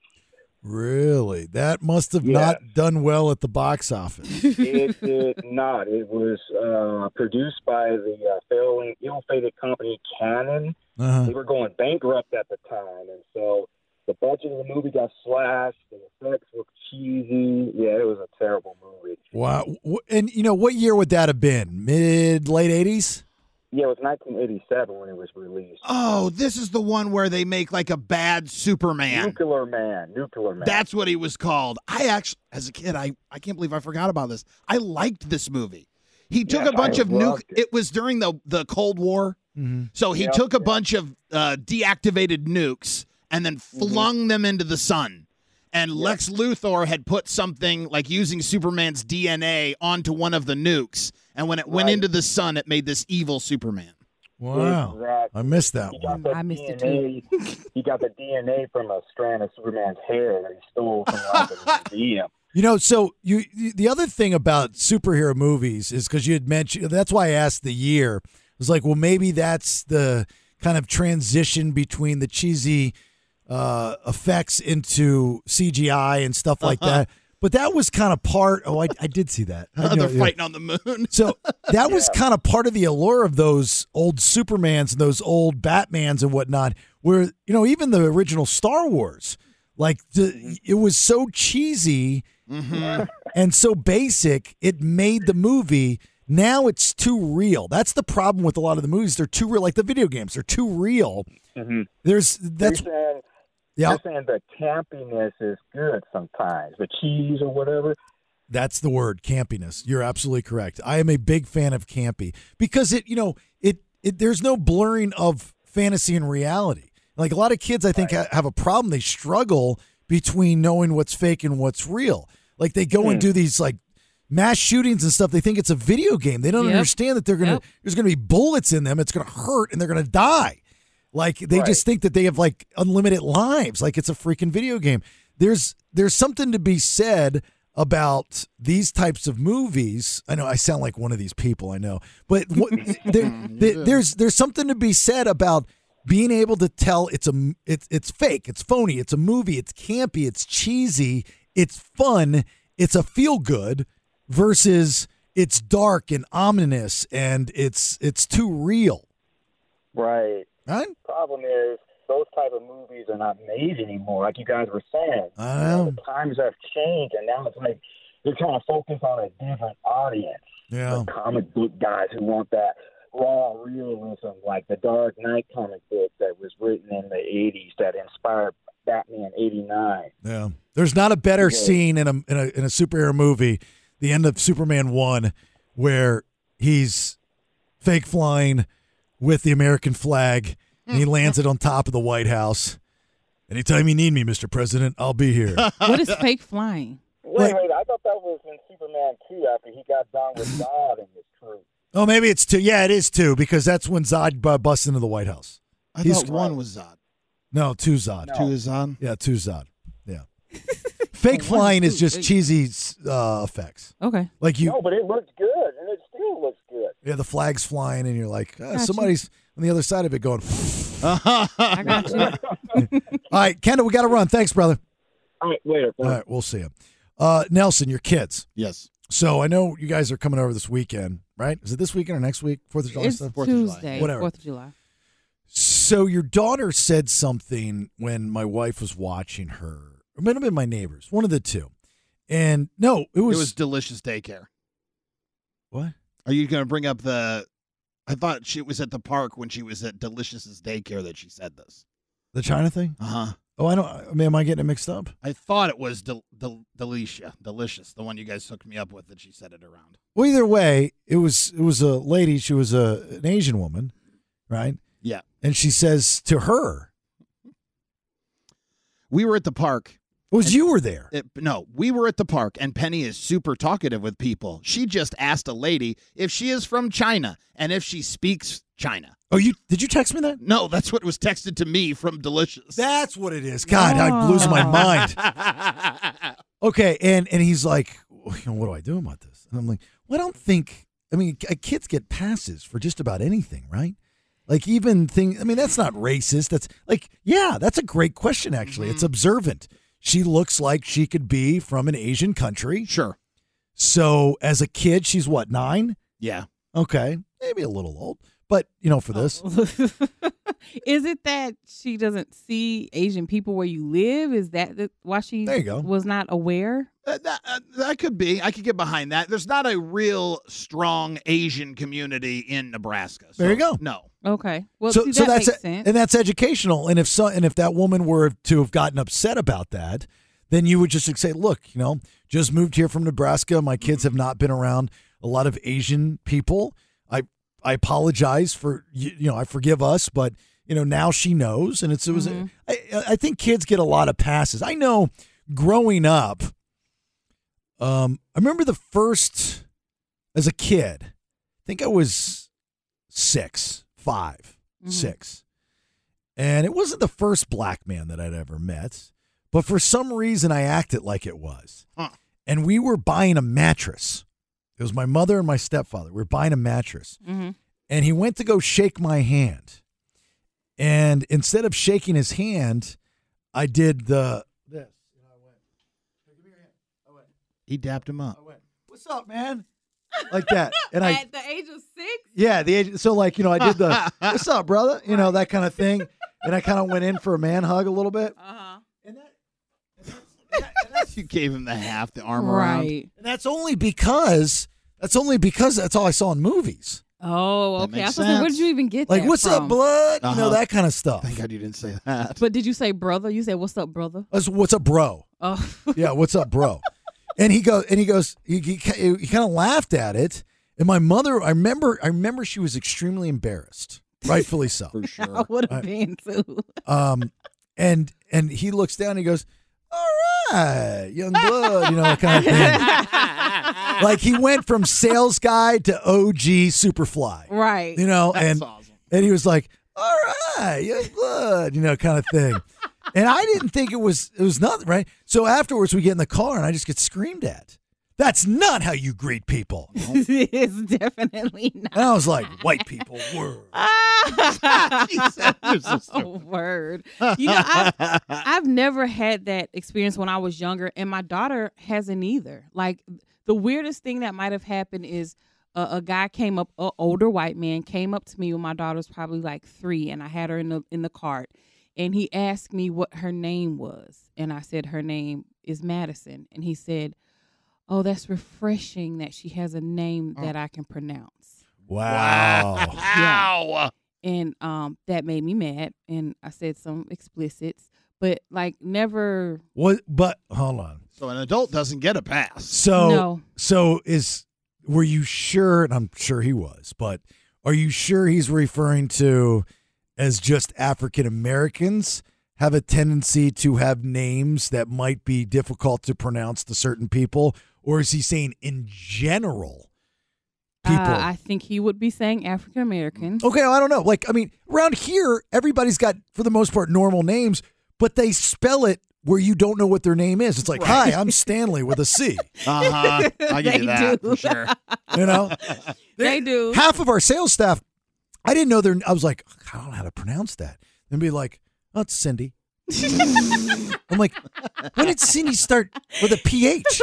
[SPEAKER 10] Really? That must have not done well at the box office.
[SPEAKER 1] it did not. It was uh, produced by the uh, failing, ill-fated company Canon.
[SPEAKER 10] Uh-huh.
[SPEAKER 1] They were going bankrupt at the time, and so the budget of the movie got slashed. The effects were cheesy. Yeah, it was a terrible movie.
[SPEAKER 10] Wow. Wh- And you know what year would that have been? Mid late 80s?
[SPEAKER 1] Yeah, it was 1987 when it was released.
[SPEAKER 9] Oh, this is the one where they make like a bad Superman.
[SPEAKER 1] Nuclear Man, Nuclear Man.
[SPEAKER 9] That's what he was called. I actually, as a kid, I, I can't believe I forgot about this. I liked this movie. He took
[SPEAKER 1] Yes,
[SPEAKER 9] a bunch
[SPEAKER 1] I
[SPEAKER 9] of nuke.
[SPEAKER 1] loved
[SPEAKER 9] It. was during the, the Cold War. So he
[SPEAKER 1] Yeah,
[SPEAKER 9] took a
[SPEAKER 1] yeah.
[SPEAKER 9] bunch of uh, deactivated nukes and then flung them into the sun. And Lex Luthor had put something like using Superman's DNA onto one of the nukes. And when it went
[SPEAKER 1] Right.
[SPEAKER 9] into the sun, it made this evil Superman.
[SPEAKER 10] Wow.
[SPEAKER 1] Exactly.
[SPEAKER 10] I missed that
[SPEAKER 1] He
[SPEAKER 10] one.
[SPEAKER 1] got the
[SPEAKER 11] I missed it
[SPEAKER 1] DNA. he got the DNA from a strand of Superman's hair that he stole from like, a museum.
[SPEAKER 10] You know, so you you- the other thing about superhero movies is because you had mentioned that's why I asked the year. It was like, well, maybe that's the kind of transition between the cheesy uh, effects into CGI and stuff like that. But that was kind of part. Oh, I, I did see that. I know,
[SPEAKER 9] They're
[SPEAKER 10] yeah.
[SPEAKER 9] fighting on (laughs) the moon. (laughs)
[SPEAKER 10] So that was kind of part of the allure of those old Supermans and those old Batmans and whatnot, where, you know, even the original Star Wars, like the, it was so cheesy and so basic, it made the movie. Now it's too real. That's the problem with a lot of the movies. They're too real. Like the video games, they're too real. There's that's
[SPEAKER 1] You're saying-
[SPEAKER 10] yeah,
[SPEAKER 1] You're saying the campiness is good sometimes, the cheese or whatever.
[SPEAKER 10] That's the word, campiness. You're absolutely correct. I am a big fan of campy because it, you know, it, it there's no blurring of fantasy and reality. Like a lot of kids, I think ha- have a problem. They struggle between knowing what's fake and what's real. Like they go
[SPEAKER 11] Hmm.
[SPEAKER 10] and do these like mass shootings and stuff. They think it's a video game. They don't
[SPEAKER 11] Yep.
[SPEAKER 10] understand that they're gonna
[SPEAKER 11] Yep.
[SPEAKER 10] there's gonna be bullets in them. It's gonna hurt and they're gonna die. Like they just think that they have like unlimited lives, like it's a freaking video game. There's there's something to be said about these types of movies. I know I sound like one of these people. I know, but what, there, there, there's there's something to be said about being able to tell it's a it's it's fake, it's phony, it's a movie, it's campy, it's cheesy, it's fun, it's a feel good, versus it's dark and ominous and it's it's too real.
[SPEAKER 1] Right.
[SPEAKER 10] Right.
[SPEAKER 1] Problem is, those type of movies are not made anymore. Like you guys were saying,
[SPEAKER 10] I
[SPEAKER 1] You know,
[SPEAKER 10] know.
[SPEAKER 1] the times have changed, and now it's like they're trying to focus on a different audience.
[SPEAKER 10] Yeah.
[SPEAKER 1] The comic book guys who want that raw realism, like the Dark Knight comic book that was written in the '80s that inspired Batman '89.
[SPEAKER 10] Yeah. There's not a better
[SPEAKER 1] Okay.
[SPEAKER 10] scene in a, in a in a superhero movie, the end of Superman 1 where he's fake flying with the American flag and he lands it on top of the White House. Anytime you need me, Mr. President, I'll be (laughs) here.
[SPEAKER 11] what is fake flying?
[SPEAKER 1] Wait, wait, I thought that was in Superman 2 after he got done with God and his crew.
[SPEAKER 10] oh, maybe it's two. Yeah, it is two because that's when Zod bu- busts into the White House.
[SPEAKER 9] I
[SPEAKER 10] He's-
[SPEAKER 9] thought one was Zod.
[SPEAKER 10] No, two Zod.
[SPEAKER 9] Two is on.
[SPEAKER 10] Yeah, two Zod. (laughs) Yeah. Fake flying is just cheesy uh, effects.
[SPEAKER 11] Okay.
[SPEAKER 10] Like you
[SPEAKER 1] No, but it looked good, and it still looks good.
[SPEAKER 10] Yeah, the flag's flying, and you're like, uh,
[SPEAKER 1] Gotcha.
[SPEAKER 10] somebody's on the other side of it going.
[SPEAKER 9] (laughs)
[SPEAKER 10] (laughs)
[SPEAKER 9] I
[SPEAKER 1] got
[SPEAKER 10] you. All right, Kendall, we got to run. Thanks, brother.
[SPEAKER 1] All right, later.
[SPEAKER 10] All right, we'll see you. Uh, Nelson, your kids.
[SPEAKER 9] Yes.
[SPEAKER 10] So I know you guys are coming over this weekend, right? Is it this weekend or next week? Fourth of July.
[SPEAKER 11] It's
[SPEAKER 10] stuff?
[SPEAKER 11] Tuesday,
[SPEAKER 10] Whatever.
[SPEAKER 11] Fourth of July.
[SPEAKER 10] So your daughter said something when my wife was watching her. It might have been my neighbors, one of the two. And no, it was,
[SPEAKER 9] it was delicious daycare.
[SPEAKER 10] what?
[SPEAKER 9] Are you going to bring up the? I thought she was at the park when she was at Delicious's daycare that she said this.
[SPEAKER 10] The China thing?
[SPEAKER 9] Uh huh.
[SPEAKER 10] Oh, I don't. I mean, am I getting it mixed up?
[SPEAKER 9] I thought it was Del- Del- Delicia, delicious, the one you guys hooked me up with that she said it around.
[SPEAKER 10] Well, either way, it was it was a lady. She was a an Asian woman, right?
[SPEAKER 9] Yeah.
[SPEAKER 10] And she says to her,
[SPEAKER 9] We were at the park.
[SPEAKER 10] "Was you were there?"
[SPEAKER 9] It, no, we were at the park, and Penny is super talkative with people. She just asked a lady if she is from China and if she speaks China.
[SPEAKER 10] Oh, you did you text me that?
[SPEAKER 9] No, that's what was texted to me from Delicious. (laughs)
[SPEAKER 10] That's what it is. God, I'm losing my mind. Okay, and and he's like, "Well, you know, "What do I do about this?" And I'm like, "Well, I don't think. I mean, k- kids get passes for just about anything, right? Like even thing. I mean, that's not racist. That's like, yeah, that's a great question. Actually,
[SPEAKER 9] Mm-hmm.
[SPEAKER 10] it's observant. She looks like she could be from an Asian country.
[SPEAKER 9] Sure.
[SPEAKER 10] So as a kid, she's what nine?
[SPEAKER 9] yeah.
[SPEAKER 10] Okay, maybe a little old, but you know, for
[SPEAKER 11] Oh,
[SPEAKER 10] this,
[SPEAKER 11] (laughs) Is it that she doesn't see Asian people where you live? Is that the, why she
[SPEAKER 10] There you go.
[SPEAKER 11] was not aware?
[SPEAKER 9] Uh, that, uh, that could be. I could get behind that. There's not a real strong Asian community in Nebraska.
[SPEAKER 10] There you go.
[SPEAKER 9] No.
[SPEAKER 11] Okay. Well,
[SPEAKER 10] so
[SPEAKER 11] see,
[SPEAKER 10] so
[SPEAKER 11] that
[SPEAKER 10] that's e,
[SPEAKER 11] makes sense.
[SPEAKER 10] and that's educational. And if so, and if that woman were to have gotten upset about that, then you would just say, look, you know, just moved here from Nebraska. My kids
[SPEAKER 11] Mm-hmm.
[SPEAKER 10] have not been around a lot of Asian people. I I apologize for you, you know I forgive us, but you know now she knows, and it's it was.
[SPEAKER 11] Mhm.
[SPEAKER 10] I I think kids get a lot of passes. I know growing up. Um, I remember the first as a kid. I think I was six, five,
[SPEAKER 5] Mhm.
[SPEAKER 10] six. And it wasn't the first black man that I'd ever met, but for some reason I acted like it was.
[SPEAKER 9] Huh.
[SPEAKER 10] And we were buying a mattress. It was my mother and my stepfather. We were buying a mattress.
[SPEAKER 11] Mm-hmm.
[SPEAKER 10] And he went to go shake my hand. And instead of shaking his hand, I did the this.
[SPEAKER 9] He dapped him up.
[SPEAKER 10] What's up, man? like that. And I
[SPEAKER 11] At the age of six?
[SPEAKER 10] Yeah, the agent. So like you know, I did the "What's up, brother?" You know that kind of thing, and I kind of went in for a man hug a little bit.
[SPEAKER 11] Uh-huh.
[SPEAKER 9] (laughs) you gave him the half, the arm around.
[SPEAKER 11] Right.
[SPEAKER 10] And that's only because that's only because that's all I saw in movies.
[SPEAKER 11] Oh,
[SPEAKER 9] That
[SPEAKER 11] okay. I
[SPEAKER 9] makes
[SPEAKER 11] was like, where
[SPEAKER 9] sense.
[SPEAKER 11] did you even get
[SPEAKER 10] Like
[SPEAKER 11] that
[SPEAKER 10] "What's up,
[SPEAKER 11] from?"
[SPEAKER 10] blood?" You know
[SPEAKER 9] Uh-huh.
[SPEAKER 10] that kind of stuff.
[SPEAKER 9] Thank God you didn't say that.
[SPEAKER 11] But did you say brother? You said, what's up, brother? (laughs)
[SPEAKER 10] That's, what's up, bro?
[SPEAKER 11] Oh,
[SPEAKER 10] Yeah, what's up, bro? and he goes, and he goes, he, he, he kind of laughed at it. And my mother, I remember, I remember she was extremely embarrassed, rightfully so.
[SPEAKER 9] (laughs) For
[SPEAKER 11] I
[SPEAKER 9] (laughs)
[SPEAKER 11] would have
[SPEAKER 10] Right.
[SPEAKER 11] been too.
[SPEAKER 10] Um, and and he looks down and he goes, "All right, young blood," you know, that kind of thing. like he went from sales guy to OG Superfly,
[SPEAKER 11] Right. (laughs)
[SPEAKER 10] you know, and and he was like, "All right, young blood," you know, kind of thing. And I didn't think it was it was nothing, right? So afterwards we get in the car and I just get screamed at. That's not how you greet people.
[SPEAKER 11] it's definitely not.
[SPEAKER 10] And I was like, white people word. (laughs)
[SPEAKER 11] (laughs) oh, word. You know, I've, I've never had that experience when I was younger, and my daughter hasn't either. Like the weirdest thing that might have happened is a, a guy came up, an older white man came up to me when my daughter was probably like three, and I had her in the in the cart, and he asked me what her name was, and I said her name is Madison, and he said. Oh, that's refreshing that she has a name that I can pronounce.
[SPEAKER 10] Wow.
[SPEAKER 11] Wow. And um, that made me mad, and I said some explicits, but like never.
[SPEAKER 10] What but hold on.
[SPEAKER 9] So an adult doesn't get a pass. (laughs)
[SPEAKER 10] So
[SPEAKER 11] No.
[SPEAKER 10] so is were you sure and I'm sure he was, but are you sure he's referring to as just African Americans have a tendency to have names that might be difficult to pronounce to certain people or is he saying in general people
[SPEAKER 11] Uh, I think he would be saying African American.
[SPEAKER 10] Okay, I don't know. Like, I mean, around here, everybody's got, for the most part, normal names, but they spell it where you don't know what their name is. It's like,
[SPEAKER 9] Right.
[SPEAKER 10] hi, I'm Stanley with a C.
[SPEAKER 9] Uh-huh. I give
[SPEAKER 11] They
[SPEAKER 9] you that
[SPEAKER 11] do. (laughs)
[SPEAKER 9] for sure.
[SPEAKER 10] You know,
[SPEAKER 11] They do.
[SPEAKER 10] half of our sales staff, I didn't know their. I was like, I don't know how to pronounce that, and be like, oh,
[SPEAKER 11] (laughs)
[SPEAKER 10] it's Cindy. I'm like, when did Cindy start with a PH?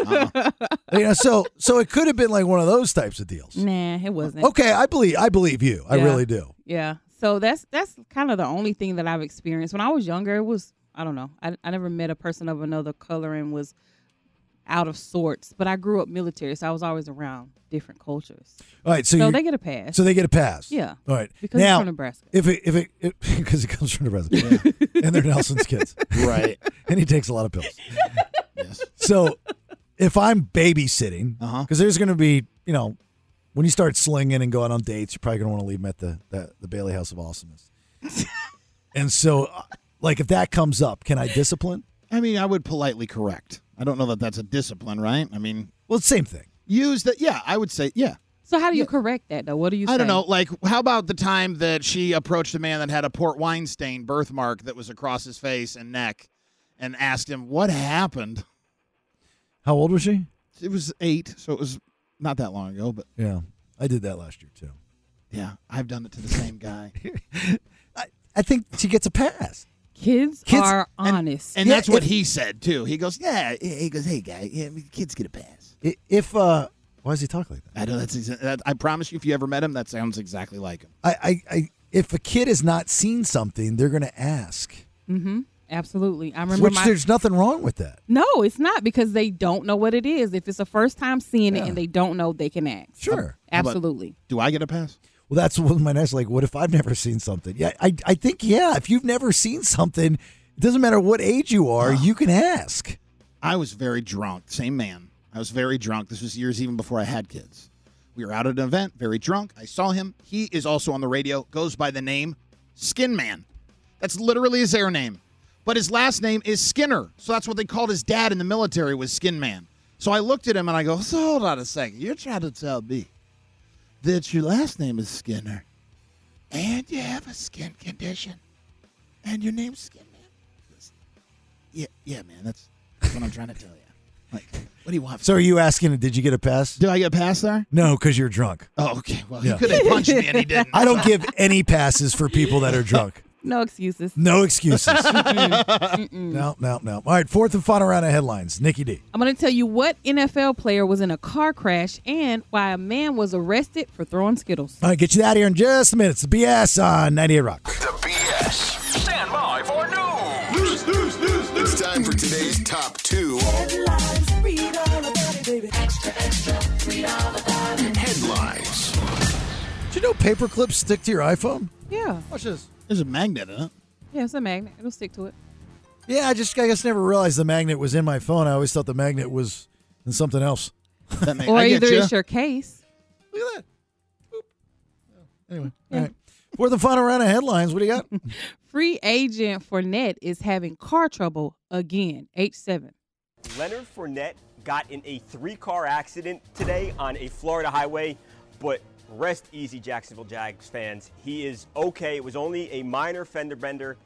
[SPEAKER 10] You know, so so it could have been like one of those types of deals.
[SPEAKER 11] Nah, it wasn't.
[SPEAKER 10] Okay, I believe I believe you. I
[SPEAKER 11] Yeah.
[SPEAKER 10] really do.
[SPEAKER 11] Yeah. So that's that's kind of the only thing that I've experienced. When I was younger, it was I don't know. I, I never met a person of another color and was out of sorts. But I grew up military, so I was always around different cultures.
[SPEAKER 10] All right, so
[SPEAKER 11] So
[SPEAKER 10] you're-
[SPEAKER 11] they get a pass.
[SPEAKER 10] So they get a pass.
[SPEAKER 11] Yeah.
[SPEAKER 10] All right.
[SPEAKER 11] Because it's
[SPEAKER 10] now,
[SPEAKER 11] from Nebraska.
[SPEAKER 10] If it if it because it, (laughs) comes from Nebraska,
[SPEAKER 11] (laughs)
[SPEAKER 10] and they're Nelson's kids,
[SPEAKER 9] Right.
[SPEAKER 10] (laughs) and he takes a lot of pills. So if I'm babysitting, because there's going to be you know when you start slinging and going on dates, you're probably going to want to leave them at the, the the Bailey House of Awesomeness. and so, uh, like if that comes up, can I discipline?
[SPEAKER 9] I mean, I would politely correct. I don't know that that's a discipline, right? I mean,
[SPEAKER 10] well, same thing.
[SPEAKER 9] Use that. Yeah, I would say, yeah.
[SPEAKER 11] So how do you correct that though? What do you?
[SPEAKER 9] I don't
[SPEAKER 11] say?
[SPEAKER 9] know. Like, how about the time that she approached a man that had a port wine stain birthmark that was across his face and neck and asked him, What happened?
[SPEAKER 10] How old was she?
[SPEAKER 9] It was eight, so it was not that long ago, but
[SPEAKER 10] Yeah, I did that last year too.
[SPEAKER 9] yeah, I've done it to the same
[SPEAKER 11] (laughs)
[SPEAKER 9] guy.
[SPEAKER 10] I think she gets a pass.
[SPEAKER 11] Kids,
[SPEAKER 9] Kids-
[SPEAKER 11] are honest,
[SPEAKER 9] And that's what he said, too. He goes, Yeah, he goes, Hey, guy, yeah, kids get a pass.
[SPEAKER 10] I- If uh, why does he talk like that?
[SPEAKER 9] I know that's exa- that, I promise you, if you ever met him, that sounds exactly like him.
[SPEAKER 10] I, I, I if a kid has not seen something, they're going to ask.
[SPEAKER 11] Mm-hmm. Absolutely. I remember
[SPEAKER 10] Which
[SPEAKER 11] my,
[SPEAKER 10] there's nothing wrong with that.
[SPEAKER 11] No, it's not because they don't know what it is. If it's a first time seeing it and they don't know, they can act.
[SPEAKER 10] Sure.
[SPEAKER 11] Absolutely.
[SPEAKER 9] Do I get a pass?
[SPEAKER 10] Well, that's one of my next. Like, what if I've never seen something? Yeah, I, I think yeah. If you've never seen something, it doesn't matter what age you are, you can ask.
[SPEAKER 9] I was very drunk. Same man. I was very drunk. This was years even before I had kids. We were out at an event, very drunk. I saw him. He is also on the radio, goes by the name Skin Man. That's literally his air name. But his last name is Skinner. So that's what they called his dad in the military was Skin Man. So I looked at him and I go, so hold on a second. You're trying to tell me that your last name is Skinner and you have a skin condition and your name's Skin Man? Yeah, yeah, man. That's, that's what I'm trying to tell you. Like, what do you want?
[SPEAKER 10] So, are you asking? Did you get a pass?
[SPEAKER 9] Did I get a pass there?
[SPEAKER 10] No, because you're drunk.
[SPEAKER 9] Oh, okay. Well,
[SPEAKER 10] Yeah.
[SPEAKER 9] he could have punched me (laughs) and he didn't.
[SPEAKER 10] I don't give any passes for people that are drunk.
[SPEAKER 11] No excuses.
[SPEAKER 10] No (laughs) excuses.
[SPEAKER 11] Mm-mm. Mm-mm.
[SPEAKER 10] No, no, no. All right, fourth and final round of headlines. Nikki D.
[SPEAKER 11] I'm going to tell you what NFL player was in a car crash and why a man was arrested for throwing Skittles.
[SPEAKER 10] All right, get you out of here in just a minute. It's the BS on 98 Rock.
[SPEAKER 6] Stand by for news.
[SPEAKER 3] News, news, news, news. It's time for today's top two headlines.
[SPEAKER 10] Did you know paper clips stick to your iPhone?
[SPEAKER 11] Yeah.
[SPEAKER 10] Watch this.
[SPEAKER 9] There's a magnet in it.
[SPEAKER 11] Yeah, it's a magnet. It'll stick to it.
[SPEAKER 10] Yeah, I just I guess never realized the magnet was in my phone. I always thought the magnet was in something else.
[SPEAKER 9] That may,
[SPEAKER 11] or
[SPEAKER 9] I get
[SPEAKER 11] either
[SPEAKER 9] ya.
[SPEAKER 11] it's your case.
[SPEAKER 10] Look at that. Oh,
[SPEAKER 11] (laughs)
[SPEAKER 10] Anyway, all right. For the final round of headlines, what do you got?
[SPEAKER 11] Free agent Fournette is having car trouble again. H7.
[SPEAKER 5] Leonard Fournette got in a three car accident today on a Florida highway, but rest easy, Jacksonville Jags fans. He is okay. It was only a minor fender bender.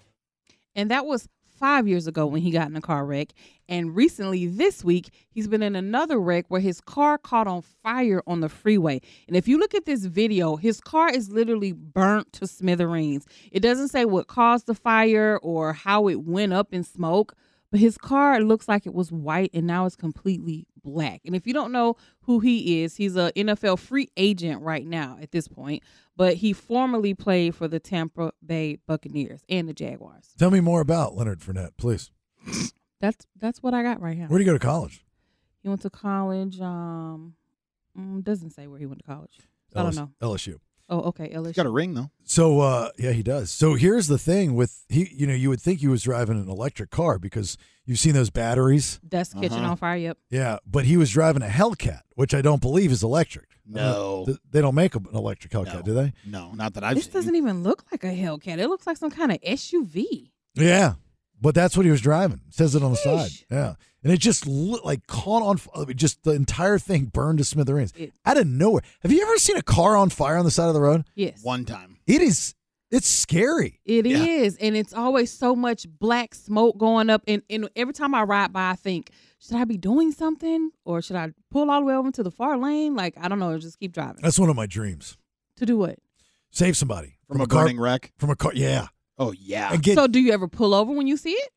[SPEAKER 11] And that was five years ago when he got in a car wreck. And recently, this week, he's been in another wreck where his car caught on fire on the freeway. And if you look at this video, his car is literally burnt to smithereens. It doesn't say what caused the fire or how it went up in smoke, but his car looks like it was white and now it's completely black. And if you don't know who he is, he's a NFL free agent right now at this point, but he formerly played for the Tampa Bay Buccaneers and the Jaguars.
[SPEAKER 10] Tell me more about Leonard Fournette, please.
[SPEAKER 11] That's that's what I got right now.
[SPEAKER 10] Where do you go to college?
[SPEAKER 11] He went to college. Um, mm, doesn't say where he went to college. I don't
[SPEAKER 10] LS-
[SPEAKER 11] know.
[SPEAKER 10] LSU.
[SPEAKER 11] Oh, okay, LSU.
[SPEAKER 9] ring though.
[SPEAKER 10] So uh, yeah, he does. So here's the thing with he, you know, you would think he was driving an electric car because you've seen those batteries.
[SPEAKER 11] That's kitchen
[SPEAKER 10] Uh-huh.
[SPEAKER 11] on fire. Yep.
[SPEAKER 10] Yeah, but he was driving a Hellcat, which I don't believe is electric. Uh,
[SPEAKER 9] No.
[SPEAKER 10] Th- they don't make an electric Hellcat, do they?
[SPEAKER 9] No, not that I've
[SPEAKER 11] this doesn't even look like a Hellcat. It looks like some kind of SUV.
[SPEAKER 10] Yeah, but that's what he was driving. It says it on the side. Yeah, and it just lit, like caught on. f- I mean, Just the entire thing burned to smithereens out of nowhere. Have you ever seen a car on fire on the side of the road?
[SPEAKER 11] Yes.
[SPEAKER 9] One time.
[SPEAKER 10] It is. It's scary.
[SPEAKER 11] It is, and it's always so much black smoke going up. And, and every time I ride by, I think, should I be doing something, or should I pull all the way over to the far lane? Like I don't know, just keep driving.
[SPEAKER 10] That's one of my dreams.
[SPEAKER 11] To do what?
[SPEAKER 10] Save somebody
[SPEAKER 9] From a
[SPEAKER 10] car-
[SPEAKER 9] burning wreck?
[SPEAKER 10] From a car. Yeah.
[SPEAKER 9] Oh yeah.
[SPEAKER 10] And get-
[SPEAKER 11] so do you ever pull over when you see it?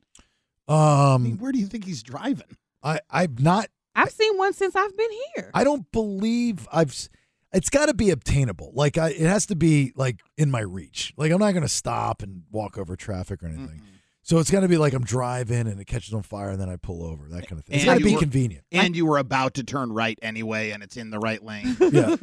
[SPEAKER 10] Um.
[SPEAKER 9] Where do you think he's driving?
[SPEAKER 10] I. I'm not.
[SPEAKER 11] I've seen one since I've been here.
[SPEAKER 10] I don't believe I've. s- It's got to be obtainable. Like I, it has to be like in my reach. Like I'm not going to stop and walk over traffic or anything. So it's got to be like I'm driving and it catches on fire and then I pull over that kind of thing. It's
[SPEAKER 9] And
[SPEAKER 10] got to
[SPEAKER 9] you
[SPEAKER 10] be
[SPEAKER 9] were- (laughs)
[SPEAKER 10] convenient.
[SPEAKER 9] And you were about to turn right anyway, and it's in the right lane.
[SPEAKER 10] Yeah.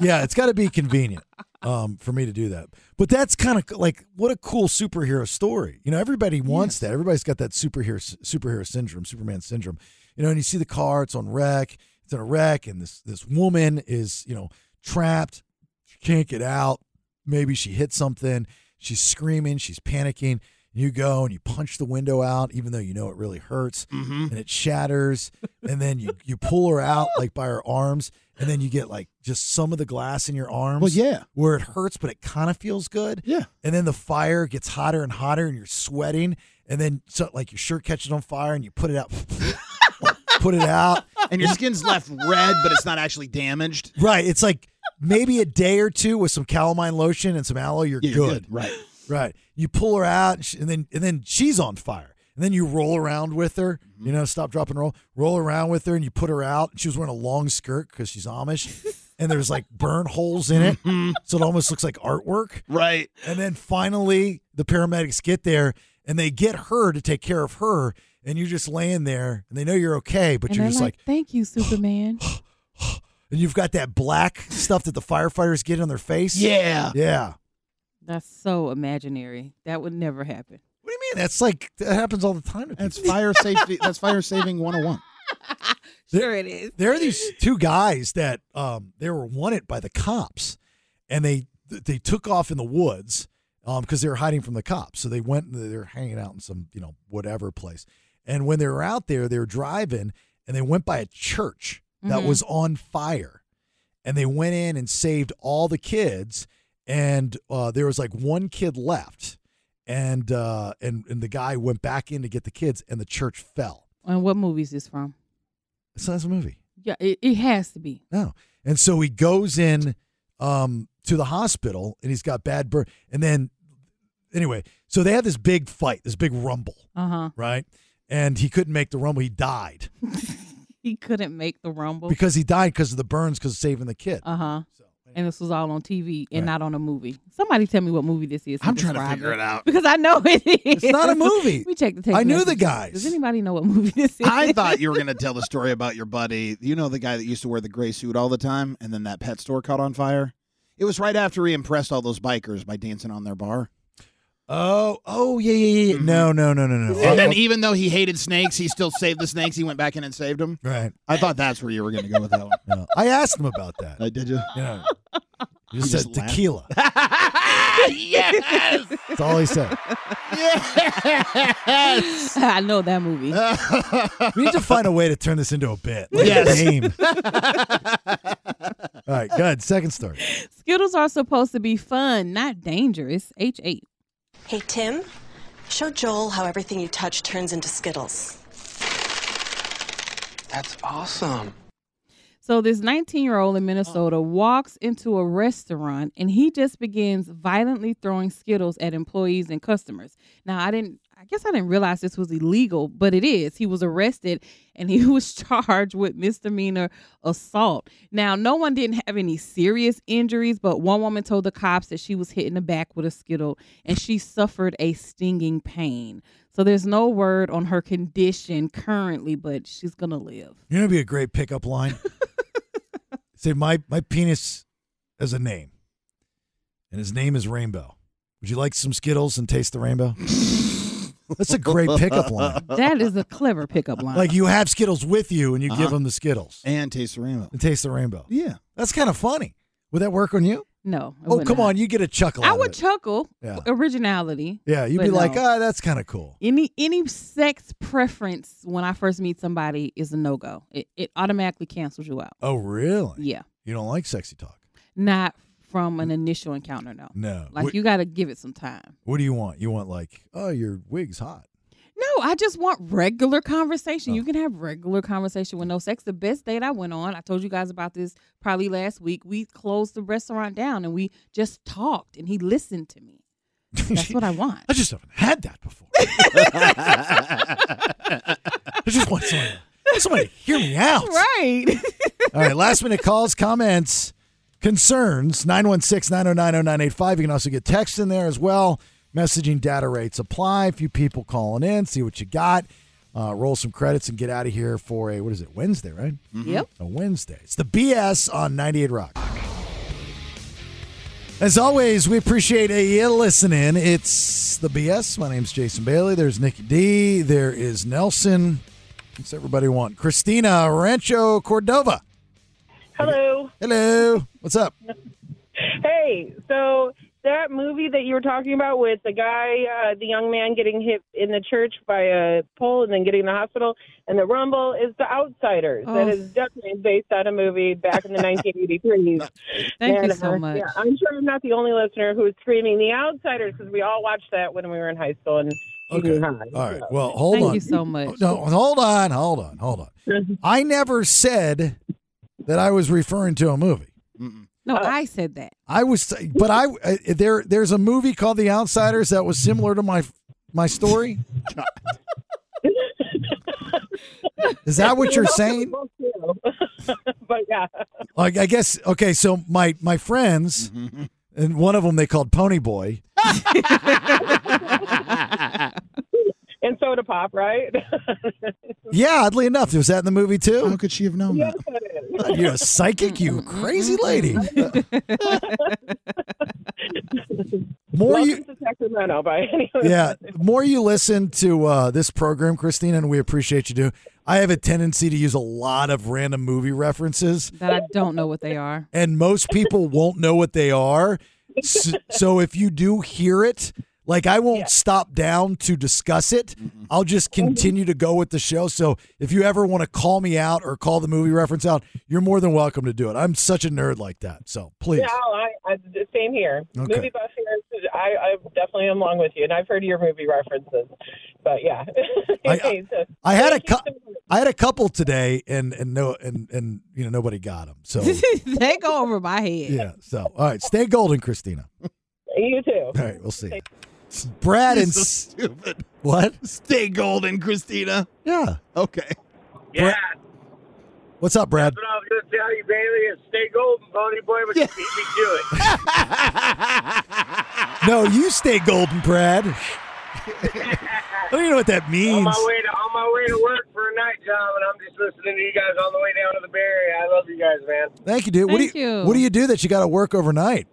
[SPEAKER 10] yeah, it's got to be convenient um, for me to do that. But that's kind of like what a cool superhero story. You know, everybody wants that. Everybody's got that superhero superhero syndrome, Superman syndrome. You know, and you see the car, it's on wreck, it's in a wreck, and this this woman is you know trapped, she can't get out. Maybe she hit something. She's screaming. She's panicking. You go and you punch the window out, even though you know it really hurts,
[SPEAKER 9] Mm-hmm.
[SPEAKER 10] and it shatters. And then you you pull her out like by her arms, and then you get like just some of the glass in your arms.
[SPEAKER 9] (laughs) Well, yeah.
[SPEAKER 10] where it hurts, but it kind of feels good.
[SPEAKER 9] Yeah.
[SPEAKER 10] And then the fire gets hotter and hotter, and you're sweating, and then so, like your shirt catches on fire, and you put it out, (laughs) put it out,
[SPEAKER 9] and your skin's left red, but it's not actually damaged.
[SPEAKER 10] Right. It's like maybe a day or two with some calamine lotion and some aloe, you're,
[SPEAKER 9] Yeah,
[SPEAKER 10] good.
[SPEAKER 9] you're good. Right.
[SPEAKER 10] Right. You pull her out, and, she, and then and then she's on fire. And then you roll around with her.
[SPEAKER 9] Mm-hmm.
[SPEAKER 10] You know, stop, drop, and roll. Roll around with her, and you put her out. She was wearing a long skirt because she's Amish, and there's like burn holes in it, so it almost looks like artwork.
[SPEAKER 9] Hmm, Right.
[SPEAKER 10] And then finally, the paramedics get there, and they get her to take care of her. And you're just laying there, and they know you're okay, but
[SPEAKER 11] And
[SPEAKER 10] you're
[SPEAKER 11] they're
[SPEAKER 10] just like,
[SPEAKER 11] thank you,
[SPEAKER 10] (gasps)
[SPEAKER 11] Superman.
[SPEAKER 10] and you've got that black stuff that the firefighters get on their face.
[SPEAKER 9] Yeah.
[SPEAKER 10] Yeah.
[SPEAKER 11] That's so imaginary. That would never happen.
[SPEAKER 10] What do you mean? That's like that happens all the time. To people.
[SPEAKER 9] That's fire safety. that's fire saving 101.
[SPEAKER 11] Sure it is.
[SPEAKER 10] There are these two guys that um they were wanted by the cops, and they they took off in the woods um because they were hiding from the cops. So they went and they were hanging out in some you know whatever place. And when they were out there, they were driving and they went by a church that
[SPEAKER 9] Mhm.
[SPEAKER 10] was on fire. and they went in and saved all the kids and uh, there was like one kid left and uh, and and the guy went back in to get the kids and the church fell
[SPEAKER 11] And what movie is this from?
[SPEAKER 10] so that's a movie
[SPEAKER 11] Yeah, it, it has to be.
[SPEAKER 10] no and so he goes in um, to the hospital and he's got bad burn and then anyway so they had this big fight this big rumble
[SPEAKER 11] Uh huh.
[SPEAKER 10] right and he couldn't make the rumble he died
[SPEAKER 11] (laughs) He couldn't make the rumble
[SPEAKER 10] because he died because of the burns because of saving the kid
[SPEAKER 11] Uh huh. and this was all on TV and not on a movie. Somebody tell me what movie this is.
[SPEAKER 10] I'm
[SPEAKER 11] and
[SPEAKER 10] trying to
[SPEAKER 11] describe
[SPEAKER 10] figure it out.
[SPEAKER 11] because I know it is.
[SPEAKER 10] It's
[SPEAKER 11] (laughs)
[SPEAKER 10] not a movie.
[SPEAKER 11] we checked the tape.
[SPEAKER 10] I knew the
[SPEAKER 11] messages.
[SPEAKER 10] guys.
[SPEAKER 11] Does anybody know what movie this is?
[SPEAKER 9] (laughs) I thought you were going to tell the story about your buddy. You know, the guy that used to wear the gray suit all the time, and then that pet store caught on fire? It was right after he impressed all those bikers by dancing on their bar.
[SPEAKER 10] oh oh yeah yeah
[SPEAKER 9] Mm-hmm.
[SPEAKER 10] yeah, yeah. no no no no no
[SPEAKER 9] And then, even though he hated snakes, he still saved the snakes. He went back in and saved them.
[SPEAKER 10] Right.
[SPEAKER 9] I thought that's where you were going to go with that one.
[SPEAKER 10] I asked him about
[SPEAKER 9] (laughs)
[SPEAKER 10] that.
[SPEAKER 9] I did you?
[SPEAKER 10] Yeah.
[SPEAKER 9] You
[SPEAKER 10] He said
[SPEAKER 9] just laughed.
[SPEAKER 10] tequila.
[SPEAKER 9] yes.
[SPEAKER 10] That's all he said.
[SPEAKER 11] (laughs)
[SPEAKER 9] yes.
[SPEAKER 11] I know that movie.
[SPEAKER 10] (laughs) We need to find a way to turn this into a bit. Like
[SPEAKER 9] Yes.
[SPEAKER 10] A
[SPEAKER 9] (laughs)
[SPEAKER 10] game. all right, good. Second story.
[SPEAKER 11] Skittles are supposed to be fun, not dangerous. H eight.
[SPEAKER 4] Hey, Tim, Show Joel how everything you touch turns into Skittles.
[SPEAKER 6] That's awesome.
[SPEAKER 11] So this 19 year old in Minnesota walks into a restaurant and he just begins violently throwing Skittles at employees and customers. Now, I didn't. I guess I didn't realize this was illegal, but it is. He was arrested and he (laughs) was charged with misdemeanor assault. Now, no one didn't have any serious injuries, but one woman told the cops that she was hit in the back with a Skittle and she suffered a stinging pain. So there's no word on her condition currently, but she's going to live.
[SPEAKER 10] You're gonna be a great pickup line. Say my my penis has a name, and his name is Rainbow. Would you like some Skittles and taste the rainbow? That's a great pickup line.
[SPEAKER 11] That is a clever pickup line.
[SPEAKER 10] Uh, Like you have Skittles with you, and you give
[SPEAKER 9] Uh-huh.
[SPEAKER 10] them the Skittles
[SPEAKER 9] And taste the rainbow.
[SPEAKER 10] and taste the rainbow.
[SPEAKER 9] Yeah.
[SPEAKER 10] That's kind of funny. Would that work on you?
[SPEAKER 11] No. it
[SPEAKER 10] Oh,
[SPEAKER 11] would
[SPEAKER 10] come
[SPEAKER 11] not.
[SPEAKER 10] on, you get a chuckle.
[SPEAKER 11] I
[SPEAKER 10] out of
[SPEAKER 11] would
[SPEAKER 10] it.
[SPEAKER 11] chuckle.
[SPEAKER 10] Yeah.
[SPEAKER 11] Originality.
[SPEAKER 10] Yeah, you'd
[SPEAKER 11] but
[SPEAKER 10] be like,
[SPEAKER 11] no.
[SPEAKER 10] ah, that's kind of cool.
[SPEAKER 11] Any any sex preference when I first meet somebody is a no go. It it automatically cancels you out.
[SPEAKER 10] Oh, really?
[SPEAKER 11] Yeah,
[SPEAKER 10] You don't like sexy talk?
[SPEAKER 11] not from an initial encounter. No,
[SPEAKER 10] No.
[SPEAKER 11] like
[SPEAKER 10] what,
[SPEAKER 11] you got to give it some time.
[SPEAKER 10] what do you want? You want like, oh, your
[SPEAKER 11] (laughs)
[SPEAKER 10] wig's hot.
[SPEAKER 11] No, I just want regular
[SPEAKER 10] Oh.
[SPEAKER 11] conversation. You can have regular conversation with no sex. The best date I went on, I told you guys about this probably last week. We closed the restaurant down and we just talked, and he listened to
[SPEAKER 10] (laughs)
[SPEAKER 11] me. That's what I want.
[SPEAKER 10] I just haven't had
[SPEAKER 11] (laughs)
[SPEAKER 10] that before. I just want someone, somebody to hear me out.
[SPEAKER 11] Right. (laughs)
[SPEAKER 10] All right, last minute calls, comments, concerns, 916 909 0985. You can also get text in there as well. Messaging data rates apply. A few people calling in, see what you got. Uh, roll some credits and get out of here for a, what is it, Wednesday, right?
[SPEAKER 11] Yep.
[SPEAKER 10] A Wednesday. It's the BS on 98 Rock. As always, we appreciate you listening. It's the BS. My name's Jason Bailey. There's Nikki D. There is Nelson. What's everybody want? Christina Rancho Cordova.
[SPEAKER 22] Hello.
[SPEAKER 10] Hello. What's up?
[SPEAKER 22] Hey, so that movie that you were talking about with the guy, uh, the young man getting hit in the church by a pole and then getting in the hospital, and the rumble is The Outsiders. That
[SPEAKER 23] Oh.
[SPEAKER 22] is definitely based on a movie back
[SPEAKER 11] (laughs)
[SPEAKER 22] in the 1983s.
[SPEAKER 23] Thank you
[SPEAKER 22] And,
[SPEAKER 23] so
[SPEAKER 22] uh,
[SPEAKER 23] much.
[SPEAKER 22] yeah, I'm sure I'm not the only listener who is screaming The Outsiders because we all watched that when we were in high school and junior high.
[SPEAKER 10] All right. Well, hold
[SPEAKER 22] Thank
[SPEAKER 10] on.
[SPEAKER 22] you so much.
[SPEAKER 10] No, hold on. Hold on. Hold on. I never said that I was referring to a movie.
[SPEAKER 11] No, I said that.
[SPEAKER 10] I was, but I I- there. There's a movie called The Outsiders that was similar to my
[SPEAKER 22] (laughs)
[SPEAKER 10] my story. Is that what you're saying?
[SPEAKER 22] (laughs) but yeah.
[SPEAKER 10] Like, I guess. Okay, so my my friends, and one of them they called Pony Boy.
[SPEAKER 22] And soda pop, right? (laughs)
[SPEAKER 10] Yeah, oddly enough, was that in the movie too? How
[SPEAKER 9] could she have known
[SPEAKER 22] yes,
[SPEAKER 10] that? You're a psychic, you crazy lady. (laughs) More
[SPEAKER 22] Welcome
[SPEAKER 10] you-
[SPEAKER 22] to Sacramento, by any
[SPEAKER 10] yeah the more you listen to uh, this program christine and we appreciate you do i have a tendency to use a lot of random movie references
[SPEAKER 11] That I don't know what they
[SPEAKER 10] (laughs)
[SPEAKER 11] are.
[SPEAKER 10] and most people won't know what they are so, so if you do hear it like i won't stop down to discuss it i'll just
[SPEAKER 22] Mm-hmm.
[SPEAKER 10] continue to go with the show so if you ever want to call me out or call the movie reference out you're more than welcome to do it i'm such a nerd like that so please
[SPEAKER 22] No, I, I the same here.
[SPEAKER 10] Okay.
[SPEAKER 22] Movie buff here. I, I definitely am along with you, and I've heard your movie references. But yeah, (laughs) Okay, so
[SPEAKER 10] I had a cou- I had a couple today, and and no, and and you know nobody got them.
[SPEAKER 22] (laughs)
[SPEAKER 10] So
[SPEAKER 11] they go over my head.
[SPEAKER 10] yeah. So all right, stay golden, Christina.
[SPEAKER 22] you too.
[SPEAKER 10] All right, we'll see. ya. Brad and
[SPEAKER 9] so
[SPEAKER 10] S-
[SPEAKER 9] stupid.
[SPEAKER 10] what?
[SPEAKER 9] Stay golden, Christina.
[SPEAKER 10] Yeah.
[SPEAKER 9] (laughs) Okay.
[SPEAKER 10] Yeah. What's up, Brad?
[SPEAKER 24] But I was going to tell you, Bailey, is stay golden, Pony Boy, but you beat me to it.
[SPEAKER 10] No, you stay golden, Brad. I don't even know what that
[SPEAKER 24] (laughs) On
[SPEAKER 10] means.
[SPEAKER 24] my way to on my way to work for a night job, and I'm just listening to you guys on the way down to the Bay Area. I love you guys, man.
[SPEAKER 10] Thank you, dude. what
[SPEAKER 24] Thank
[SPEAKER 10] do you,
[SPEAKER 24] you.
[SPEAKER 10] What do you do that you got to work overnight?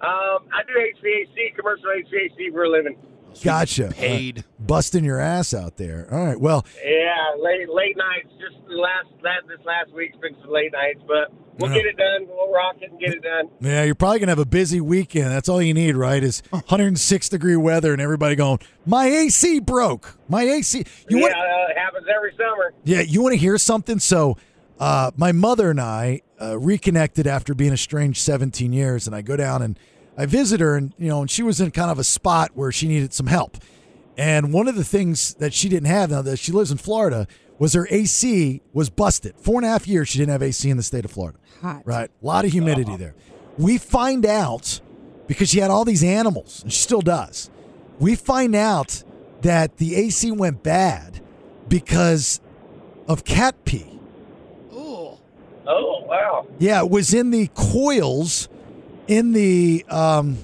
[SPEAKER 24] Um, I do HVAC, commercial HVAC for a living.
[SPEAKER 10] Gotcha. Paid. busting your ass out there. All right. Well,
[SPEAKER 24] Yeah, late late nights. Just the last that this last week's been some late nights, but we'll
[SPEAKER 10] Yeah.
[SPEAKER 24] get it done. We'll rock it and get it done.
[SPEAKER 10] Yeah, you're probably gonna have a busy weekend. That's all you need, right? Is 106 degree weather and everybody going, my AC broke. My AC. You
[SPEAKER 24] yeah,
[SPEAKER 10] want?
[SPEAKER 24] uh, it happens every summer.
[SPEAKER 10] Yeah, you want to hear something? So, uh, my mother and I uh, reconnected after being estranged 17 years, and I go down and I visit her, and you know, and she was in kind of a spot where she needed some help, And one of the things that she didn't have now that she lives in Florida was her AC was busted. Four and a half years she didn't have AC in the state of Florida.
[SPEAKER 11] Hot.
[SPEAKER 10] Right. A lot of humidity there. We find out because she had all these animals, and she still does. We find out that the AC went bad because of cat pee.
[SPEAKER 21] Oh wow!
[SPEAKER 10] Yeah, it was in the coils in the um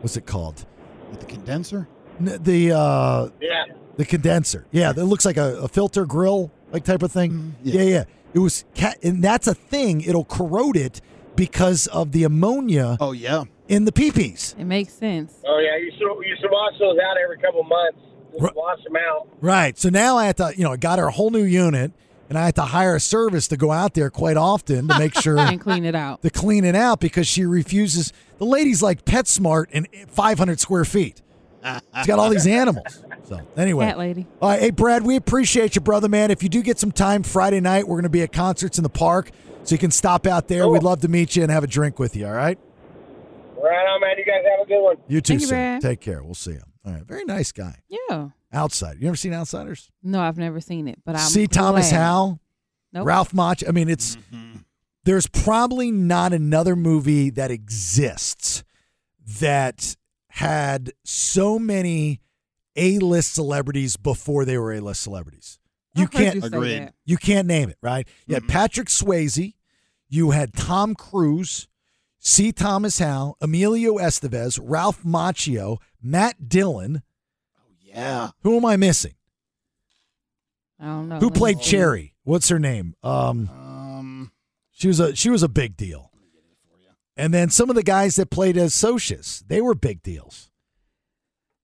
[SPEAKER 10] what's it called?
[SPEAKER 9] The condenser?
[SPEAKER 10] N- The uh
[SPEAKER 21] Yeah.
[SPEAKER 10] the condenser. Yeah, that looks like a, a filter grill like type of thing. yeah. yeah, It was cat and that's a thing. It'll corrode it because of the ammonia.
[SPEAKER 9] Oh yeah.
[SPEAKER 10] In the peepees.
[SPEAKER 11] It makes sense.
[SPEAKER 21] Oh yeah, you should you should wash those out every couple months. Just wash them out.
[SPEAKER 10] Right. So now I had to, you know, I got her a whole new unit and I had to hire a service to go out there quite often to make
[SPEAKER 11] (laughs)
[SPEAKER 10] sure
[SPEAKER 11] and clean it
[SPEAKER 10] (laughs)
[SPEAKER 11] out.
[SPEAKER 10] to clean it out because she refuses. The lady's like PetSmart in 500 square feet. She's got all these animals. So anyway,
[SPEAKER 11] Cat lady.
[SPEAKER 10] All right, hey Brad, we appreciate you, brother man. If you do get some time Friday night, we're going to be at concerts in the park, so you can stop out there. We'd love to meet you and have a drink with you. All right,
[SPEAKER 21] Right on, man. You guys have a good one.
[SPEAKER 10] you too, sir. Take care. We'll see you. All right, very nice guy.
[SPEAKER 11] Yeah.
[SPEAKER 10] Outside, you ever seen Outsiders?
[SPEAKER 11] No, I've never seen it, but I'm
[SPEAKER 10] See Thomas
[SPEAKER 11] glad.
[SPEAKER 10] Howe,
[SPEAKER 11] Nope.
[SPEAKER 10] Ralph Mach. I mean, it's
[SPEAKER 9] Mm-hmm.
[SPEAKER 10] there's probably not another movie that exists that had so many A-list celebrities before they were A-list celebrities. You
[SPEAKER 11] I've heard
[SPEAKER 10] can't
[SPEAKER 11] you say Agreed. that.
[SPEAKER 10] You can't name it, right? You had Patrick Swayze, you had Tom Cruise, C. Thomas Howe, Emilio Estevez, Ralph Macchio, Matt Dillon.
[SPEAKER 9] Yeah.
[SPEAKER 10] Who am I missing?
[SPEAKER 11] Oh, I don't know.
[SPEAKER 10] Who
[SPEAKER 11] Let me
[SPEAKER 10] played
[SPEAKER 11] see.
[SPEAKER 10] Cherry? What's her name? Um, she was a she was a big deal. And then some of the guys that played as Socius, they were big deals.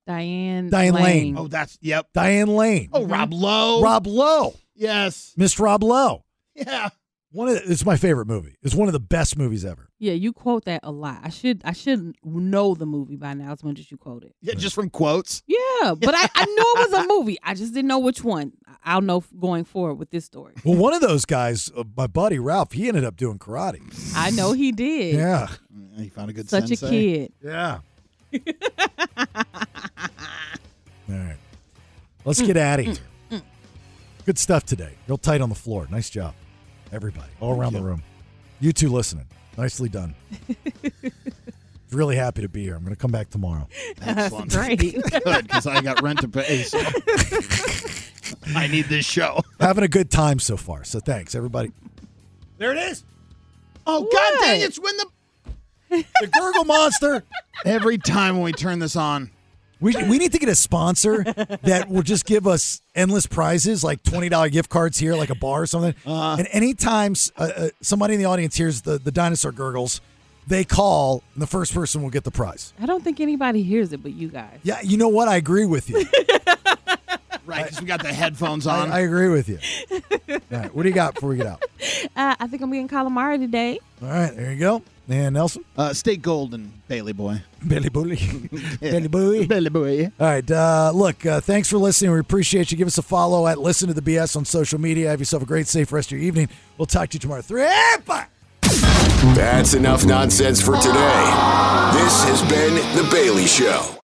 [SPEAKER 11] Diane.
[SPEAKER 10] Diane Lane.
[SPEAKER 9] Oh, that's yep.
[SPEAKER 10] Diane Lane,
[SPEAKER 9] Oh, Rob Lowe.
[SPEAKER 10] Rob Lowe,
[SPEAKER 9] Yes.
[SPEAKER 10] Miss Rob Lowe.
[SPEAKER 9] Yeah.
[SPEAKER 10] One of the, it's my favorite movie. It's one of the best movies ever.
[SPEAKER 11] Yeah, you quote that a lot. I should I should know the movie by now as much as you quote it.
[SPEAKER 9] Yeah, just from quotes.
[SPEAKER 11] Yeah, but I, I knew it was a movie. I just didn't know which one. I- I'll know f- going forward with this story.
[SPEAKER 10] Well, one of those guys, uh, my buddy Ralph, he ended up doing karate.
[SPEAKER 11] I know he did.
[SPEAKER 10] Yeah,
[SPEAKER 9] He found a good
[SPEAKER 11] Such
[SPEAKER 9] sensei.
[SPEAKER 11] a kid.
[SPEAKER 10] yeah. (laughs) All right, let's get out of here. Good stuff today. Real tight on the floor. Nice job, everybody, all around the room. You two listening. Nicely (laughs) done. really happy to be here. I'm going to come back tomorrow.
[SPEAKER 11] (laughs) That's great.
[SPEAKER 9] (laughs) Good, because I got rent to pay. So (laughs) I need this show.
[SPEAKER 10] Having a good time so far. So thanks, everybody.
[SPEAKER 9] There it is. Oh God dang! It's when the
[SPEAKER 10] The Gurgle Monster.
[SPEAKER 9] every time when we turn this on.
[SPEAKER 10] We, we need to get a sponsor that will just give us endless prizes, like $20 gift cards here, like a bar or something. and anytime s- uh, uh, somebody in the audience hears the, the dinosaur gurgles, they call, and the first person will get the prize.
[SPEAKER 11] I don't think anybody hears it but you guys.
[SPEAKER 10] Yeah, you know what? I agree with you.
[SPEAKER 9] Right, because we got the headphones
[SPEAKER 10] I,
[SPEAKER 9] on.
[SPEAKER 10] I agree with you. All right, what do you got before we get out?
[SPEAKER 11] Uh, I think I'm getting calamari today.
[SPEAKER 10] All right, there you go. And Nelson?
[SPEAKER 9] Uh, stay golden, Bailey boy.
[SPEAKER 10] Billy Bully. Billy Bowie. Billy Bowie. All right. Uh, look, uh, thanks for listening. We appreciate you. Give us a follow at Listen to the BS on social media. Have yourself a great, safe rest of your evening. We'll talk to you tomorrow. Three, bye.
[SPEAKER 3] That's enough nonsense for today. This has been The Bailey Show.